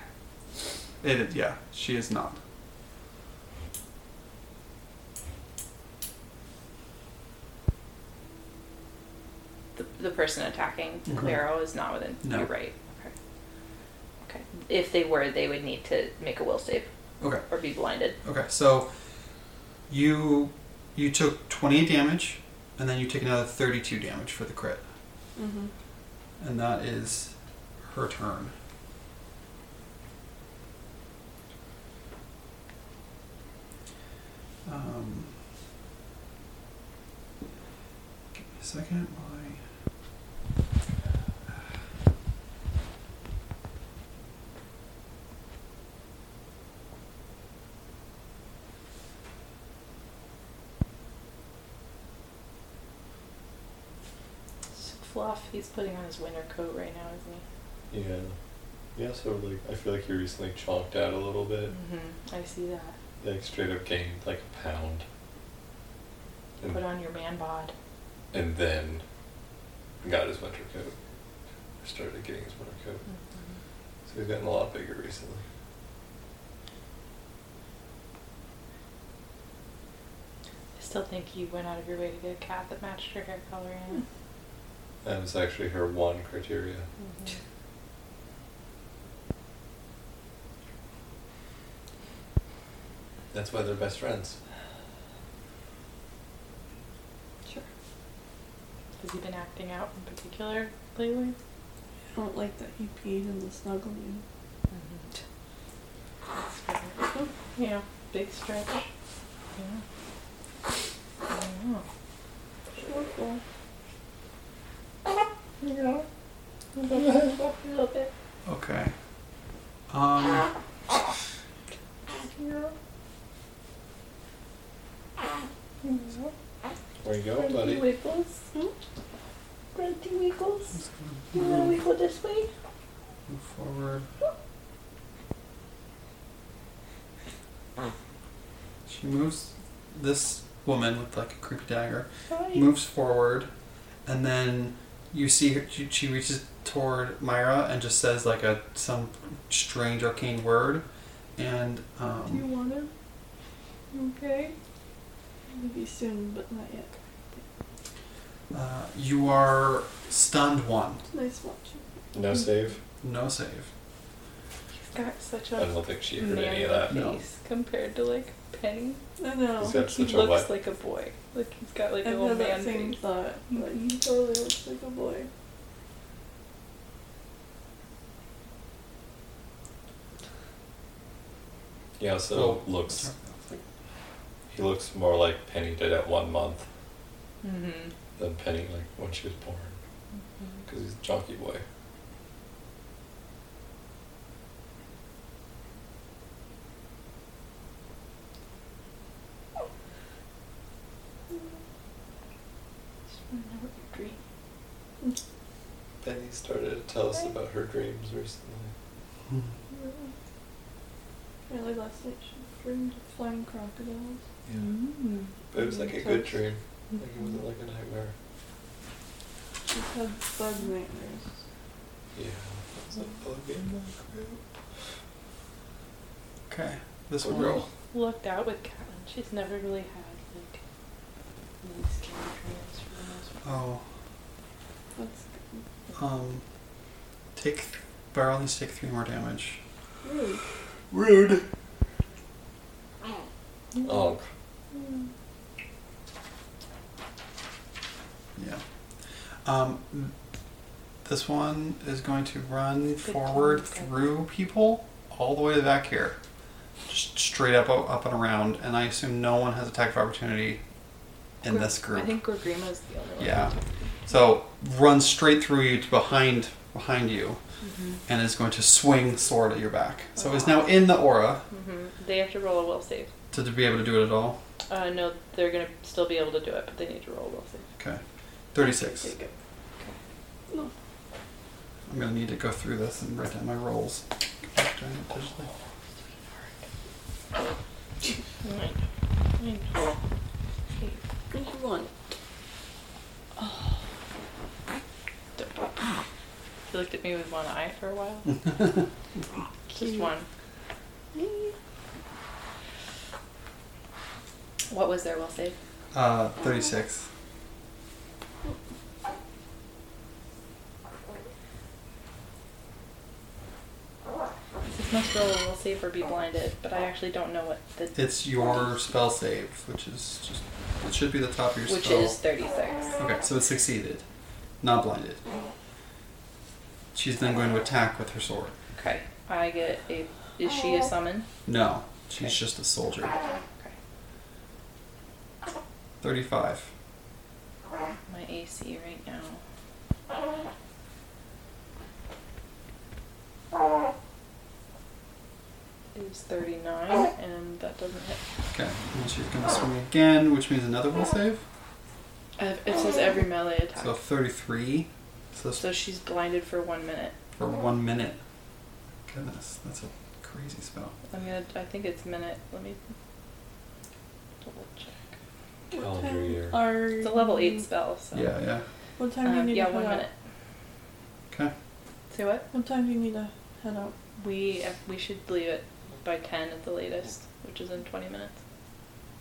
S1: It is, yeah, she is not.
S4: the, the person attacking the
S1: Okay.
S4: Barrel is not within.
S1: No.
S4: You're right. Okay. Okay. If they were, they would need to make a will save
S1: Okay.
S4: or be blinded.
S1: Okay. So you you took 28 damage, and then you take another 32 damage for the crit,
S3: Mm-hmm.
S1: and that is her turn. Um, give me a second. While I
S4: fluff he's putting on his winter coat right now, isn't
S2: Yeah. He also like I feel like he recently chomped out a little
S4: he?
S2: bit.
S4: Mm-hmm. I see that.
S2: Like straight up gained like a pound. And,
S4: Put on your man bod.
S2: and then got his winter coat. Started getting his winter
S4: Mm-hmm.
S2: coat. So he's gotten a lot bigger recently.
S4: I still think you went out of your way to get a cat that matched her hair color and
S2: That was actually her one criteria.
S4: Mhm.
S2: That's why they're best friends.
S4: Has he been acting out in particular lately?
S3: I don't like that he peed in the snuggle you.
S4: Mm-hmm. Yeah, big stretch. Yeah. I don't know.
S3: Sure, cool.
S4: Yeah. A little bit.
S1: Okay. Um,
S4: Yeah.
S2: Where you going, buddy?
S4: wiggles. Hmm? Grunty wiggles.
S2: Mm-hmm.
S1: I'm just gonna
S4: wiggle this way?
S1: move forward. She moves. This woman with like a creepy dagger moves forward, and then you see her. She, she reaches toward Myra and just says like a some strange arcane word, and
S3: Do you
S1: um,
S3: want him?
S2: Mm-hmm.
S3: Okay. Maybe soon, but not yet.
S1: uh, you are stunned one.
S3: It's nice watching.
S2: No save?
S1: No save.
S4: He's got such
S2: I
S4: a
S2: don't think she heard any of
S4: manly
S2: that.
S1: No.
S4: face compared to like Penny.
S3: I know.
S2: He's got
S4: he
S2: such a
S4: looks
S2: what?
S4: like a boy. Like he's got like a
S3: I've
S4: little
S3: had
S4: man
S3: that same
S4: face.
S3: thought. Like, he totally looks like a boy.
S2: He also looks He looks more like Penny did at one month
S4: Mm-hmm.
S2: than Penny like when she was born. Because he's a junkie boy.
S4: Just wanna know what your dream
S2: Penny started to tell us about her dreams recently.
S3: Really, last night she dreamed of flying crocodiles.
S4: Mm.
S2: But it was like a good dream. Like it wasn't like a nightmare.
S3: She's had bug nightmares.
S2: Yeah. It was like, oh, game like
S1: Okay. This
S2: Good
S1: one.
S2: roll.
S4: Looked out with Catelyn. She's never really had like really scary dreams for the most part.
S1: Oh.
S3: That's
S1: Um. Take. Barrel needs to take three more damage.
S3: rude.
S2: Rude. Oh,
S1: Yeah. Um, this one is going to run forward
S4: concept.
S1: through people all the way to the back here, just straight up, up and around. And I assume no one has attack of opportunity in this
S4: I
S1: group.
S4: think Gorgrima's the only one.
S1: Yeah. So runs straight through you to behind behind you, and is going to swing sword at your back. So it's now in the aura
S4: hmm They have to roll a will save.
S1: to, to be able to do it at all.
S4: Uh, no, they're gonna still be able to do it, but they need to roll a will save.
S1: Okay, thirty-six.
S4: There you
S1: I'm gonna need to go through this and write down my rolls. Digitally.
S4: go. Nine. Nine. Eight.
S3: One.
S4: He looked at me with one eye for a while. Just one. What was their will save?
S1: Uh, 36.
S4: This must roll a will save or be blinded, but I actually don't know what the
S1: It's your spell save, which is just. It should be the top of your
S4: which
S1: spell.
S4: is thirty six.
S1: Okay, so it succeeded. Not blinded. She's then going to attack with her sword.
S4: Okay, I get a. Is she a summon?
S1: No, she's
S4: Okay.
S1: just a soldier.
S4: Okay.
S1: 35.
S4: My AC right now. Is 39, and that doesn't hit.
S1: Okay, and then she's going to swing again, which means another will save.
S4: Uh, It says every melee attack.
S1: So 33. So it's
S4: So she's blinded for one minute.
S1: for one minute. Goodness, that's a crazy spell.
S4: I'm gonna. I think it's minute. Let me double check.
S2: Calendar year.
S3: Are
S4: It's a level eight
S3: you-
S4: spell. So
S1: Yeah, yeah.
S3: What time do you
S4: Um,
S3: need
S4: yeah,
S3: to head
S4: one
S3: out?
S4: minute.
S1: Okay.
S4: Say what?
S3: What time do you need to head out?
S4: We we should leave it by ten at the latest, which is in twenty minutes.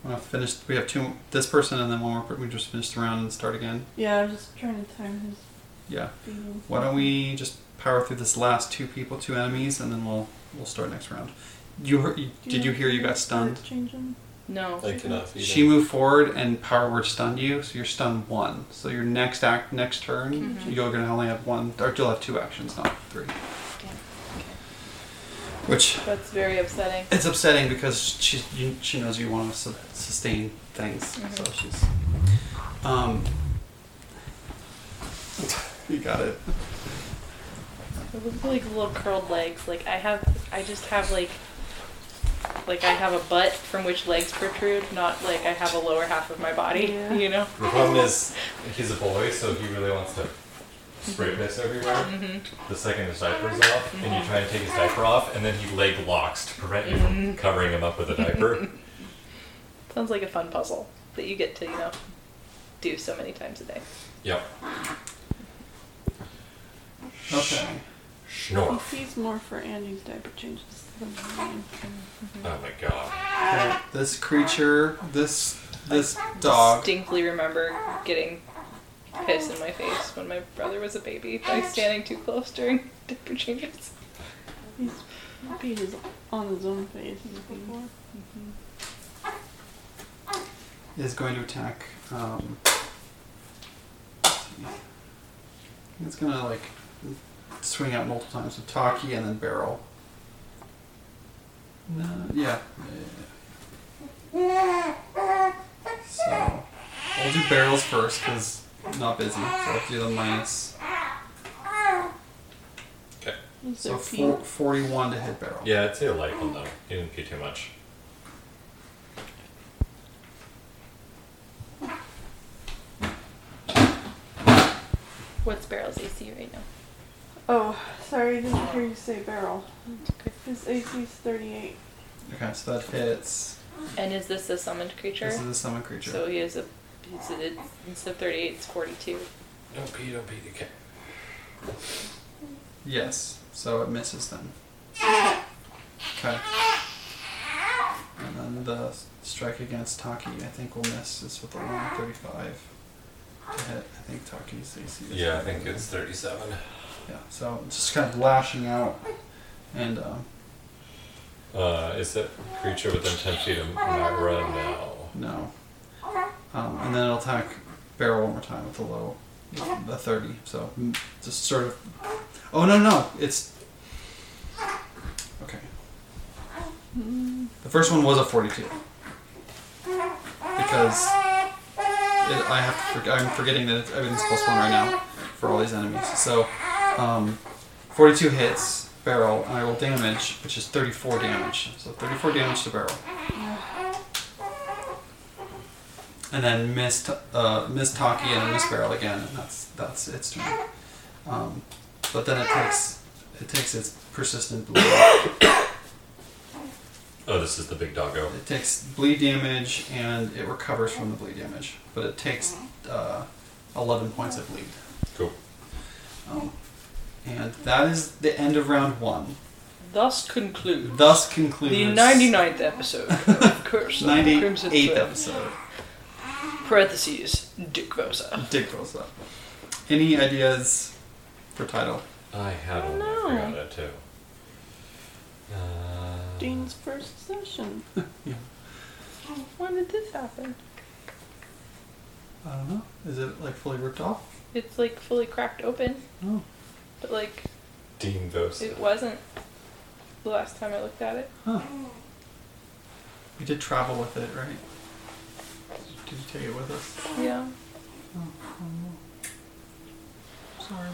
S1: I'm gonna finish. We have two. This person and then one more. per- We just finished the round and start again.
S3: Yeah, I was just trying to time his
S1: Yeah.
S3: beating.
S1: Why don't we just power through this last two people, two enemies, and then we'll we'll start next round. You, heard, you
S3: Do
S1: did you
S3: know
S1: hear
S3: if
S1: you got
S3: can
S1: stunned?
S3: Change him.
S4: No.
S2: I cannot feed
S1: She
S2: him.
S1: moved forward and power word stunned you, so you're stunned one. So your next act, next turn,
S4: Mhm.
S1: you're gonna only have one, or you'll have two actions, not three.
S4: Okay.
S1: Which
S4: That's very upsetting.
S1: it's upsetting because she you, she knows you want to su- sustain things, so
S4: Mhm.
S1: she's um. You got it.
S4: It was like little curled legs. Like I have, I just have like, like I have a butt from which legs protrude, not like I have a lower half of my body.
S3: Yeah.
S4: You know.
S2: The problem is, he's a boy, so he really wants to spray piss everywhere.
S4: Mhm.
S2: The second his diaper's off, and you try and take his diaper off, and then he leg locks to prevent you from covering him up with a diaper.
S4: Sounds like a fun puzzle that you get to, you know, do so many times a day.
S2: yep.
S1: Okay.
S3: He
S2: Schnorf.
S3: sees more for Andy's diaper changes than mine.
S2: Oh my god.
S1: Okay, This creature, this this dog.
S4: Distinctly remember getting piss in my face when my brother was a baby by standing too close during diaper changes.
S3: He's beat his on his own face before.
S1: is going to attack. Um, let's see. it's gonna like swing out multiple times with Taki and then barrel. No, yeah. yeah. So we'll do barrels first because not busy. So I'll do the minus.
S2: Okay.
S3: Is
S1: So
S3: there
S1: four,
S3: pee?
S1: 41 to hit barrel.
S2: Yeah, I'd say a light one though. He didn't pee too much.
S4: What's Barrel's AC right now?
S3: Oh, sorry, I didn't hear you say barrel.
S4: okay.
S3: His AC's 38.
S1: Okay, so that hits.
S4: And is this a summoned creature?
S1: This is a summon creature.
S4: So he is a. It's, it's, instead of 38, it's 42.
S2: Don't pee, don't pee. Okay.
S1: Yes. So it misses then. Okay. And then the strike against Taki, I think will miss. It's with a 135 to hit. I think Taki's AC. is-
S2: Yeah, I think it's 37.
S1: Yeah. So it's just kind of lashing out, and um,
S2: Uh, is that creature within 10 feet of my run now?
S1: no. Um, and then it'll attack Barrel one more time with the low, the 30. So mm, just sort of. Oh no no! It's okay. The first one was a 42. Because it, I have to, I'm forgetting that it's, everything's plus one right now for all these enemies. So, um, 42 hits barrel, and I roll damage, which is 34 damage. So 34 damage to barrel. And then miss uh, miss Taki and miss barrel again, and that's that's its turn. Um, but then it takes it takes its persistent blow.
S2: Oh, this is the big doggo.
S1: It takes bleed damage and it recovers from the bleed damage, but it takes uh, 11 points of bleed.
S2: Cool.
S1: Um, and that is the end of round one.
S14: Thus concludes
S1: Thus concludes
S14: the 99th episode of Curse of the Crimson
S1: 98th
S14: Thread.
S1: episode.
S14: Parentheses, Dick Rosa.
S1: Dick goes up. Any ideas for title?
S2: I had one. I forgot it too. Uh,
S3: Dean's first session.
S4: When did this happen?
S1: I don't know. Is it like fully ripped off?
S4: It's like fully cracked open,
S1: No.
S4: but like
S2: Dean Vosa.
S4: it wasn't the last time I looked at it.
S1: Huh. We did travel with it, right? Did you take it with us?
S4: Yeah.
S1: Sorry.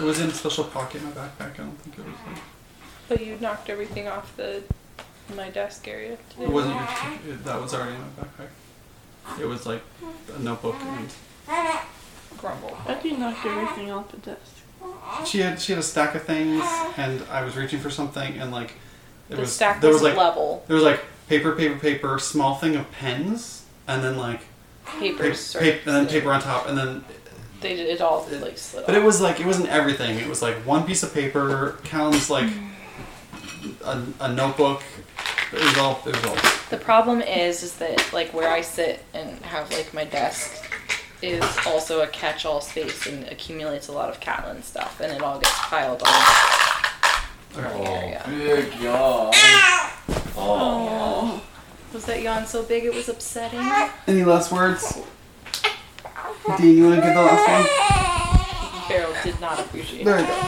S1: It was in a special pocket in my backpack. I don't think it was. Like,
S4: But you knocked everything off the my desk area today.
S1: It wasn't your ticket. It- That was already in my backpack. It was like a notebook and
S4: grumble.
S3: Becky knocked everything off the desk.
S1: She had she had a stack of things, and I was reaching for something, and like it
S4: The
S1: was
S4: stack
S1: there was
S4: was,
S1: like
S4: level.
S1: there was like paper, paper, paper, small thing of pens, and then like pa-
S4: Papers,
S1: pa-
S4: sort
S1: and then
S4: of-
S1: paper on top, and then
S4: They did it all like slid
S1: but it
S4: off.
S1: was like it wasn't everything. It was like one piece of paper, counts like a, a notebook. It was all it was all
S4: The problem is, is that like where I sit and have like my desk is also a catch-all space and accumulates a lot of Catlin stuff, and it all gets piled on
S2: Oh,
S4: the area.
S13: Big yawn. Oh.
S4: Was that yawn so big it was upsetting?
S1: Any last words? Dean, you want to give the last one?
S4: Farrell did not appreciate
S1: There
S4: it.
S1: you go.